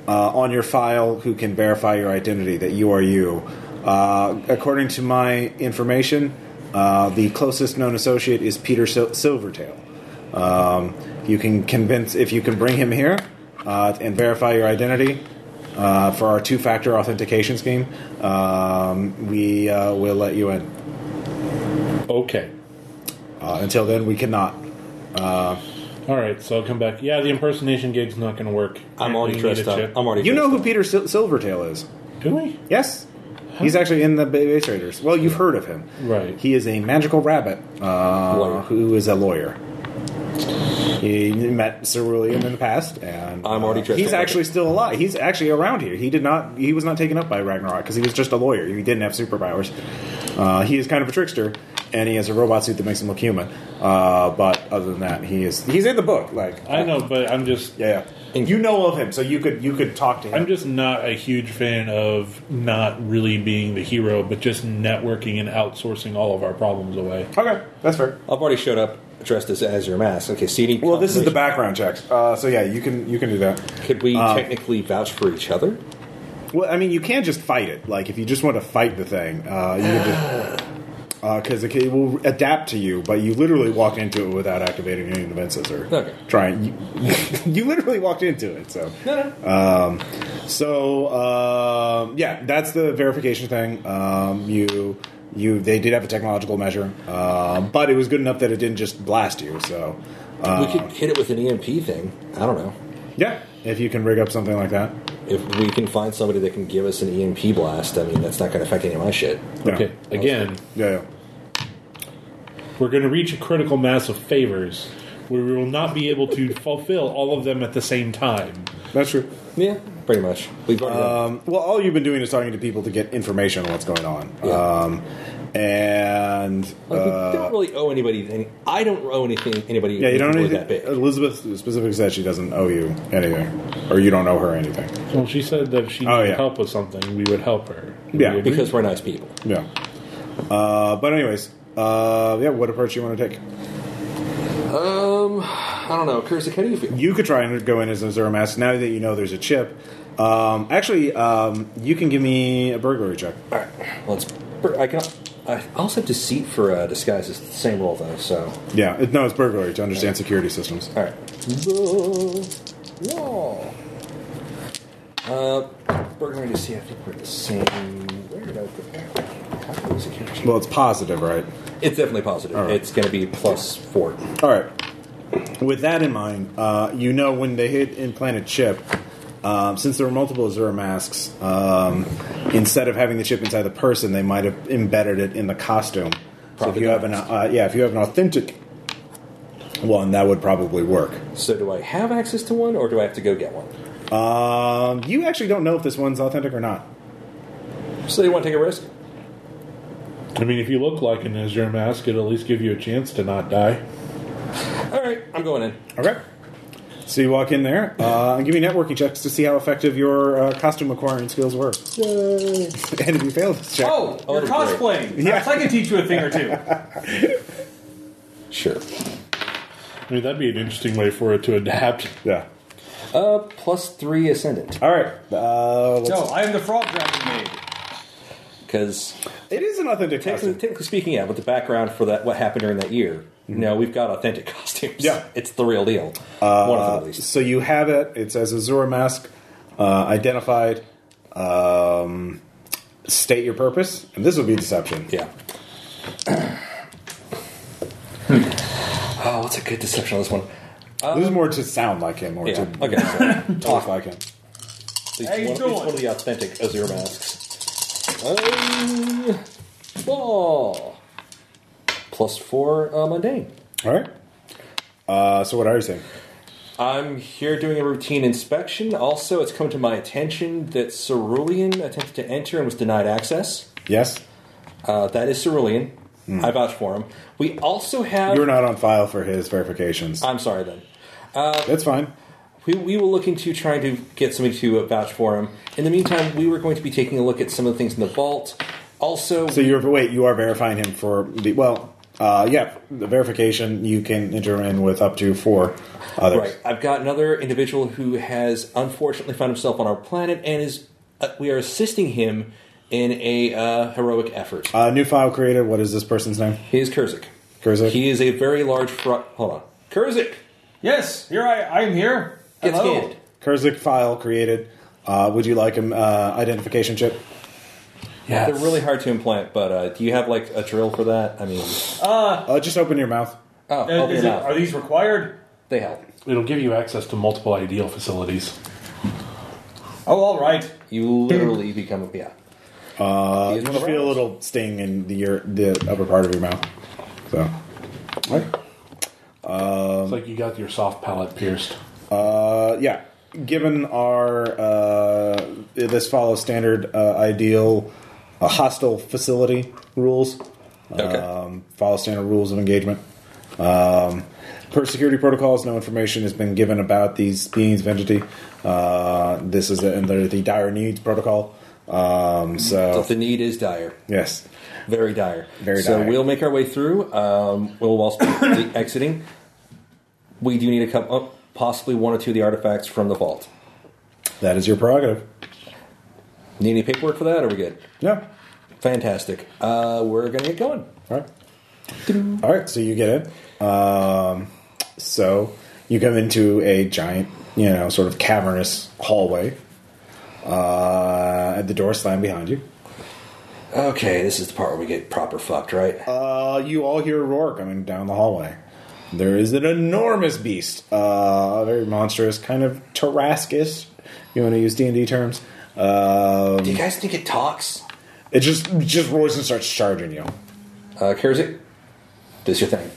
S1: uh, on your file who can verify your identity that you are you. Uh, according to my information, uh, the closest known associate is Peter Sil- Silvertail. Um, you can convince if you can bring him here uh, and verify your identity uh, for our two-factor authentication scheme. Um, we uh, will let you in.
S5: Okay.
S1: Uh, until then, we cannot.
S5: All right. So I'll come back. Yeah, the impersonation gig's not going to work.
S2: I'm already
S5: We need a
S2: dressed up.
S5: chip.
S2: I'm already.
S1: You know
S2: dressed
S1: who
S2: up.
S1: Peter Sil- Silvertail is?
S5: Do we?
S1: Yes. He's actually in the Ba- Base Raiders. Well, you've heard of him.
S5: Right.
S1: He is a magical rabbit uh,
S2: Lawyer.
S1: who is a lawyer. He met Cerulean in the past, and
S2: I'm already
S1: uh,
S2: dressed
S1: He's
S2: up like
S1: actually
S2: it.
S1: still alive. He's actually around here. He did not. He was not taken up by Ragnarok because he was just a lawyer. He didn't have superpowers. Uh, he is kind of a trickster, and he has a robot suit that makes him look human. Uh, but other than that, he is. He's in the book. Like
S5: I know, but I'm just
S1: yeah, yeah. You know of him, so you could you could talk to him.
S5: I'm just not a huge fan of not really being the hero, but just networking and outsourcing all of our problems away.
S1: okay, that's fair.
S2: I've already showed up dressed as as your mask. Okay, so you need.
S1: Well, this is the
S2: confirmation.
S1: background checks. Uh, so yeah, you can you can do that.
S2: Could we
S1: Uh,
S2: technically vouch for each other?
S1: Well, I mean, you can't just fight it. Like if you just want to fight the thing, uh, you can just because it, it will adapt to you. But you literally walked into it without activating any defenses or
S2: Okay.
S1: trying. You, you literally walked into it. So Um,
S2: No, no.
S1: so um, yeah, that's the verification thing. Um, you. You, they did have a technological measure, um, but it was good enough that it didn't just blast you. So,
S2: we
S1: uh,
S2: could hit it with an EMP thing. I don't know
S1: yeah, if you can rig up something like that,
S2: if we can find somebody that can give us an EMP blast. I mean, that's not going to affect any of my shit.
S1: yeah.
S5: Okay, again,
S1: yeah, yeah.
S5: we're going to reach a critical mass of favors. We will not be able to fulfill all of them at the same time.
S1: That's true.
S2: Yeah, pretty much. We've already done
S1: Um, well, all you've been doing is talking to people to get information on what's going on.
S2: Yeah.
S1: Um, and
S2: Like, we
S1: uh,
S2: don't really owe anybody anything. I don't owe anything anybody.
S1: yeah, you don't.
S2: really
S1: Need
S2: that big.
S1: Elizabeth specifically said she doesn't owe you anything, or you don't owe her anything.
S5: Well, she said that if she needed
S1: Oh, yeah.
S5: help with something, we would help her.
S1: Yeah,
S5: We
S2: because we're nice people.
S1: Yeah. Uh, but anyways, uh, yeah. What approach you want to take?
S2: Um, I don't know, Cursic. How do you feel?
S1: You could try and go in as a Zero Mask now that you know there's a chip. Um, actually, um, you can give me a burglary check.
S2: All right, let's. I can. I also have deceit for uh, disguise. It's the same role though. So
S1: Yeah, it, no, it's burglary to understand security systems.
S2: all right. The wall. Uh, we're going to see. I think we're the same. Where did I put that? How was it?
S1: Well, it's positive, right?
S2: It's definitely positive.
S1: right.
S2: It's going to be plus four.
S1: All right. With that in mind, uh, you know when they hit implanted chip, um, since there were multiple Azura masks, um, instead of having the chip inside the person, they might have embedded it in the costume. So if you have an uh, yeah, if you have an authentic one, that would probably work.
S2: So do I have access to one, or do I have to go get one?
S1: Um, you actually don't know if this one's authentic or not.
S2: So you want to take a risk?
S5: I mean, if you look like an Azure mask, it'll at least give you a chance to not die.
S2: All right, I'm going in.
S1: Okay. So you walk in there uh, and give me networking checks to see how effective your uh, costume acquiring skills were. and if you fail this check,
S3: Oh,
S2: Oh,
S3: you're
S2: that'd be great.
S3: cosplaying.
S1: Yeah.
S3: Perhaps I can teach you a thing or two.
S2: Sure.
S5: I mean, that'd be an interesting way for it to adapt.
S1: yeah.
S2: Uh, plus three ascendant.
S1: All right. Uh, let's-
S3: no, I am the frog dragon maid.
S2: Because
S1: It is an authentic
S2: technically,
S1: costume.
S2: technically speaking, yeah, with the background for that, what happened during that year, no, we've got authentic costumes.
S1: Yeah.
S2: it's the real deal. Uh, One of them at least.
S1: So you have it. It says Azura mask uh, identified. Um, state your purpose, and this would be deception.
S2: Yeah. oh, what's a good deception on this one?
S1: this is more to sound like him or
S2: Yeah.
S1: to
S2: Okay. So,
S1: talk like him.
S2: at least
S3: How
S2: one,
S3: you
S2: at least
S3: doing?
S2: one of the authentic Azure masks. Um, ball. Plus four uh, mundane.
S1: All right. Uh, so what are you saying?
S2: I'm here doing a routine inspection. Also, it's come to my attention that Cerulean attempted to enter and was denied access.
S1: Yes,
S2: Uh, that is Cerulean. I vouch for him. We also have.
S1: you're not on file for his verifications.
S2: I'm sorry then.
S1: That's fine.
S2: We, we will look into trying to get somebody to uh, vouch for him. In the meantime, we were going to be taking a look at some of the things in the vault. Also,
S1: So you're wait, you are verifying him for the well, uh, yeah, the verification you can enter in with up to four others.
S2: right, I've got another individual who has unfortunately found himself on our planet and is. Uh, we are assisting him in a uh, heroic effort.
S1: Uh, new file created. What is this person's name?
S2: He is Kurzik.
S1: Kurzik?
S2: He is a very large fraud. Hold on. Kurzik!
S3: Yes, here I, I am here.
S2: Get
S3: Hello.
S2: scanned.
S1: Kurzik file created. Uh, would you like an uh, identification chip?
S5: Yeah,
S2: They're really hard to implant, but uh, do you have like a drill for that? I mean,
S1: Uh, just open your mouth.
S2: oh,
S3: Uh,
S2: open
S3: is
S2: it
S3: it-
S2: up.
S3: are these required?
S2: They help.
S5: It'll give you access to multiple ideal facilities.
S3: Oh, all right.
S2: You literally become a yeah. Uh,
S1: You just feel a little sting in the your, the upper part of your mouth. So, All right.
S5: it's like you got your soft palate pierced.
S1: Uh, yeah. Given our uh, this follows standard uh, ideal uh, hostile facility rules,
S2: Okay.
S1: um, follow standard rules of engagement. Um, per security protocols, no information has been given about these beings of entity. Uh, this is under the dire needs protocol. Um,
S2: So
S1: so
S2: the need is dire,
S1: yes,
S2: very dire.
S1: Very
S2: so
S1: dire.
S2: we'll make our way through. Um, we'll also be exiting. We do need to come up, possibly one or two of the artifacts from the vault.
S1: that is your prerogative.
S2: Need any paperwork for that? Are we good?
S1: Yeah.
S2: Fantastic. Uh, we're gonna get going.
S1: All right. All right. So you get in. Um, so you come into a giant, you know, sort of cavernous hallway. Uh, and the door slam behind you.
S2: Okay, this is the part where we get proper fucked, right?
S1: Uh, you all hear a roar coming down the hallway. There is an enormous beast, uh, very monstrous, kind of Tarascus. You want to use D and D terms?
S2: do
S1: Um,
S2: you guys think it talks?
S1: it just just roars and starts charging you.
S2: Uh, Kerzik, do your thing.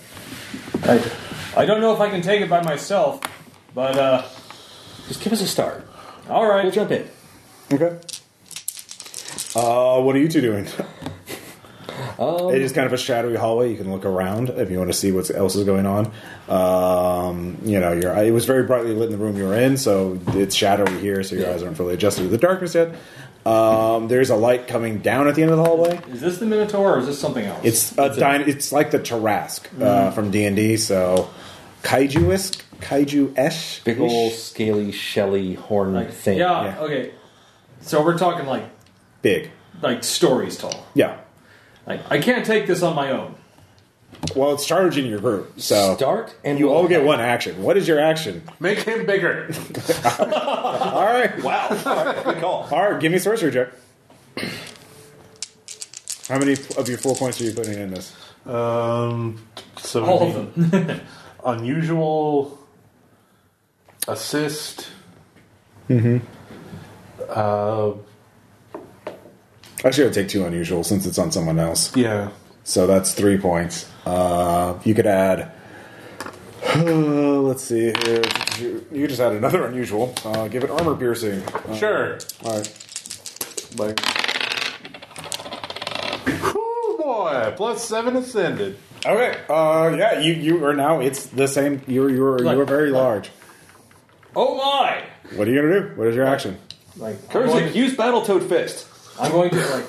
S3: I, I don't know if I can take it by myself, but uh,
S2: Just give us a start.
S3: All right.
S2: We'll jump in.
S1: Okay. Uh, what are you two doing? it is kind of a shadowy hallway. You can look around if you want to see what else is going on. Um, you know, your it was very brightly lit in the room you were in, so it's shadowy here, so your eyes aren't fully adjusted to the darkness yet. Um, there's a light coming down at the end of the hallway.
S3: Is this the Minotaur or is this something else?
S1: It's a dino, It's like the Tarask uh, from D and D. So kaiju-esque, kaiju-esh,
S2: Big ol' scaly, shelly horn
S3: like,
S2: thing.
S3: Yeah,
S1: yeah.
S3: Okay. So we're talking like
S1: big.
S3: like stories tall.
S1: Yeah.
S3: Like I can't take this on my own.
S1: Well, it's charging your group, so
S2: Start and
S1: you
S2: we'll
S1: all get
S2: attack.
S1: one action. What is your action?
S4: Make him bigger.
S1: All right.
S6: Wow. Good call.
S1: All right, give me a sorcery check. How many of your four points are you putting in this?
S4: Um, so
S3: All
S4: we
S3: of
S4: need
S3: them.
S4: unusual assist. Mm-hmm. Uh,
S1: Actually, I would take two unusual since it's on someone else.
S4: yeah.
S1: So that's three points. Uh, you could add. let's see here. You you just add another unusual. Uh, give it armor piercing. Uh,
S4: Sure.
S1: all right. Like,
S4: Cool boy. Plus seven ascended.
S1: okay. Uh, yeah, you, you are now. It's the same. You're you're you are very large.
S3: Oh my!
S1: What are you gonna do? What is your action?
S3: Like I'm
S6: Curse
S3: going,
S6: like, use Battletoad Fist.
S3: I'm going to like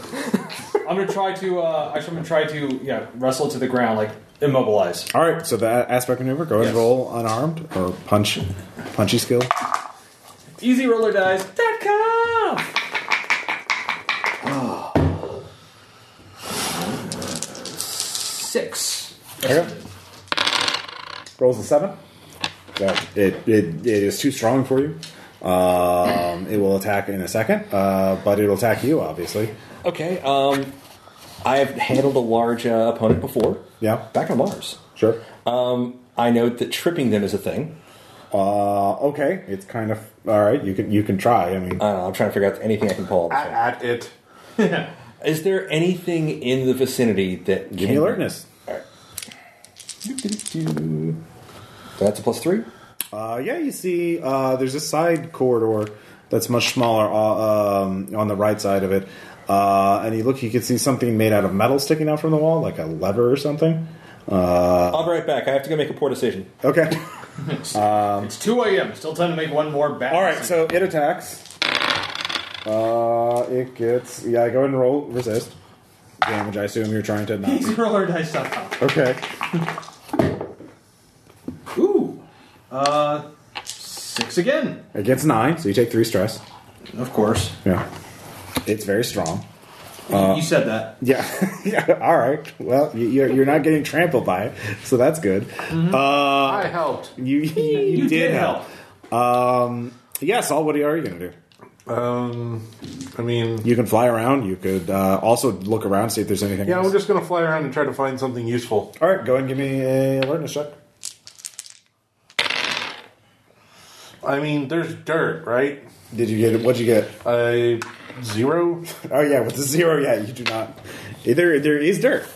S3: I'm gonna try to uh actually I'm gonna try to yeah, wrestle to the ground, like immobilize.
S1: All right. So that aspect maneuver. Go ahead and
S3: Yes.
S1: roll unarmed or punch, punchy skill.
S3: EasyRollerDice.com Six.
S1: Okay. Rolls a seven. That it, it it is too strong for you. Um, it will attack in a second, uh, but it'll attack you obviously.
S2: Okay. Um, I've handled a large uh, opponent before.
S1: Yeah.
S2: Back on Mars.
S1: Sure.
S2: Um, I note that tripping them is a thing.
S1: Uh, okay. It's kind of all right. You can you can try. I mean,
S2: I don't know, I'm trying to figure out anything I can pull.
S4: At, at it.
S2: Is there anything in the vicinity that
S1: give me
S2: can-
S1: alertness.
S2: So that's a plus three.
S1: Uh, yeah, you see, uh, there's a side corridor that's much smaller uh, um, on the right side of it. Uh, and you look, you can see something made out of metal sticking out from the wall, like a lever or something. Uh,
S2: I'll be right back. I have to go make a poor decision.
S1: okay.
S3: It's 2 a.m. Still time to make one more bat.
S1: All right, so it attacks. Uh, it gets yeah. Go ahead and roll resist damage. I assume you're trying to not.
S3: EasyRollerDice.com.
S1: Okay,
S3: Ooh. Uh, six again.
S1: it gets nine, so you take three stress.
S3: Of course. Uh,
S1: Yeah, it's very strong.
S3: you said that.
S1: Yeah, yeah. All right. Well, you- you're you're not getting trampled by it, so that's good. Uh,
S4: I helped.
S1: you you, you
S3: You
S1: did
S3: did
S1: help. Um, yeah, Saul. What are you gonna do?
S4: Um, I mean,
S1: You can fly around. You could uh, also look around, see if there's anything.
S4: yeah,
S1: else.
S4: I'm just gonna fly around and try to find something useful.
S1: All right, go ahead and give me a alertness check.
S4: I mean, there's dirt, right?
S1: Did you get it? What'd you get?
S4: I zero.
S1: Oh yeah, with the zero, yeah, you do not. There, there is dirt.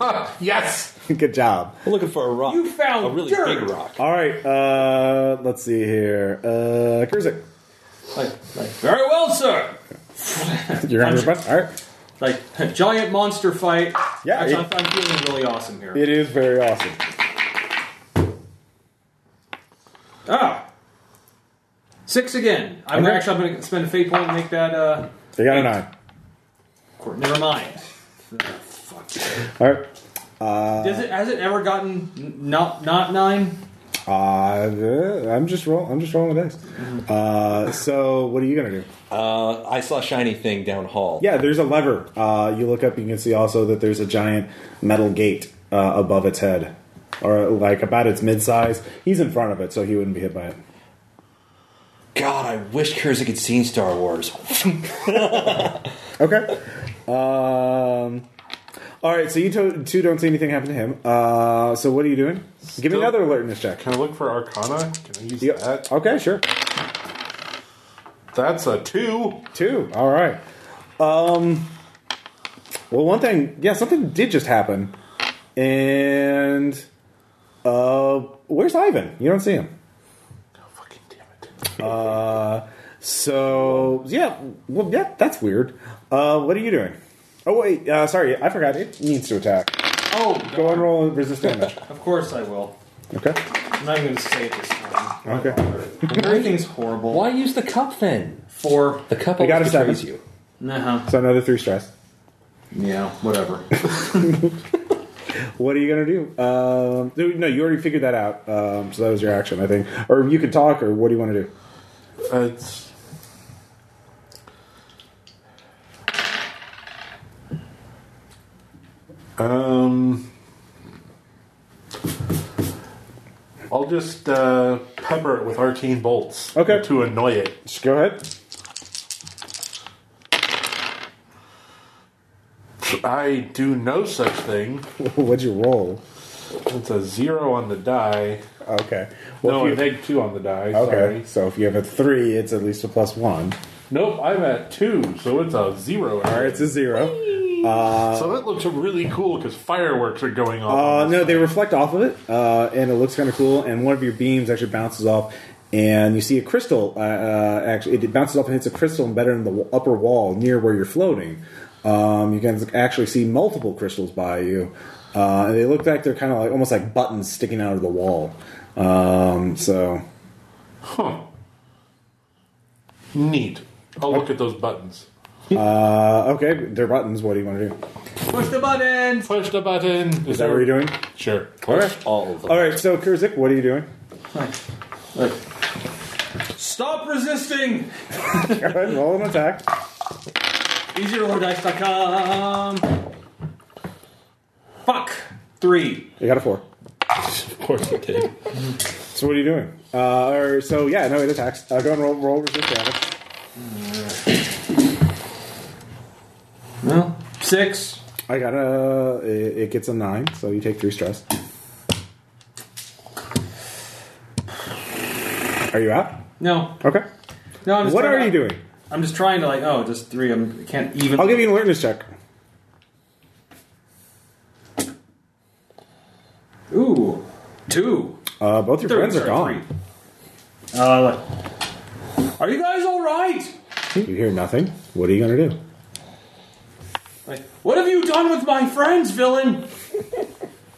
S4: yes.
S1: Good job.
S2: We're looking for a rock.
S3: You found
S2: a really
S3: dirt.
S2: big rock.
S1: All right, uh, let's see here. Uh, Kurzik,
S3: Like, like, very well, sir.
S1: you're on your butt. All right,
S3: Like, giant monster fight.
S1: Yeah,
S3: Actually,
S1: it-
S3: I'm, I'm feeling really awesome here.
S1: it is very awesome.
S3: ah. Six again. I'm
S1: Okay.
S3: actually I'm gonna spend a fate point and make that uh
S1: They got a nine.
S3: court. Never mind. Ah, fuck.
S1: All right,
S3: Does it has it ever gotten n- not not nine?
S1: uh, I'm just roll. I'm just rolling the dice. Uh, so what are you gonna do?
S2: Uh, I saw a shiny thing down hall.
S1: Yeah, there's a lever. Uh, you look up, you can see also that there's a giant metal gate uh, above its head, or like about its midsize. He's in front of it, so he wouldn't be hit by it.
S2: God, I wish Kurzik had seen Star Wars.
S1: Okay. Um, all right, so you to- two don't see anything happen to him. Uh, so what are you doing? Give me
S4: Still-
S1: another alertness check.
S4: Can I look for Arcana? Can I use
S1: You-
S4: that?
S1: Okay, sure.
S4: That's a two.
S1: Two. All right. Um, well, one thing, yeah, something did just happen. And uh, where's Ivan? You don't see him.
S4: Fucking damn it.
S1: Uh, so yeah, well yeah, that's weird. Uh, what are you doing? Oh wait, uh, sorry, I forgot. It needs to attack.
S3: Oh,
S1: Go and roll and resist damage.
S3: Of course I will.
S1: Okay.
S3: I'm not even going to say it this time.
S1: Okay.
S3: Everything's horrible.
S2: Why use the cup then?
S3: For.
S2: The cup
S1: I got
S2: always
S1: a seven.
S2: betrays you.
S3: Uh-huh.
S1: So another three stress.
S3: Yeah, whatever.
S1: What are you gonna do? Um, no, no, you already figured that out. Um, so that was your action, I think. Or you can talk, or what do you want to do?
S4: Uh, it's um, I'll just uh, pepper it with arcane bolts.
S1: Okay.
S4: To annoy it.
S1: Just go ahead.
S4: I do no such thing.
S1: What'd you roll?
S4: It's a zero on the die.
S1: Okay.
S4: no,
S1: if
S4: I
S1: you-
S4: think two on the die.
S1: Okay,
S4: Sorry.
S1: so if you have a three, it's at least a plus one.
S4: Nope, I'm at two, so it's a zero.
S1: All right, it's a zero.
S4: so that looks really cool because fireworks are going off.
S5: Oh,
S4: on
S1: Uh,
S4: this
S1: no, they
S4: thing.
S1: reflect off of it, uh, and it looks kind of cool. And one of your beams actually bounces off, and you see a crystal. Uh, uh, actually, it bounces off and hits a crystal embedded in the w- upper wall near where you're floating. Um, you can actually see multiple crystals by you, uh, and they look like they're kind of like almost like buttons sticking out of the wall. Um, so
S4: Huh. Neat. I'll look at those buttons.
S1: uh, okay, they're buttons. What do you want to do?
S3: Push the buttons!
S4: Push the button. Is,
S1: Is that what you're doing?
S4: Sure.
S6: All of them.
S1: All right, so Kurzik, what are you doing?
S3: Stop resisting!
S1: Go ahead, roll an attack.
S3: EasyRollerDice.com. Fuck! Three.
S1: You got a four.
S5: Of course you did.
S1: So what are you doing? Uh, or so yeah, no, it attacks. Uh, go and roll, roll resist damage.
S3: No. Six.
S1: I got a. It, it gets a nine, so you take three stress. Are you out?
S3: No.
S1: Okay.
S3: No, I'm just
S1: What
S3: trying
S1: are
S3: to-
S1: you doing?
S3: I'm just trying to like, oh, just three. I'm, I can't even.
S1: I'll give you an alertness check.
S3: Ooh. Two.
S1: Uh, both your
S3: Three,
S1: friends are
S3: sorry,
S1: gone.
S3: three. Uh, like, are you guys all right?
S1: You hear nothing. What are you gonna do?
S3: Like, what have you done with my friends, villain?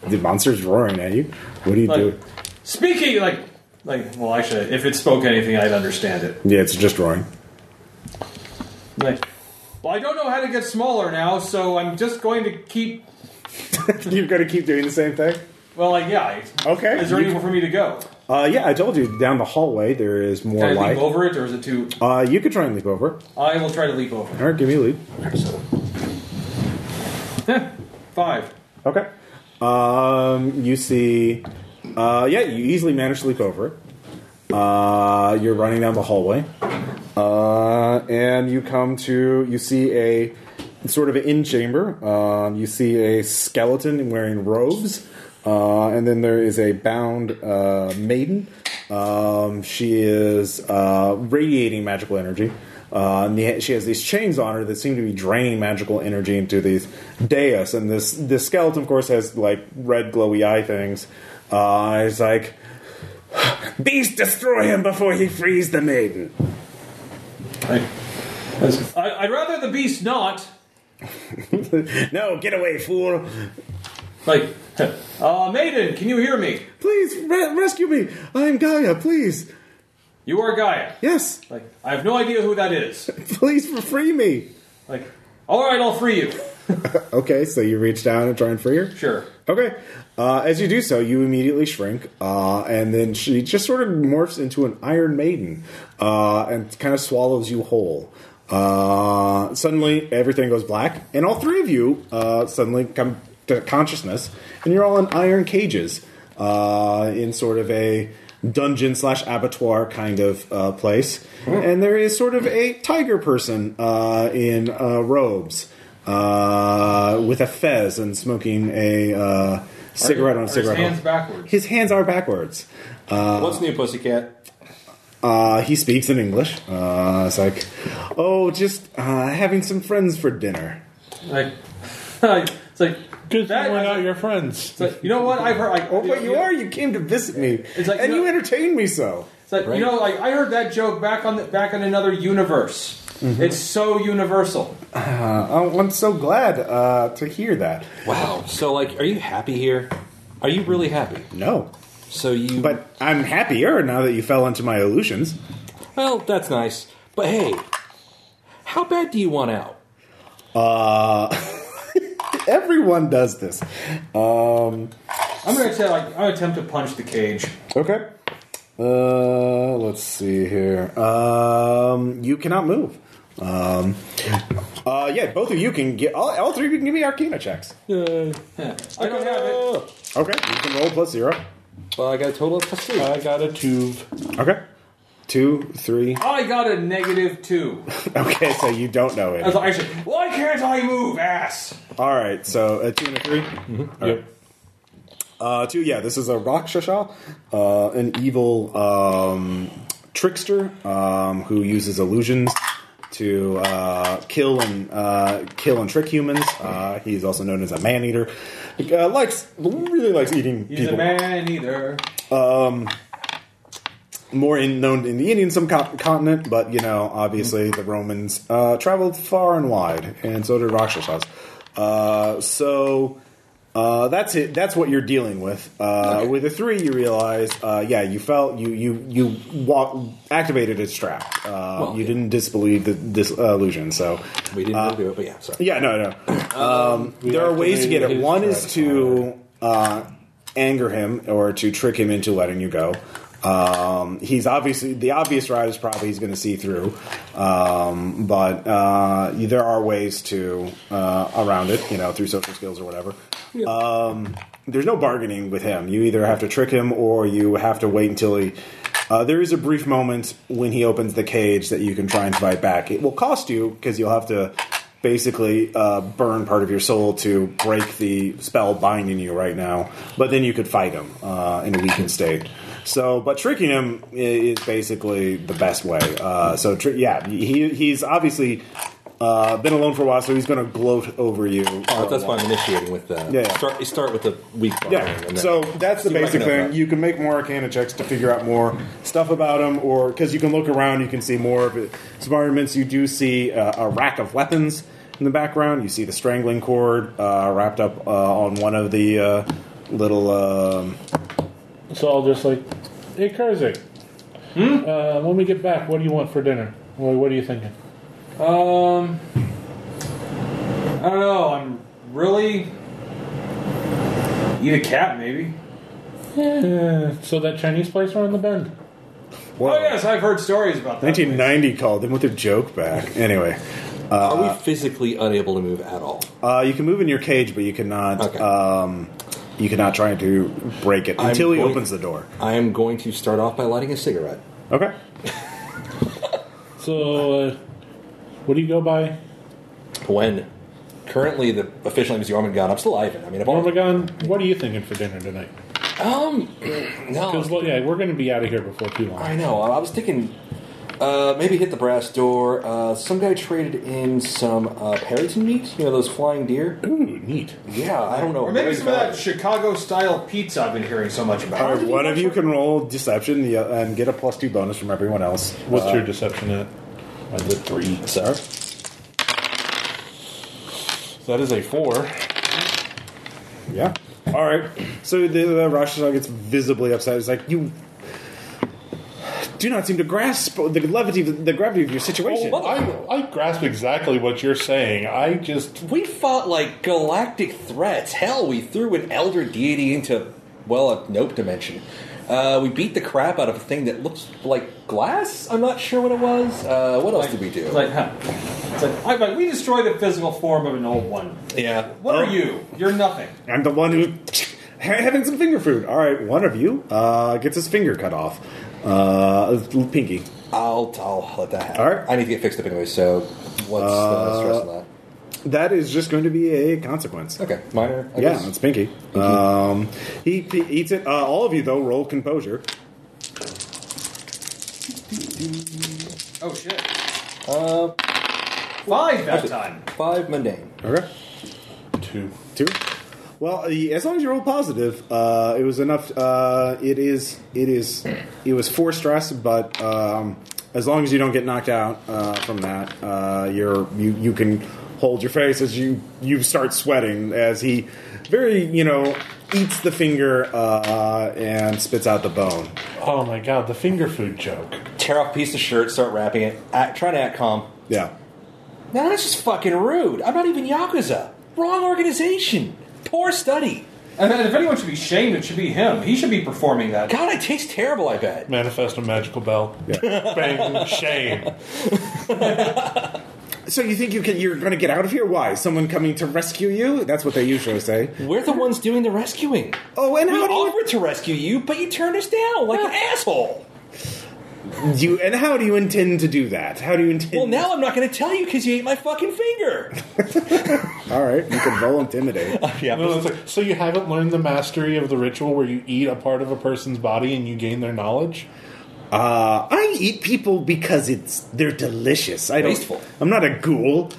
S1: The monster's roaring at you. What do you
S3: Like,
S1: do?
S3: speaking like, like, well, actually, if it spoke anything, I'd understand it.
S1: Yeah, it's just roaring.
S3: Like, well, I don't know how to get smaller now, so I'm just going to keep.
S1: You've got to keep doing the same thing.
S3: Well, like, yeah. I-
S1: Okay.
S3: Is there
S1: You-
S3: anywhere for me to go?
S1: Uh, yeah, I told you down the hallway there is more
S3: Can I leap
S1: light.
S3: over it, or is it too?
S1: Uh, you could try and leap over.
S3: I will try to leap over.
S1: All right, give me a lead.
S3: Five.
S1: Okay. Um, you see, uh, yeah, you easily manage to leap over. it. Uh, you're running down the hallway, uh, and you come to you see a sort of an in chamber. Um, you see a skeleton wearing robes, uh, and then there is a bound uh, maiden. Um, she is uh, radiating magical energy. Uh, and the, she has these chains on her that seem to be draining magical energy into these dais. And this this skeleton, of course, has like red glowy eye things. Uh, it's like, beast, destroy him before he frees the maiden.
S3: I, I'd rather the beast not.
S1: no, get away, fool!
S3: Like, uh, maiden, can you hear me?
S1: Please re- rescue me! I'm Gaia. Please,
S3: You are Gaia.
S1: yes,
S3: Like, I have no idea who that is.
S1: please free me.
S3: Like, all right, I'll free you.
S1: Okay, so you reach down and try and free her.
S3: Sure.
S1: Okay. Uh, as you do so, you immediately shrink, uh, and then she just sort of morphs into an Iron Maiden uh, and kind of swallows you whole. Uh, suddenly, everything goes black, and all three of you uh, suddenly come to consciousness, and you're all in iron cages uh, in sort of a dungeon slash abattoir kind of uh, place. And there is sort of a tiger person uh, in uh, robes uh, with a fez and smoking a uh, cigarette on
S3: Are
S1: a
S3: his
S1: cigarette.
S3: hands
S1: holder.
S3: backwards?
S1: His hands are backwards.
S6: What's new, pussycat?
S1: Uh, he speaks in English. Uh, it's like, oh, just uh, having some friends for dinner.
S3: Like, it's like,
S5: Because
S3: That-
S5: we're not your friends.
S3: it's like, you know what? I've heard. Like,
S1: Oh, but you are. You came to visit me,
S3: It's like,
S1: and
S3: you know-
S1: you entertained me so.
S3: It's like
S2: Right.
S3: you know, like I heard that joke back on the, back in another universe.
S1: Mm-hmm.
S3: It's so universal.
S1: Oh, I'm so glad uh, to hear that.
S2: Wow. So, like, are you happy here? Are you really happy?
S1: No,
S2: So you.
S1: but I'm happier now that you fell into my illusions.
S2: well, that's nice. But hey, how bad do you want out?
S1: Uh, Everyone does this. Um,
S3: I'm gonna tell. Like, I'm gonna attempt to punch the cage.
S1: okay. Uh, let's see here. Um, you cannot move. Um, uh, yeah, both of you can get all, all three of you can give me Arcana checks.
S3: Yeah. I don't have it.
S1: Okay, you can roll plus zero.
S2: Well, I got a total of plus three.
S4: I got a two.
S1: Okay, two, three.
S3: I got a negative two.
S1: Okay, so you don't know
S3: I was
S1: it.
S3: like, actually, why can't I move, ass?
S1: All right, so a two and a 3
S3: Mm-hmm.
S1: All right. Uh, two, yeah, this is a Rakshasa, uh, an evil um, trickster um, who uses illusions to uh, kill and uh, kill and trick humans. Uh, he's also known as a man eater. Uh, likes really likes eating
S3: He's
S1: people.
S3: a man either.
S1: More in, known in the Indian subcontinent, continent, but you know, obviously the Romans uh, traveled far and wide, and so did Rakshasas. Uh, so. Uh, that's it. That's what you're dealing with. Uh, With a three, you realize, uh, yeah, you felt you you you walk, activated its trap. Uh,
S2: Well,
S1: you
S2: yeah.
S1: didn't disbelieve the, this uh, illusion. So,
S2: We didn't
S1: Uh,
S2: really do it, but yeah, sorry.
S1: yeah, no, no. Um, there are ways to get it.
S4: activated his
S1: One is
S4: trap
S1: to uh, anger him or to trick him into letting you go. Um, he's obviously the obvious route is probably he's going to see through, um, but uh, there are ways to uh, around it, you know, through social skills or whatever. Um, there's no bargaining with him. You either have to trick him or you have to wait until he. Uh, there is a brief moment when he opens the cage that you can try and fight back. It will cost you because you'll have to basically uh, burn part of your soul to break the spell binding you right now. But then you could fight him uh, in a weakened state. So, but tricking him i- is basically the best way. Uh, so, tri- yeah, he, he's obviously uh, been alone for a while, so he's going to gloat over you.
S2: Uh, that's why I'm initiating with that.
S1: Yeah, yeah.
S2: Start, you start with the weak part.
S1: Yeah. So that's the
S2: See what I
S1: basic thing.
S2: can open up.
S1: You can make more Arcana checks to figure out more stuff about them, or because you can look around, you can see more of it. Environments. You do see uh, a rack of weapons in the background. You see the strangling cord uh, wrapped up uh, on one of the uh, little. Um,
S5: So I'll just like, hey Kurzik,
S1: Hmm?
S5: uh, when we get back, what do you want for dinner? What, what are you thinking?
S3: Um, I don't know. I'm really eat a cat, maybe.
S5: Eh, so that Chinese place around the bend.
S1: whoa.
S3: Oh yes, I've heard stories about that.
S1: 1990 called them with their joke back. Anyway,
S2: uh, Are we physically unable to move at all?
S1: uh, you can move in your cage, but you cannot.
S2: Okay.
S1: Um, you cannot try to break it
S2: I'm
S1: until he
S2: going-
S1: opens the door.
S2: I am going to start off by lighting a cigarette.
S1: Okay.
S5: So uh, what do you go by?
S2: When? Currently, the official name is Yormagon. I'm still Ivan. I mean, I've
S1: Oh
S2: only
S5: Ormagon, what are you thinking for dinner tonight?
S2: Um, no.
S5: Because yeah, we're going to be out of here before too long.
S2: I know. I I was thinking uh, maybe hit the brass door. Uh, some guy traded in some uh, Parrington meat, you know, those flying deer.
S5: Ooh, neat.
S2: Yeah, I don't know.
S3: Or maybe
S2: Very
S3: some of that
S2: valid.
S3: Chicago style pizza I've been hearing so much
S1: All
S3: about.
S1: right, one of you can roll deception the- and get a plus two bonus from everyone else.
S5: What's your deception at? I did Uh, three.
S1: Sir?
S5: So that is a four.
S1: Yeah. All right. So the, the Rashasha gets visibly upset. It's like you do not seem to grasp the levity, the gravity of your situation.
S5: Well, Oh, I, I grasp exactly what you're saying. I just
S2: We fought like galactic threats. Hell, we threw an elder deity into, well, a nope dimension. Uh, we beat the crap out of a thing that looks like glass. I'm not sure what it was. Uh, what else did we do?
S3: It's like, huh. It's like, I, but we destroy the physical form of an old one.
S2: yeah.
S3: What are you? You're nothing.
S1: I'm the one who having some finger food. All right, one of you uh, gets his finger cut off, uh, pinky.
S2: I'll, I'll let that happen.
S1: All right.
S2: I need to get fixed up anyway, so what's the stress on
S1: That is just going to be a consequence.
S2: that? Okay, minor. I
S1: yeah,
S2: guess.
S1: it's Pinky. Um, he, he eats it. Uh, all of you though, roll composure.
S3: Oh shit. Uh, five that
S2: Actually-
S3: time.
S2: Five mundane.
S1: Okay.
S5: two.
S1: Two. Well, uh, as long as you roll positive, uh, it was enough. Uh, it is. It is. It was four stress, but um, as long as you don't get knocked out uh, from that, uh, you're you you can hold your face as you you start sweating as he very you know eats the finger uh, and spits out the bone.
S5: Oh my god, the finger food joke.
S2: Tear off a piece of shirt, start wrapping it. Act, try to act calm.
S1: Yeah.
S2: No, that's just fucking rude. I'm not even Yakuza. Wrong organization. Poor study.
S3: And then if anyone should be shamed, it should be him. He should be performing that.
S2: God, it tastes terrible, I bet.
S5: Manifest a magical bell. Bang, shame.
S1: So you think you can? You're going to get out of here? Why? Someone coming to rescue you? That's what they usually say.
S2: We're the ones doing the rescuing.
S1: Oh, and
S2: we
S1: how do you
S2: offered to rescue you, but you turned us down like an asshole.
S1: Do you, and how do you intend to do that? How do you intend?
S2: Well, now I'm not going to tell you because you ate my fucking finger.
S1: all right, you can roll intimidate. Uh,
S2: yeah,
S5: No, it's like, so you haven't learned the mastery of the ritual where you eat a part of a person's body and you gain their knowledge?
S1: Uh, I eat people because it's they're delicious. I don't.
S2: Wasteful.
S1: I'm not a ghoul.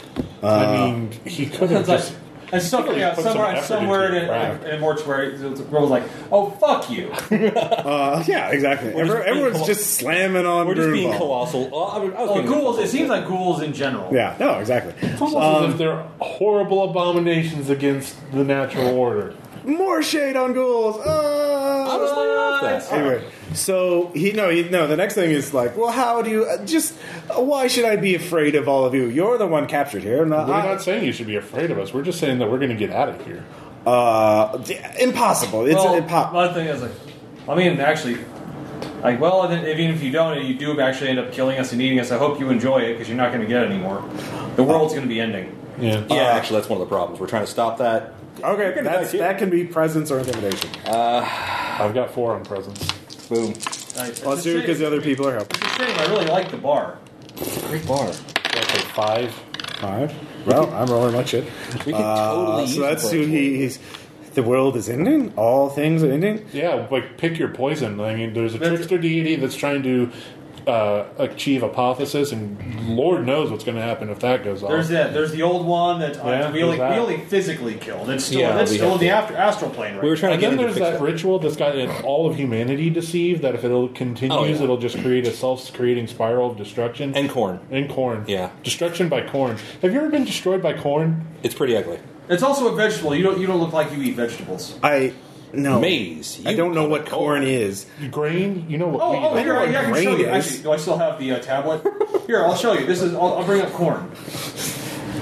S5: I mean, he could have
S3: It's like,
S5: just.
S3: and so, yeah,
S5: put
S3: somewhere,
S5: some effort
S3: somewhere
S5: into
S3: in,
S5: your craft.
S3: in, in a mortuary, it was- Rome's like, "Oh fuck you!"
S1: Uh, yeah, exactly. Every-
S2: just being
S1: everyone's
S2: colo-
S1: just slamming on.
S2: we're just being
S1: Bruneball.
S2: colossal. Oh, I, was- I was
S3: Well,
S2: gonna-
S3: ghouls. It seems like ghouls in general.
S1: Yeah. No, exactly.
S5: It's almost as if they're horrible abominations against the natural order.
S1: More shade on ghouls. Uh,
S2: I was laying off that.
S1: Anyway, so he no he, no. The next thing is like, well, how do you uh, just? Uh, why should I be afraid of all of you? You're the one captured here. Not,
S5: We're
S1: I-
S5: not saying you should be afraid of us. We're just saying that we're going to get out of here.
S1: uh, d- impossible. It's
S3: Well,
S1: impossible.
S3: One thing is like, I mean, actually, like, well, then, if- even if you don't, and you do actually end up killing us and eating us, I hope you enjoy it because you're not going to get any more. The world's going to be ending.
S5: Yeah.
S2: Yeah, actually, that's one of the problems. We're trying to stop that. You're
S1: Okay,
S2: gonna
S1: that's,
S2: die, too.
S1: that can be presence or intimidation.
S5: I've got four on presents.
S2: Boom.
S3: Like,
S1: Let's
S3: it's a
S1: do it
S3: shame.
S1: because the other people are helping.
S3: It's a shame. I really like the bar.
S2: Great bar.
S5: Okay, five.
S1: All right. Well, I'm rolling my shit.
S2: We could totally
S1: Uh,
S2: use
S1: so that's
S2: the
S1: who
S2: virtual.
S1: he, he's. The world is ending. All things are ending.
S5: Yeah, like pick your poison. I mean, there's a trickster deity that's trying to uh, achieve apotheosis, and Lord knows what's going to happen if that goes off.
S3: There's that. There's the old one that uh,
S5: Yeah,
S3: we, only,
S5: there's that.
S3: we only physically killed. It's still
S2: Yeah,
S3: that's
S2: we
S3: still in
S2: have
S3: the after, astral plane. Right
S2: We were trying
S5: and
S2: to get
S5: then
S2: into
S5: there's that, ritual that's got all of humanity deceived. That if it continues,
S2: Oh, yeah.
S5: it'll just create a self-creating spiral of destruction.
S2: and corn.
S5: And corn.
S2: Yeah.
S5: Destruction by corn. Have you ever been destroyed by corn?
S2: It's pretty ugly.
S3: It's also a vegetable. You don't you don't look like you eat vegetables.
S1: I no
S2: Maize.
S1: I
S2: You
S1: don't know
S2: come
S1: what
S2: with
S1: corn
S2: corn.
S1: is.
S5: Grain? You know what
S3: Oh,
S5: we
S3: oh,
S5: eat.
S3: here, I, I can show
S1: grain
S3: you.
S1: is.
S3: Actually, do I still have the uh, tablet? Here, I'll show you. This is. I'll, I'll bring up corn.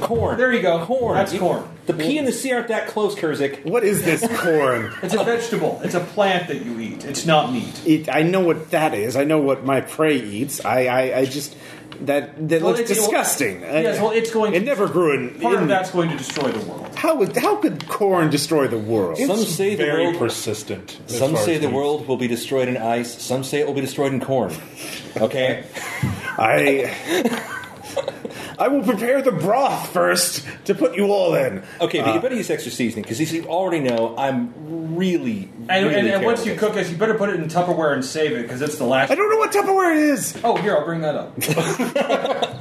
S2: Corn.
S3: There you go.
S2: Corn.
S3: That's
S2: You-
S3: corn.
S2: The P and the C aren't that close, Kurzik.
S1: What is this corn?
S3: It's a vegetable. It's a plant that you eat. It's not meat.
S1: It, I know what that is. I know what my prey eats. I I, I just that that
S3: Well,
S1: looks
S3: it's- well,
S1: disgusting.
S3: yes, well, it's going
S1: It
S3: to-
S1: never grew in.
S3: Part
S1: in
S3: of that's going to destroy the world.
S1: how would how could corn destroy the world?
S2: Some say the
S5: Very
S2: world.
S5: persistent. as
S2: Some
S5: far
S2: say
S5: as
S2: the
S5: meat.
S2: world will be destroyed in ice. Some say it will be destroyed in corn. Okay.
S1: I I will prepare the broth first to put you all in.
S2: Okay, but you better use extra seasoning because you already know I'm really.
S3: And,
S2: really
S3: and, and
S2: terrible
S3: once
S2: at
S3: you
S2: this.
S3: cook it, you better put it in Tupperware and save it because it's the last.
S1: I don't know what Tupperware it is.
S3: Oh, here, I'll bring that up.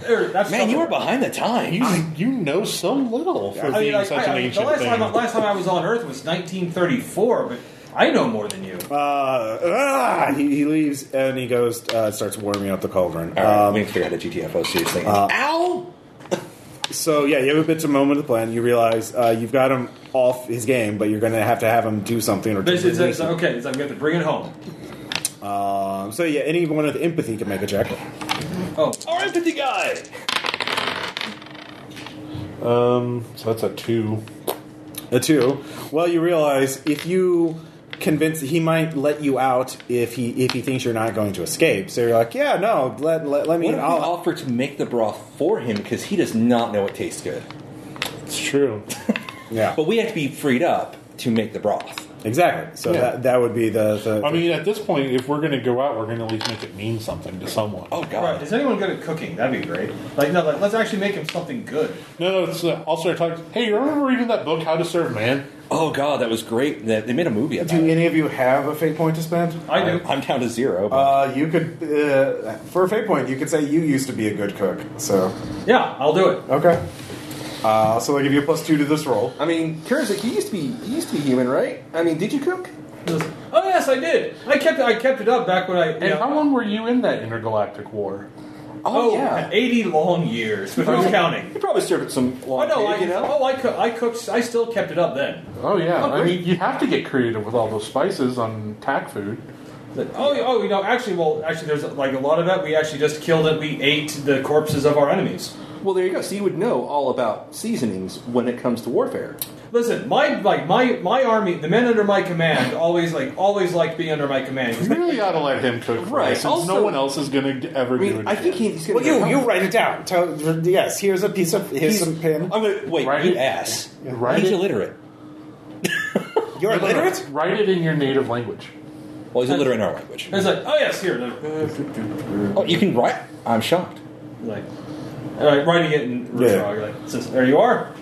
S3: There, that's
S2: man, you
S3: Tupperware.
S2: are behind the
S5: You,
S2: times.
S5: you know so little for
S3: I
S5: being
S3: mean, like,
S5: such
S3: I-
S5: an
S3: I- the
S5: ancient
S3: last
S5: thing.
S3: time, last time I was on Earth was 1934, but I know more than you.
S1: Uh, ah, he, he leaves and he goes uh, starts warming up the cauldron.
S2: All right,
S1: Um,
S2: we need to figure out a GTFO seriously.
S6: uh,
S2: Ow!
S1: So yeah, you have a bit of a moment of the plan. You realize uh, you've got him off his game, but you're going to have to have him do something or.
S3: But it's, it's, it's,
S1: release him.
S3: okay, it's, I'm going to have to bring it home.
S1: Um, so yeah, anyone with empathy can make a check.
S3: Oh,
S2: Our empathy guy.
S5: Um, so that's a two.
S1: A two. Well, you realize if you convince he might let you out if he if he thinks you're not going to escape. So you're like, yeah, no, let let, let me.
S2: What if we
S1: I'll-
S2: offer to make the broth for him because he does not know it tastes good?
S5: It's true.
S1: yeah,
S2: But we have to be freed up to make the broth.
S1: exactly. So
S5: Yeah.
S1: that that would be the. the
S5: I mean, at this point, if we're going to go out, we're going to at least make it mean something to someone.
S2: Oh
S3: all right.
S2: god.
S3: Is anyone good at cooking? That'd be great. Like, no, like, let's actually make him something good.
S5: No, no, it's uh, also talking. Hey, you remember reading that book, How to Serve Man?
S2: Oh god, that was great. They they made a movie about
S1: do
S2: it.
S1: any of you have a fake point to spend?
S3: I do.
S2: I'm down to zero. But
S1: Uh, you could uh, for a fake point, you could say you used to be a good cook. So
S3: Yeah, I'll do it.
S1: okay. Uh, so they give you a plus two to this roll.
S6: I mean, Kurzik, you used to be you used to be human, right? I mean, did you cook?
S3: Oh yes, I did. I kept I kept it up back when I.
S4: And how long were you in that intergalactic war?
S3: Oh,
S6: yeah.
S3: 80 long years, but who's counting?
S6: You probably served at some
S3: Oh
S6: long
S3: no,
S6: pig,
S3: I,
S6: you know?
S3: oh, I, coo- I cooked. I still kept it up then.
S4: Oh yeah,
S3: Oh,
S4: I
S3: great.
S4: mean you have to get creative with all those spices on tack food.
S3: Oh, yeah, oh, you know, actually, well, actually, there's like a lot of that. We actually just killed it. We ate the corpses of our enemies.
S6: Well, there you go. So you would know all about seasonings when it comes to warfare.
S3: Listen, my like my my army, the men under my command, always like always liked being under my command.
S4: You really ought to let him cook, for
S6: Right,
S4: us, since
S6: also-
S4: no one else is going to ever
S6: I
S4: do it.
S6: mean, I think he- he's going
S1: Well,
S6: to.
S1: you you write it down. Tell, yes, here's a piece of here's some
S2: I'm
S6: "Oh."
S1: pin.
S2: gonna wait.
S4: Write
S2: you
S4: it-
S2: ass.
S4: write
S2: he's
S4: it-
S2: illiterate.
S1: You're
S4: No, no, no.
S1: illiterate.
S4: Write it in your native language.
S2: Well, he's illiterate in our language.
S3: It's like, oh yes, here, uh,
S2: Oh, you can write. I'm shocked.
S3: like, all right, writing it in Rotrog, like, says, there you are.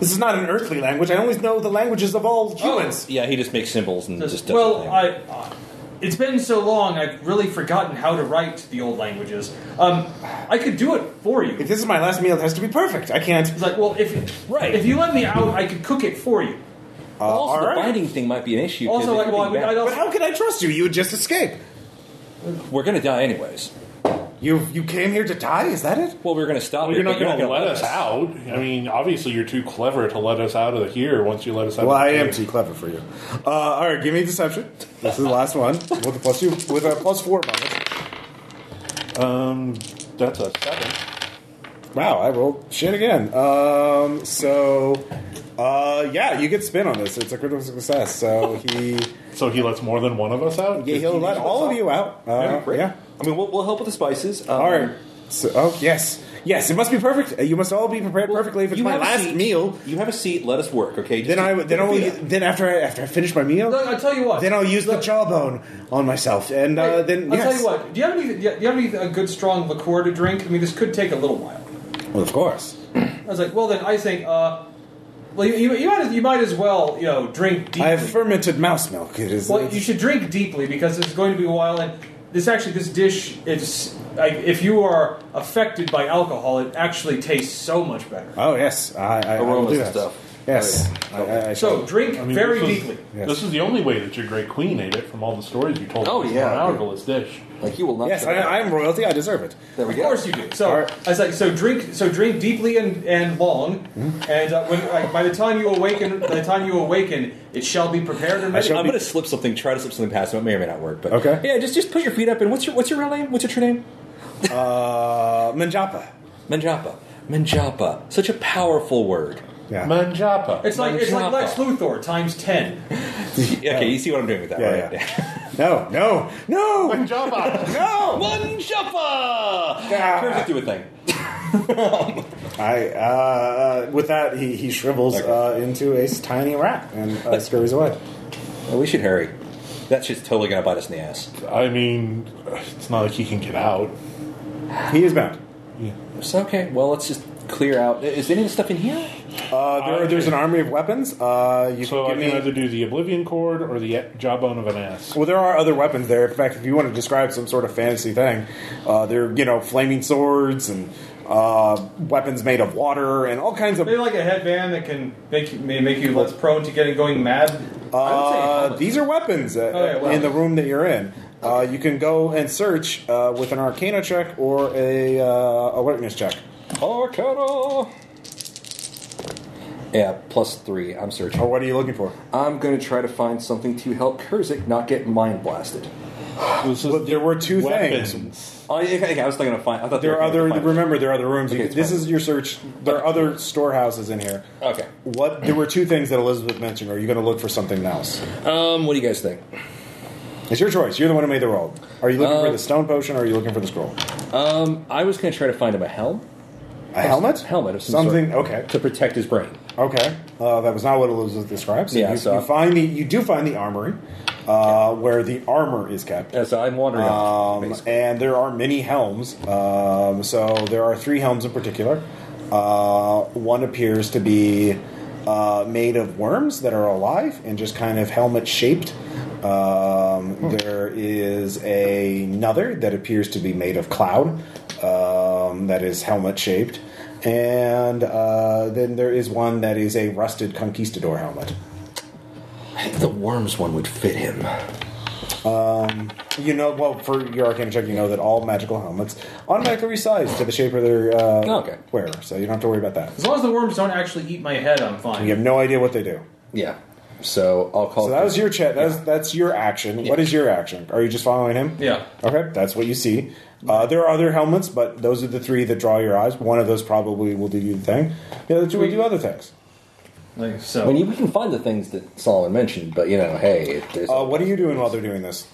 S1: This is not an earthly language. I only know the languages of
S2: Oh.
S1: all humans.
S2: Yeah, he just makes symbols and
S3: Says,
S2: just does
S3: well,
S2: the thing.
S3: I, uh, it's been so long, I've really forgotten how to write the old languages. Um, I could do it for you.
S1: If this is my last meal, it has to be perfect. I can't.
S3: It's like, well, if
S2: Right.
S3: if you let me out, I could cook it for you.
S2: also,
S1: uh, all
S2: the
S1: right.
S2: binding thing might be an issue. 'cause
S3: Also,
S2: it
S3: like,
S2: could
S3: well,
S2: be
S3: I would,
S2: bad.
S3: I'd
S1: But
S3: also,
S1: how could I trust you? You would just escape.
S2: we're gonna die anyways.
S1: You you came here to die? Is that it?
S2: Well, we're gonna stop.
S5: Well,
S2: it,
S5: you're
S2: but
S5: not going to
S2: gonna
S5: let us out. I mean, obviously, you're too clever to let us out of here once you let us out.
S1: Well,
S5: of
S1: I
S5: the
S1: am
S5: cave.
S1: too clever for you. Uh, all right, give me deception. This is the last one with a plus two with a plus four bonus.
S5: Um, that's a seven.
S1: Wow, I rolled shit again. Um, so, uh, yeah, you get spin on this. It's a critical success. So he
S5: So he lets more than one of us out.
S1: yeah, he'll let all of you out. Uh, yeah.
S6: I mean, we'll, we'll help with the spices. Um,
S1: All right. So, oh yes, yes, it must be perfect. Uh, You must all be prepared perfectly. If it's
S6: you
S1: my
S6: have a
S1: last
S6: seat.
S1: meal,
S6: You have a seat. Let us work, okay? Just
S1: then I
S6: keep-
S1: would- then
S6: keep
S1: I will
S6: your feet up.
S1: then after I after I finish my meal,
S3: Look, I'll tell you what.
S1: then I'll use the
S3: Look,
S1: jawbone on myself, and
S3: hey,
S1: uh, then
S3: I'll
S1: yes.
S3: tell you what. Do you have any? Do you have any uh, good strong liqueur to drink? I mean, this could take a little while.
S1: Well, of course.
S3: I was like, well, then I think, uh, well, you, you, you might as, you might as well, you know, drink deeply.
S1: I have fermented mouse milk. It is.
S3: well, you should drink deeply because it's going to be a while. And this actually, this dish, it's like if you are affected by alcohol, it actually tastes so much better.
S1: Oh yes, I, I, I will
S6: Aromas
S1: do
S6: and
S1: that.
S6: stuff.
S1: Yes,
S6: Oh, yeah.
S1: I- I- I
S3: So
S1: shall.
S3: drink
S5: I mean,
S3: very
S5: this was-
S3: deeply.
S1: Yes.
S5: This is the only way that your great queen ate it from all the stories you told.
S6: Oh,
S5: us
S6: yeah.
S5: an hour ago, this dish.
S6: Like you will not.
S1: yes,
S6: shut up.
S1: I, I'm royalty. I deserve it.
S6: There we
S3: Of
S6: go.
S3: course you do. So
S1: All right.
S3: I was like, so drink, so drink deeply and, and long, and uh, when like, by the time you awaken, by the time you awaken, it shall be prepared and ready.
S1: shall
S2: I'm gonna slip something. Try to slip something past him. It may or may not work. But
S1: Okay.
S2: Yeah, just just put your feet up. And what's your what's your real name? What's your true name?
S1: Uh, Manjapa.
S2: Manjapa. Manjapa. Such a powerful word.
S1: Yeah.
S5: Manjapa.
S3: It's like it's like
S2: Manjapa.
S3: Lex Luthor times ten.
S2: okay, you see what I'm doing with that,
S1: yeah,
S2: right?
S1: yeah. no, no, no,
S5: Manjapa.
S1: no.
S2: Manjapa.
S1: Yeah.
S2: Perfect do a thing.
S1: I uh, with that he, he shrivels uh, into a tiny rat and uh, scurries away.
S2: Well, we should hurry. That shit's totally gonna bite us in the ass.
S5: I mean, it's not like he can get out.
S1: He is bound.
S2: So, okay, well, let's just clear out. Is any of the stuff in here?
S1: Uh, there,
S5: I-
S1: there's an army of weapons. Uh, you
S5: So I
S1: can
S5: can
S1: give me.
S5: either do the Oblivion Cord or the e- Jawbone of an Ass.
S1: Well, there are other weapons there. In fact, if you want to describe some sort of fantasy thing, uh, they're you know flaming swords and uh, weapons made of water and all kinds of.
S3: Maybe like a headband that can make you, may make you less prone to getting going mad.
S6: would say a
S1: Uh,
S6: helmet.
S1: these are weapons uh,
S3: Oh, yeah, well.
S1: in the room that you're in. Uh, you can go and search uh, with an Arcana check or a uh, awareness check.
S2: Arcana! Yeah, plus three. I'm
S1: Or
S2: searching.
S1: Oh,
S2: Oh,
S1: what are you looking for?
S6: I'm going to try to find something to help Kurzik not get mind blasted.
S5: This is
S1: Well, there were two
S5: weapons.
S1: things.
S6: Oh, yeah, okay, I was not going to find. I thought they
S1: There are
S6: were
S1: other.
S6: gonna find
S1: Remember, there are other rooms. You
S6: Okay,
S1: can-
S6: it's
S1: this
S6: fine.
S1: is your search. There are other storehouses in here.
S2: Okay.
S1: What? There were two things that Elizabeth mentioned. Are you going to look for something else?
S2: Um, what do you guys think?
S1: It's your choice. You're the one who made the roll. Are you looking for
S2: Um,
S1: the stone potion or are you looking for the scroll?
S2: Um, I was gonna try to find him a helm.
S1: A helmet?
S2: Helmet of some
S1: Something.
S2: sort.
S1: Okay.
S2: To protect his brain.
S1: Okay, uh, that was not what Elizabeth describes.
S2: Yeah,
S1: you,
S2: so-
S1: you find the you do find the armory uh, where the armor is kept,
S2: As Uh, I'm wandering off,
S1: um,
S2: basically.
S1: and there are many helms. Um, so there are three helms in particular. Uh, one appears to be uh, made of worms that are alive and just kind of helmet shaped. Um, There is a, another that appears to be made of cloud. Um, um, that is helmet shaped, and uh, then there is one that is a rusted conquistador helmet.
S2: I think the worms one would fit him.
S1: You know, well, for your arcane check, you know that all magical helmets automatically resize to the shape of their uh,
S2: Okay.
S1: wearer, so you don't have to worry about that.
S3: As long as the worms don't actually eat my head, I'm fine.
S1: You have no idea what they do.
S2: Yeah. So I'll call.
S1: So that was your chat. That's that's your action. What is your action? Are you just following him?
S3: Yeah.
S1: Okay, that's what you see. Uh, there are other helmets, but those are the three that draw your eyes. One of those probably will do you the thing. The other two will do other things.
S3: Like,
S6: I mean,
S3: so
S6: you- we can find the things that Solomon mentioned, but you know, hey, it, there's
S1: Uh, what are you doing while they're doing this?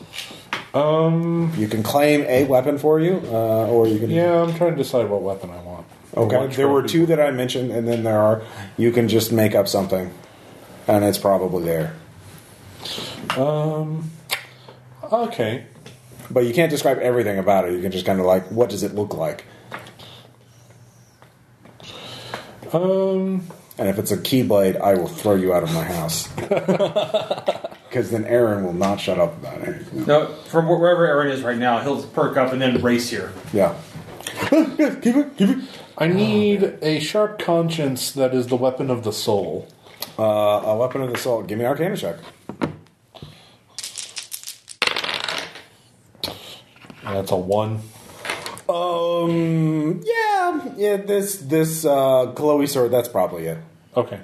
S5: Um,
S1: You can claim a weapon for you, uh, or you can.
S5: yeah, I'm trying to decide what weapon I want.
S1: Okay.
S5: Which
S1: There were
S5: weapon.
S1: two that I mentioned, and then there are. You can just make up something, and it's probably there.
S5: Um, okay.
S1: But you can't describe everything about it. You can just kind of like, what does it look like?
S5: Um,
S1: And if it's a keyblade, I will throw you out of my house. Because then Aaron will not shut up about it.
S3: no, from wh- wherever Aaron is right now, he'll perk up and then race here.
S1: Yeah. Keep it, keep it.
S5: I need a sharp conscience that is the weapon of the soul.
S1: Uh, a weapon of the soul. Give me an Arcana check.
S5: And that's a one.
S1: Um. Yeah. Yeah. This this uh, glowy sword. That's probably it.
S5: Okay.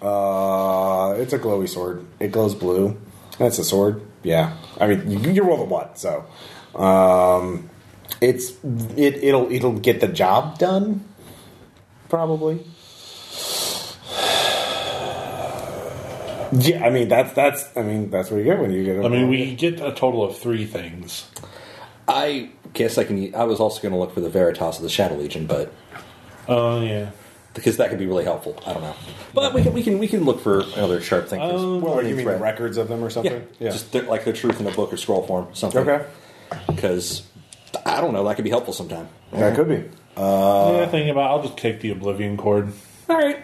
S1: Uh, it's a glowy sword. It glows blue. That's a sword. Yeah. I mean, you, you roll the what? So, um, it's it it'll it'll get the job done. Probably. Yeah, I mean that's that's I mean that's what you get when you get. a-
S5: I mean, we get a total of three things.
S2: I guess I can. I was also going to look for the Veritas of the Shadow Legion, but
S5: Oh, yeah.
S2: because that could be really helpful. I don't know. But we can we can we can look for another sharp thing. 'cause-
S1: Well, Um, you mean the records of them or
S2: yeah,
S1: something?
S2: just the, like the truth in a book or scroll form, something.
S1: okay.
S2: Because I don't know, that could be helpful sometime.
S1: That could be. Uh,
S5: yeah, thinking about I'll just take the Oblivion Cord.
S2: All right.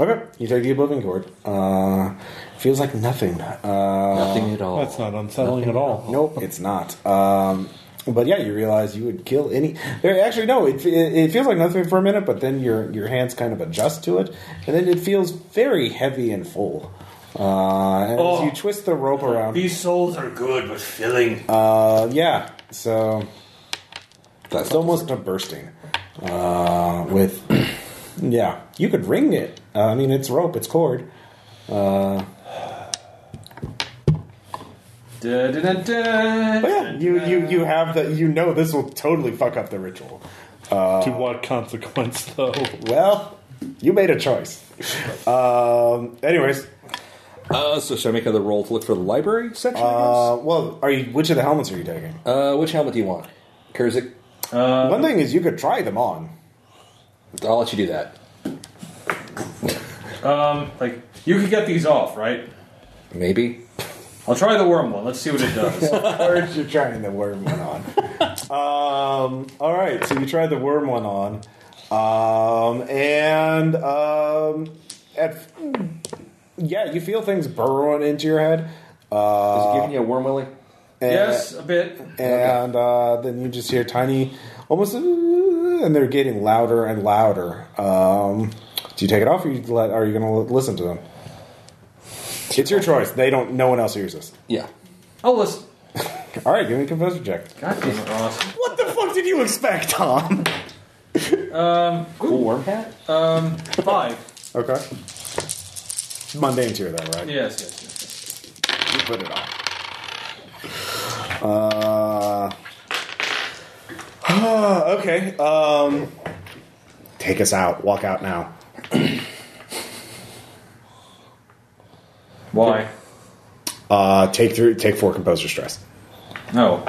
S1: Okay, you take the oblivion cord. Uh, feels like nothing. Uh,
S2: Nothing at all.
S5: That's not unsettling at all.
S1: Nope, it's not. Um, but yeah, you realize you would kill any. There, actually, no. It, it, it feels like nothing for a minute, but then your your hands kind of adjust to it, and then it feels very heavy and full. Uh, and as
S3: Oh.
S1: you twist the rope around,
S3: These souls are good, but filling.
S1: uh, yeah. So
S2: That's
S1: it's almost to bursting. Uh, with yeah, you could ring it. Uh, I mean, it's rope, it's cord.
S3: Da, da, da, da.
S1: But Oh, yeah, you you you have the you know this will totally fuck up the ritual.
S5: to
S1: uh,
S5: what consequence, though?
S1: Well, you made a choice. Um, anyways,
S2: Uh, so should I make another roll to look for the library section? I
S1: uh, well, are you? Which of the helmets are you taking?
S2: guess? Uh, which helmet do you want, Kurzik?
S1: One thing is you could try them on.
S2: I'll let you do that.
S3: Um, like you could get these off, right?
S2: Maybe.
S3: I'll try the worm one. Let's see what it does.
S1: First, you're trying the worm one on. um, all right, so you tried the worm one on, um, and um, at, yeah, you feel things burrowing into your head.
S2: Is
S1: Uh,
S2: it giving you a worm willy?
S1: and-
S3: yes, a bit.
S1: and uh, then you just hear tiny, almost, "Ooh," and they're getting louder and louder. Um, do you take it off, or you let, are you going to l- listen to them? It's your choice. They don't. No one else hears this.
S2: Yeah.
S3: Oh, listen.
S1: All right, give me a confessor check.
S3: God damn it, Ross.
S1: What the fuck did you expect, Tom?
S2: Cool worm hat.
S3: Um, five.
S1: Okay. It's mundane tier, though, right?
S3: Yes, yes, yes.
S1: You put it on. Uh, okay. Um, take us out. Walk out now.
S3: Why?
S1: Uh, take three, take four composer stress.
S3: No.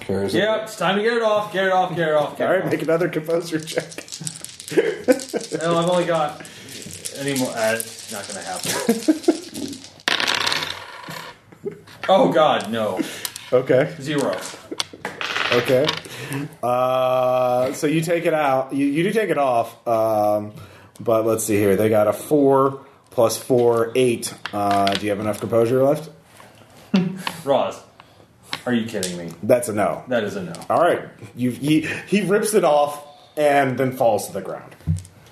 S2: Kurzik.
S3: Yep, it's time to get it off. Get it off. Get it off. Get
S1: All
S3: it
S1: right, make another composer check.
S3: off. No, I've only got any more. Uh, it's not gonna happen. oh God, no.
S1: Okay,
S3: Zero.
S1: okay. Uh, so you take it out. You, you do take it off. Um, but let's see here. They got a four plus four, eight. Uh, do you have enough composure left?
S3: Ross, are you kidding me?
S1: That's a no.
S3: That is a no.
S1: All right. You he he rips it off. and then falls to the ground.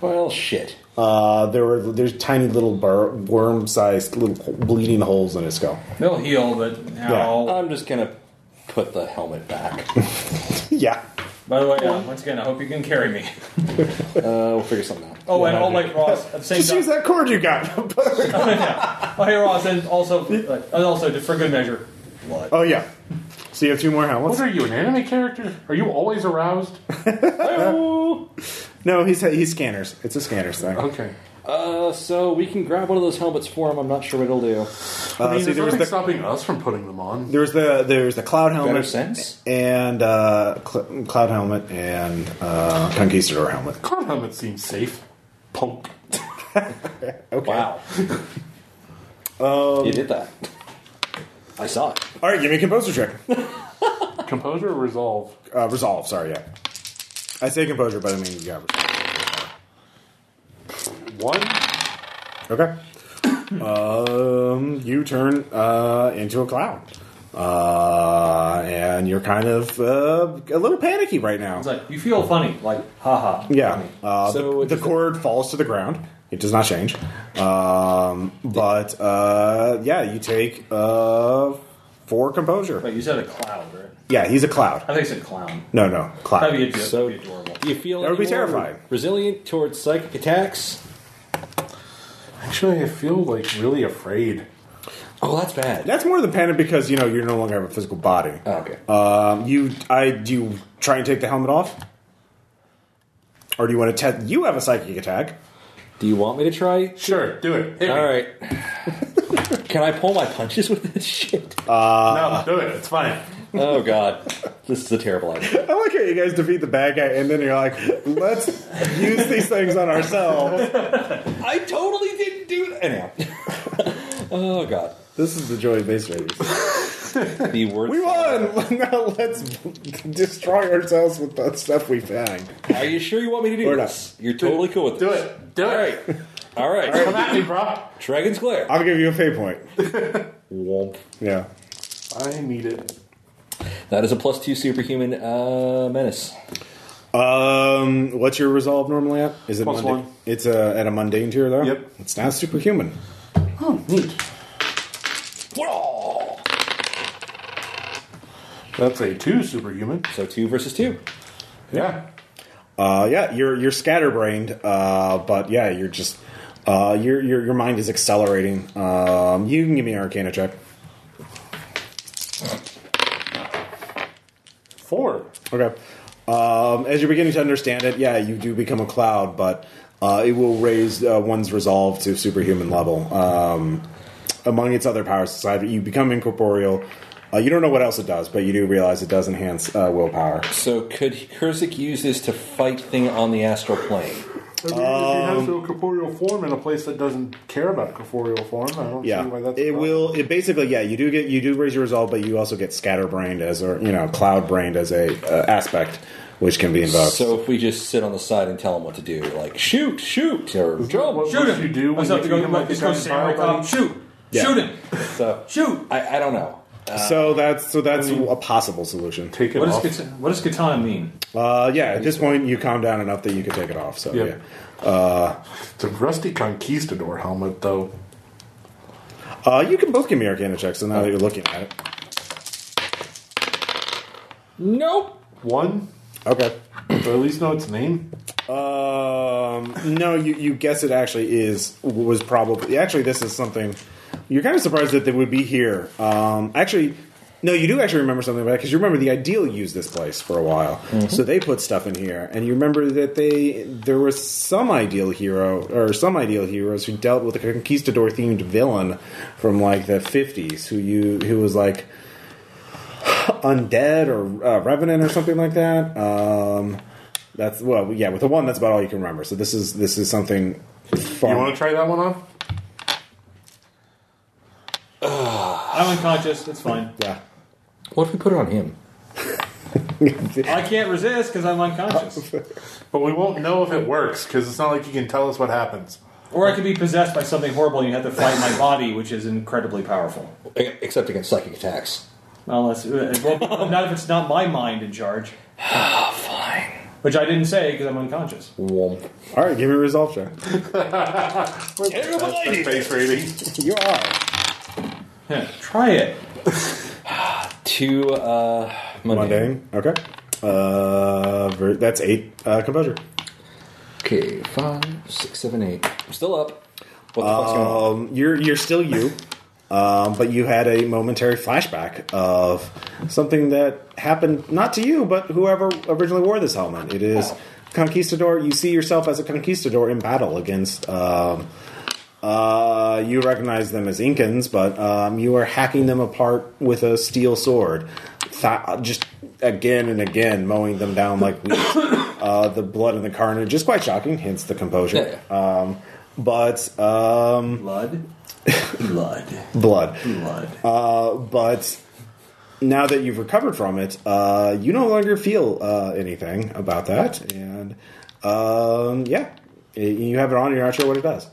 S2: Well, shit.
S1: Uh, there were there's tiny little bur- worm-sized little bleeding holes in his skull.
S3: They'll heal, but ow.
S2: I'm just gonna put the helmet back. Uh,
S1: Yeah,
S3: By the way, uh, once again, I hope you can carry me.
S2: Uh, we'll figure something out.
S3: Oh, and all like Ross at the same
S1: just use
S3: time.
S1: that cord you got.
S3: Oh, hey Ross, and also, uh, and also to- for good measure, blood.
S1: oh yeah, so you have two more
S4: What
S1: helmets.
S4: are you, an anime character? Are you always aroused?
S1: No, he's he's scanners. It's a scanners thing.
S4: Okay.
S2: Uh, so we can grab one of those helmets for him. I'm not sure what it'll do.
S1: Uh,
S4: I mean,
S1: see,
S4: there's
S1: there was
S4: nothing
S1: the
S4: stopping us from putting them on.
S1: there was the there was the cloud
S2: Better
S1: helmet
S2: sense.
S1: and uh, cl- cloud helmet and uh, conquistador helmet.
S4: Cloud helmet seems safe. Poke.
S1: Okay.
S2: Wow. you did that. I saw it.
S1: All right, give me a composer check.
S4: Composure or resolve?
S1: Uh, resolve. Sorry, yeah. I say composure, but I mean yeah. Resolve.
S4: One.
S1: Okay. um, you turn uh, into a cloud, uh, and you're kind of uh, a little panicky right now.
S3: It's like you feel funny, like haha.
S1: Yeah. Uh,
S2: So
S1: the-
S2: what
S1: the,
S2: does it-
S1: cord falls to the ground. It does not change. Um, but uh, yeah, you take uh, four composure.
S3: Wait, you said a cloud, right?
S1: Yeah, he's a cloud.
S3: I think you said clown.
S1: No, no,
S3: That'd be,
S1: cloud.
S3: ad-
S2: So-
S3: that'd be adorable.
S2: Do you feel
S1: That would be
S2: any more
S1: terrifying.
S2: Resilient towards psychic attacks.
S4: Actually, I feel like really afraid.
S2: Oh, that's bad.
S1: That's more than panic because you know you no longer have a physical body.
S2: Oh, okay.
S1: Um, you, I, do you try and take the helmet off, or do you want to test? You have a psychic attack.
S2: Do you want me to try?
S4: Sure, do it. Hit me.
S2: All right. Can I pull my punches with this shit?
S4: no, do it. It's fine.
S2: Oh God, this is a terrible idea.
S1: I like how you guys defeat the bad guy, and then you're like, "Let's use these things on ourselves."
S2: I totally didn't do that. Anyhow. oh God,
S1: This is the joy of base raiders.
S2: the worst.
S1: We won. now let's destroy ourselves with the stuff we found.
S2: Are you sure you want me to do
S1: Or not.
S2: this? You're totally cool with
S4: Do
S2: this.
S4: it. Do
S2: All
S4: it.
S2: right. All right.
S4: Come at me, bro.
S2: Dragon's glare.
S1: I'll give you a pay point.
S2: Womp.
S1: Yeah.
S4: I need it.
S2: That is a plus two superhuman uh, menace.
S1: Um, what's your resolve normally at? Is it
S4: Plus
S1: mundane?
S4: one.
S1: It's uh at a mundane tier though.
S4: Yep.
S1: It's not superhuman.
S4: Oh, neat.
S2: Whoa!
S4: That's a two superhuman.
S2: So two versus two.
S4: Yeah.
S1: Uh, yeah, you're you're scatterbrained, uh, but yeah, you're just uh, your your your mind is accelerating. Um, you can give me an Arcana check.
S4: Four.
S1: Okay. Um, as you're beginning to understand it, yeah, you do become a cloud, but uh, it will raise uh, one's resolve to superhuman level. Um, among its other powers, aside, you become incorporeal. Uh, you don't know what else it does, but you do realize it does enhance uh, willpower.
S2: So could Kurzik use this to fight thing on the astral plane?
S4: I mean, if
S1: Um,
S4: he has no corporeal form in a place that doesn't care about corporeal form, I don't
S1: Yeah,
S4: see why that's a
S1: it
S4: problem.
S1: will. It basically, yeah, you do get you do raise your resolve, but you also get scatterbrained as or you know cloud-brained as a uh, aspect, which can be invoked.
S2: So if we just sit on the side and tell him what to do, like shoot, shoot, or
S4: Joe, what
S3: Oh, Shoot
S4: would
S3: him.
S4: you do when
S3: Let's have
S4: you
S3: to go.
S4: treat him like a
S3: let's go
S4: giant
S3: samurai
S4: bio
S3: cop. Shoot.
S1: Yeah.
S3: Shoot him.
S2: so.
S3: Shoot.
S2: I, I don't know.
S1: Uh, so that's so that's a possible solution.
S4: Take it
S3: What does
S4: off.
S3: kata- what does katana mean?
S1: Uh, yeah, at this point, you calm down enough that you can take it off. So
S4: Yeah.
S1: yeah.
S4: It's a rusty conquistador helmet, though.
S1: Uh, you can both give me Arcana checks, so now that you're looking at it.
S2: Nope.
S4: One.
S1: Okay.
S4: Do I at least know its name?
S1: Um, no, you, you guess it actually is, was probably, actually, this is something, you're kind of surprised that they would be here. Um, actually, no, you do actually remember something about it, because you remember the Ideal used this place for a while. So they put stuff in here, and you remember that they, there was some Ideal hero, or some Ideal heroes who dealt with a conquistador themed villain from like the 50s who you, who was like, undead or uh, revenant or something like that. Um, that's well, yeah, with the one that's about all you can remember. So this is this is something far.
S4: You want to try that one on?
S3: I'm unconscious. It's fine.
S1: yeah.
S2: What if we put it on him?
S3: I can't resist because I'm unconscious.
S4: But we won't know if it works because it's not like you can tell us what happens.
S3: Or I could be possessed by something horrible and you have to fight my body, which is incredibly powerful. uh,
S2: E- Except against psychic attacks.
S3: Unless, well, not if it's not my mind in charge.
S2: Fine.
S3: which I didn't say because I'm unconscious.
S2: Womp.
S1: All right, give me a resolve check.
S4: That's the face rating.
S1: You are.
S3: Yeah, try it.
S2: To uh, Monday.
S1: Mundane. Okay. Uh, ver- that's eight uh, composure.
S2: Okay, five, six, seven, eight. I'm still up. What the fuck's going on?
S1: Um, you're you're still you, um, but you had a momentary flashback of something that happened not to you, but whoever originally wore this helmet. It is conquistador. You see yourself as a conquistador in battle against. Um, uh, you recognize them as Incans, but um, you are hacking them apart with a steel sword, Th- just again and again, mowing them down like weeds. uh, the blood and the carnage is quite shocking, hence the composure. Um, but um,
S3: Blood. Blood.
S1: blood.
S3: Blood.
S1: Uh, but now that you've recovered from it, uh, you no longer feel uh, anything about that, and um, yeah, Y- you have it on. You're not sure what it does.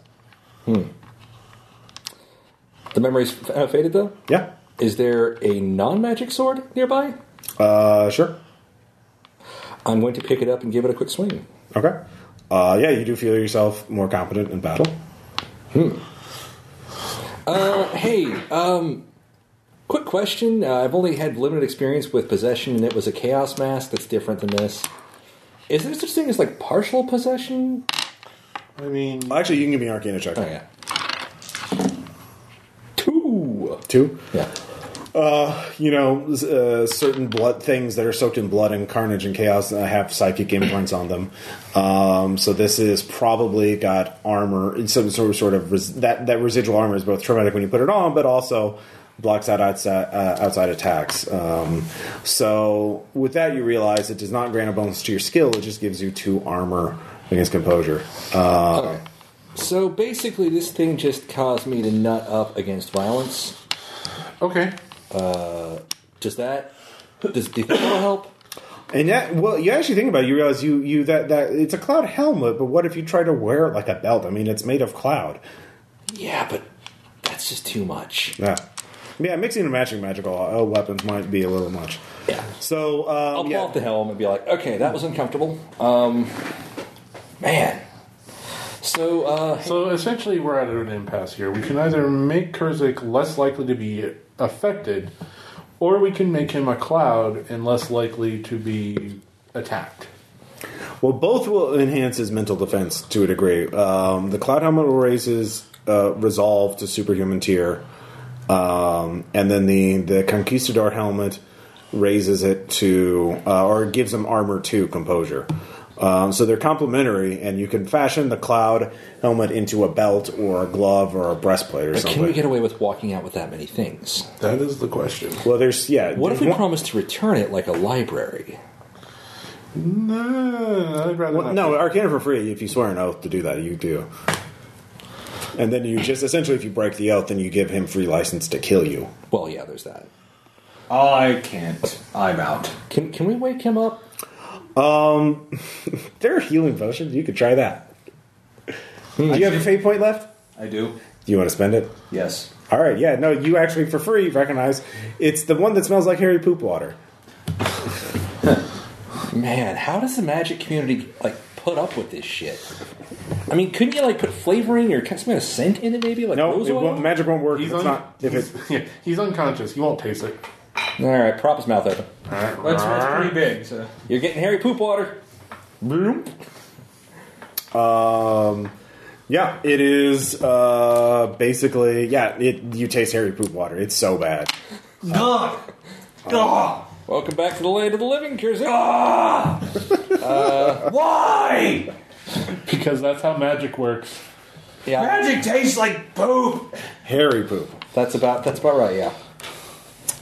S2: The memory's f- uh, faded though.
S1: Yeah,
S2: Is there a non-magic sword nearby?
S1: uh, sure.
S2: I'm going to pick it up and give it a quick swing.
S1: Okay. Uh, yeah, you do feel yourself more competent in battle.
S2: Uh, Hey, um, quick question. Uh, I've only had limited experience with possession, and it was a chaos mask that's different than this. Is there such thing as like partial possession?
S4: I mean,
S1: Actually, you can give me an Arcana check.
S2: Oh yeah, two.
S1: Two.
S2: Yeah,
S1: You know, s- uh, certain blood things that are soaked in blood and carnage and chaos uh, have psychic imprints on them. Um, so this is probably got armor, it's some sort of sort of res- that that residual armor is both traumatic when you put it on, but also blocks out outside, uh, outside attacks. Um, so with that, you realize it does not grant a bonus to your skill; it just gives you two armor against composure. Uh,
S2: Okay. So basically, this thing just caused me to nut up against violence.
S4: okay.
S2: Does that? Does do you think that'll help?
S1: And that, well, you actually think about it. You realize you you that that it's a cloud helmet, but what if you try to wear it like a belt? I mean, it's made of cloud.
S2: Yeah, but that's just too much.
S1: Yeah, yeah. Mixing and matching magical uh, weapons might be a little much.
S2: Yeah.
S1: So,
S2: I'll
S1: um,
S2: pull
S1: yeah.
S2: out the helm and be like, okay, that was uncomfortable. Um, man. So, uh,
S4: So essentially, we're at an impasse here. We can either make Kurzik less likely to be affected, or we can make him a cloud and less likely to be attacked.
S1: well, both will enhance his mental defense to a degree. Um, the cloud helmet will raise his uh, resolve to superhuman tier, um, and then the the conquistador helmet raises it to uh, or gives him armor to composure. Um, so they're complementary, and you can fashion the cloud helmet into a belt or a glove or a breastplate or something.
S2: can we get away with walking out with that many things?
S4: That is the question.
S1: well, there's yeah.
S2: What if we
S1: there's one-
S2: promise to return it like a library?
S4: No, I'd rather
S1: Well,
S4: not.
S1: no, Arcana for free. If you swear an oath to do that, you do. And then you just essentially, if you break the oath, then you give him free license to kill you.
S2: Well, yeah, there's that.
S3: I can't. I'm out.
S2: Can, can we wake him up?
S1: There are healing potions. You could try that. Do you have a fate point left?
S3: I do.
S1: Hmm. Do you want to spend it?
S3: Yes.
S1: All right. Yeah. No, you actually for free recognize it's the one that smells like hairy poop water.
S2: Man, how does the magic community like put up with this shit? I mean, couldn't you like put flavoring or some kind of scent in it, maybe? Like
S1: No,
S2: rose
S1: it
S2: oil?
S1: won't, magic won't work. If
S4: He's
S1: it's
S4: un-
S1: not if it.
S4: Yeah, he's unconscious. He won't taste it.
S2: All right, prop his mouth open.
S3: That's, that's pretty big. So.
S2: You're getting hairy poop water. Boom.
S1: um, Yeah, it is uh, basically yeah. It you taste hairy poop water. It's so bad.
S2: Welcome back to the land of the living, Kirzik.
S3: Why?
S4: Because that's how magic works.
S2: Yeah,
S3: Magic tastes like poop.
S1: Hairy poop.
S2: that's about that's about right. Yeah.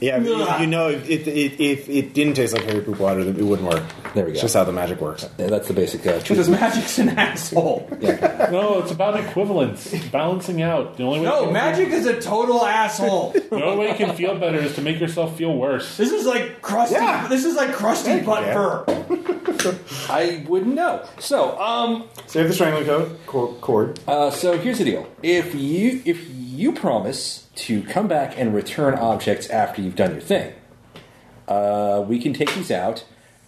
S1: Yeah, but you, you know, if it, it, if it didn't taste like hairy poop water, then it wouldn't work.
S2: There we go.
S1: It's just how the magic works.
S2: Yeah, that's the basic uh,
S3: Because
S2: truth.
S3: magic's an asshole.
S4: No, it's about equivalence, balancing out. The only way
S3: No,
S4: you
S3: magic is a total asshole.
S4: can, the only way you can feel better is to make yourself feel worse.
S3: This is like crusty.
S1: Yeah.
S3: This is like crusty butt
S1: Dan.
S3: fur.
S2: I wouldn't know. So, um,
S1: Save the strangling code cor- cord.
S2: uh, so here's the deal: if you if you promise to come back and return objects after you've done your thing, uh, we can take these out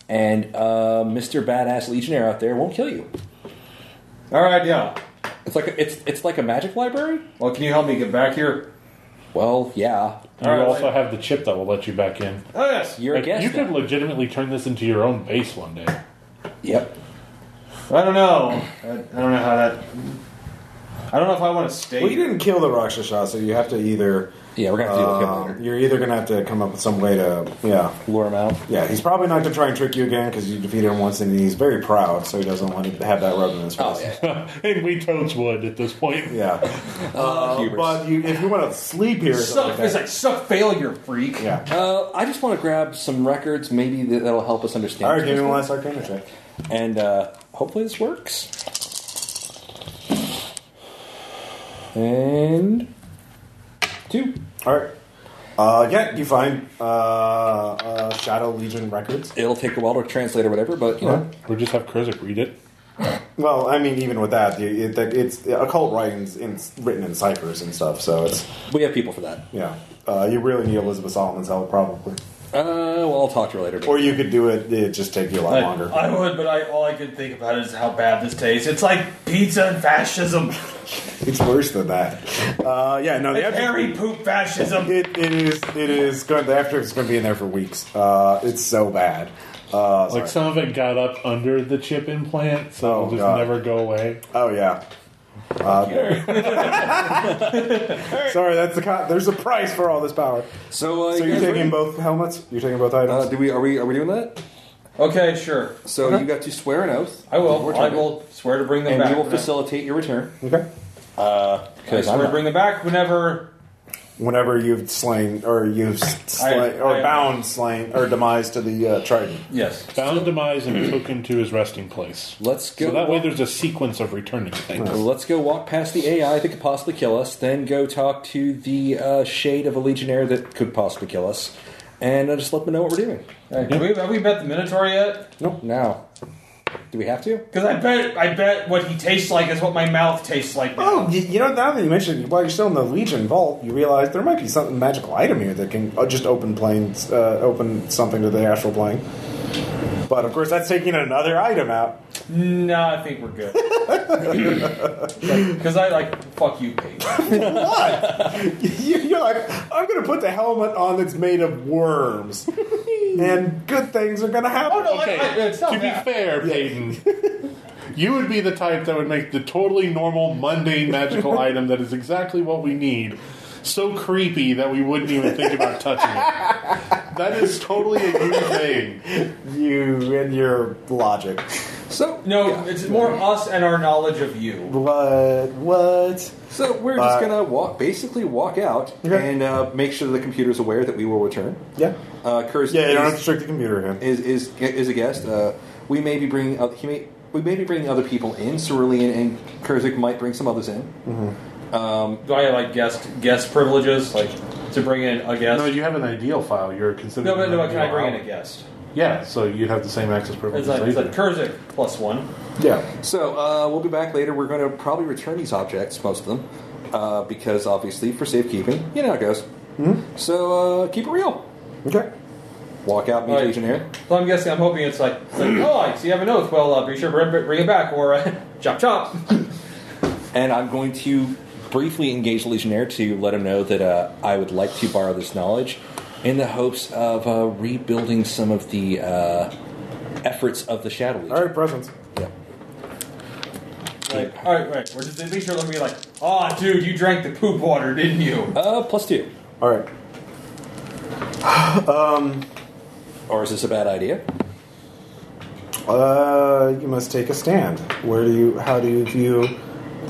S2: and uh, Mr. Badass Legionnaire out there won't kill you.
S3: All right, yeah.
S2: It's like a, it's it's like a magic library.
S3: Well, can you help me get back here?
S2: Well, yeah,
S5: You
S3: All right,
S5: also
S3: wait.
S5: have the chip that will let you back in.
S3: Oh yes.
S2: you're a
S5: Like,
S2: guest.
S5: you could
S2: now.
S5: legitimately turn this into your own base one day.
S2: Yep.
S3: I don't know. I, I don't know how that. I don't know if I want to stay.
S1: Well, you didn't kill the Rakshasa, so you have to either.
S2: Yeah, we're gonna have to deal with him
S1: um,
S2: later.
S1: You're either gonna have to come up with some way to, yeah,
S2: Lure him out.
S1: yeah. He's probably not to try and trick you again because you defeated him once, and he's very proud, so he doesn't want to have that rubbed in his face.
S2: Oh yeah.
S5: and we toads would at this point.
S1: Yeah,
S2: Uh, hubris.
S1: but you, if you want to sleep here, or something
S3: Suck,
S1: like
S3: it's
S1: that,
S3: like suck failure, freak.
S1: yeah.
S2: Uh, I just want to grab some records. Maybe that- that'll help us understand.
S1: All right, give me one last Arcana check.
S2: And uh, hopefully this works. And two.
S1: All right. Uh, yeah, you find uh, uh, Shadow Legion records.
S2: It'll take a while to translate or whatever, but you know.
S5: Or just have Kurzik read it.
S1: Well, I mean, even with that, the- it, that it's occult writings in, written in ciphers and stuff. So it's
S2: We have people for that.
S1: yeah, uh, you really need Elizabeth Solomon's help probably,
S2: Uh, well, I'll talk to her later.
S1: or you could do it. It just take you a lot
S3: I,
S1: longer.
S3: I would, but I all I can think about is how bad this tastes. It's like pizza and fascism,
S1: It's worse than that. Uh, yeah, no, the
S3: Like
S1: after-
S3: hairy poop fascism.
S1: it, it is it is going. The after is going to be in there for weeks. Uh, it's so bad. Uh, sorry.
S5: Like some of it got up under the chip implant, so
S1: Oh,
S5: it'll just
S1: God.
S5: never go away.
S1: Oh yeah. Uh, sorry, that's the co- there's a price for all this power.
S2: So, uh,
S1: So
S2: you
S1: you're
S2: guys
S1: taking
S2: ready?
S1: both helmets. You're taking both items.
S2: Uh, do we are we are we doing that?
S3: Okay, sure.
S2: So
S1: Uh-huh.
S2: you got to swear an oath.
S3: I will.
S2: We're
S3: I
S2: trying to-
S3: will swear to bring them
S2: and
S3: back.
S2: we will
S3: when I-
S2: facilitate your return.
S1: okay.
S3: I
S2: Because I'm
S3: swear to
S2: not-
S3: bring them back whenever.
S1: Whenever you've slain or you've slain
S3: I-
S1: or
S3: I-
S1: bound slain or demise to the uh, trident.
S3: Yes.
S5: Bound demise and token to his resting place.
S2: Let's go.
S5: So that way there's a sequence of returning things.
S2: Let's go walk past the AI that could possibly kill us, then go talk to the uh, shade of a legionnaire that could possibly kill us, and uh, just let them know what we're doing.
S3: Hey, do we, have we bet the Minotaur yet?
S2: Nope. Now, do we have to?
S3: Because I bet I bet what he tastes like is what my mouth tastes like. Now.
S1: Oh, you, you know now that you mentioned, while you're still in the Legion vault, you realize there might be something magical item here that can uh, just open planes, uh, open something to the astral plane. But of course, that's taking another item out.
S3: No, I think we're good. Because I like fuck you, Pete.
S1: You- You're like, I'm going to put the helmet on that's made of worms, and good things are going to happen.
S3: Oh, no,
S5: Okay,
S3: I, I, it's not
S5: to be
S3: that.
S5: fair, Peyton, you would be the type that would make the totally normal, mundane, magical item that is exactly what we need so creepy that we wouldn't even think about touching it. That is totally a you thing.
S1: You and your logic.
S2: So
S3: No,
S2: yeah.
S3: it's more us and our knowledge of you.
S1: What? What?
S2: So we're just
S1: Uh,
S2: gonna walk, basically walk out,
S1: Okay.
S2: and uh, make sure the computer's aware that we will return.
S1: Yeah.
S2: Uh, Curse
S1: Yeah, you don't have to
S2: is,
S1: trick the computer again.
S2: is is is a guest. Uh, we may be bringing oth- he may, we may be bringing other people in. Cerulean and Kurzik might bring some others in.
S3: Do I have like guest guest privileges, like to bring in a guest?
S5: No, you have an ideal file. You're considered.
S3: no, but
S5: an
S3: no, can I
S5: ideal
S3: bring in
S5: file.
S3: a guest?
S5: Yeah, so you'd have the same access
S3: It's
S5: privileges.
S3: like, it's
S5: I do.
S3: like Kurzik plus one.
S1: Yeah.
S2: So uh, we'll be back later. We're going to probably return these objects, most of them, uh, because obviously for safekeeping. You know how it goes.
S1: Hmm?
S2: So uh, keep it real.
S1: Okay.
S2: Walk out, meet
S3: Right.
S2: Legionnaire.
S3: So I'm guessing, I'm hoping it's like, it's like oh, I see you have an oath. Well, uh, be sure to bring- bring it back or uh, chop chop.
S2: and I'm going to briefly engage the Legionnaire to let him know that uh, I would like to borrow this knowledge in the hopes of uh, rebuilding some of the uh, efforts of the Shadow Legion.
S1: All right, presents.
S2: Yeah.
S3: Like, all right, right. We're just at least you're looking at me like, oh, dude, you drank the poop water, didn't you?
S2: Uh, plus two.
S1: All right.
S2: Or is this a bad idea?
S1: Uh, you must take a stand. Where do you? How do you view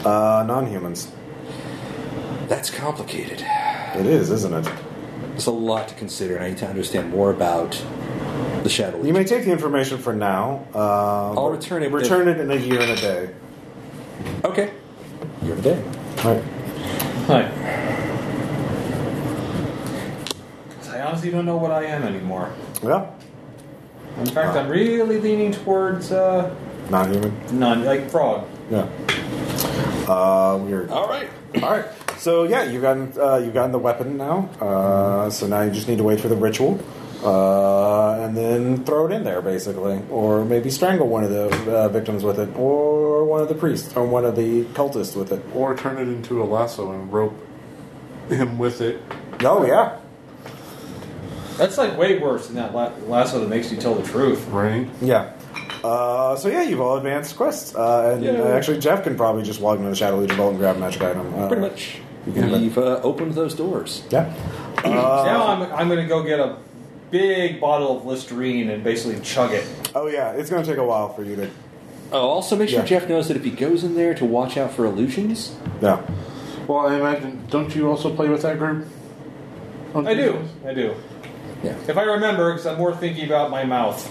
S1: uh, non-humans?
S2: That's complicated.
S1: It is, isn't it?
S2: There's a lot to consider, and I need to understand more about the Shadow
S1: You
S2: Legion.
S1: may take the information for now. Uh,
S2: I'll return it with-
S1: Return it in a year and a day.
S2: okay. You're the day.
S1: All right.
S3: Hi. I honestly don't know what I am anymore.
S1: Well,
S3: In fact, I'm really leaning towards uh,
S1: non-human.
S3: none, like frog.
S1: Yeah. Uh, weird.
S2: All right.
S1: All right. So yeah, you've gotten uh, you've gotten the weapon now. Uh, so now you just need to wait for the ritual. uh, and then throw it in there, basically, or maybe strangle one of the uh, victims with it, or one of the priests, or one of the cultists with it.
S4: Or turn it into a lasso and rope him with it.
S1: Oh yeah,
S3: That's like way worse than that la- lasso that makes you tell the truth.
S4: Right?
S1: yeah. Uh, so yeah, you've all advanced quests, uh, and uh, actually Jeff can probably just walk into the Shadow Legion vault and grab a magic item. Uh,
S2: Pretty much.
S1: Yeah.
S2: We've uh, opened those doors.
S1: Yeah.
S3: now I'm, I'm going to go get a big bottle of Listerine and basically chug it.
S1: Oh yeah, it's gonna take a while for you to.
S2: Oh, also make sure
S1: Yeah.
S2: Jeff knows that if he goes in there to watch out for illusions.
S1: Yeah.
S4: Well, I imagine. Don't you also play with that group? On
S3: I do.
S4: Tuesdays?
S3: I do.
S2: Yeah.
S3: If I remember, because I'm more thinking about my mouth.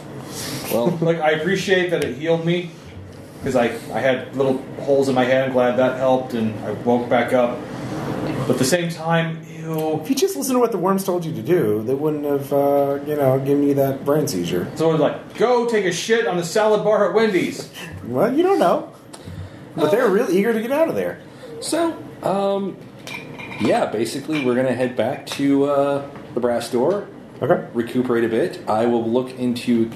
S2: Well,
S3: Like, I appreciate that it healed me, because I, I had little holes in my head. I'm glad that helped, and I woke back up. But at the same time, ew.
S1: If you just listen to what the worms told you to do, they wouldn't have, uh, you know, given you that brain seizure.
S3: So I was like, go take a shit on the salad bar at Wendy's.
S1: Well, you don't know. But they're really eager to get out of there.
S2: so, um, yeah, basically we're going to head back to uh, the brass door,
S1: Okay.
S2: recuperate a bit. I will look into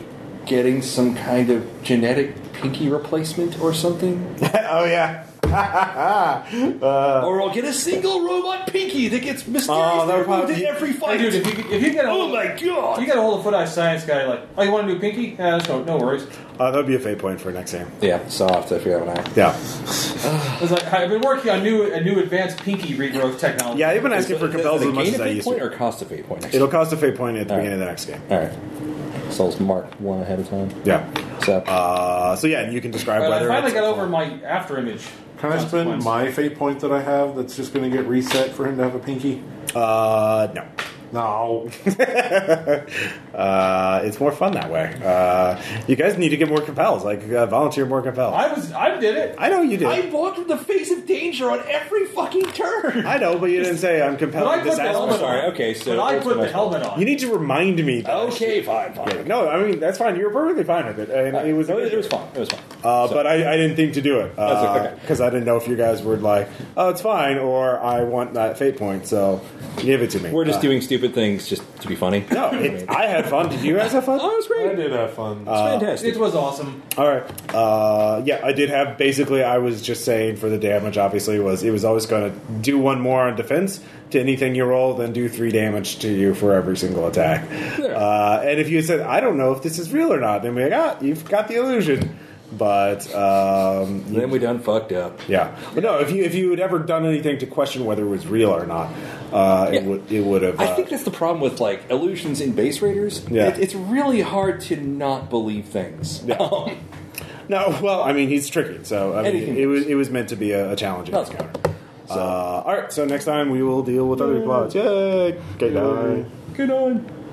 S2: getting some kind of genetic pinky replacement or something.
S1: oh, yeah. uh,
S2: or I'll get a single robot pinky that gets
S1: Oh, that
S2: mysteriously
S1: would
S2: removed
S1: probably-
S2: in every
S3: Hey,
S2: fight.
S3: dude, if you, if you get a
S2: oh
S3: hold,
S2: my
S3: if you
S2: god!
S3: get a hold of Foot Eye Science guy, like, oh, you want to do pinky? Yeah, that's no, no worries.
S1: uh, that would be a fate point for next game.
S2: Yeah, so I'll have to figure out what I.
S1: Yeah.
S3: I was like, I've been working on new a new advanced pinky regrowth technology.
S1: Yeah, they've been asking for
S2: Does it-
S1: compels
S2: does it
S1: as much
S2: gain
S1: as
S2: a
S1: I
S2: fate
S1: used
S2: point
S1: to.
S2: or cost a fate point? Next
S1: It'll cost a fate point at the
S2: All right.
S1: beginning of the next game.
S2: All right. So it's marked one ahead of time.
S1: Yeah.
S2: So
S1: Uh, so, yeah, and you can describe
S3: But I
S1: whether.
S3: finally
S1: it's-
S3: got over my after image.
S4: Can I spend my fate point that I have that's just going to get reset for him to have a pinky?
S1: Uh, no.
S4: No.
S1: Uh, it's more fun that way. Uh, you guys need to get more compels. Like, uh, volunteer more compels.
S3: I was I did it.
S1: I know you did.
S2: I walked in the face of danger on every fucking turn.
S1: I know, but you didn't say I'm compelled.
S3: But I
S1: to
S3: put
S1: this
S3: the
S1: aspect.
S3: helmet on.
S2: okay, so
S3: But I
S2: that's
S3: put
S2: what
S3: the
S2: I-
S3: helmet on.
S1: You need to remind me. That
S2: Okay, fine, fine.
S1: Yeah, no, I mean that's fine. You were perfectly fine with it, and it was
S2: No, it was fine. It was fine.
S1: Uh, but I, I didn't think to do it
S2: That's okay.
S1: because I didn't know if you guys were like, "Oh, it's fine," or "I want that fate point, so give it to me."
S2: We're just
S1: Uh,
S2: doing stupid things just to be funny.
S1: No, it, I had fun. Did you guys have fun?
S2: oh, it was
S4: I
S2: great. It's
S4: did have fun.
S3: It
S2: fantastic.
S3: was awesome.
S1: All right. Uh, yeah, I did have. Basically, I was just saying for the damage. Obviously, was it was always going to do one more on defense to anything you roll, then do three damage to you for every single attack. Uh, and if you had said, "I don't know if this is real or not," then we got "Ah, you've got the illusion. But um, you-
S2: then we done fucked up.
S1: yeah, but no. If you if you had ever done anything to question whether it was real or not, uh, it
S2: Yeah.
S1: would it would have. Uh,
S2: I think that's the problem with like illusions in base raiders.
S1: Yeah.
S2: It, it's really hard to not believe things.
S1: Yeah.
S2: Um,
S1: no, well, I mean, he's tricky, so I mean,
S2: Anything
S1: it was it was meant to be a, a challenging
S2: That's
S1: encounter. Uh, all right, so next time we will deal with other plots. Yay! Good night.
S2: good on.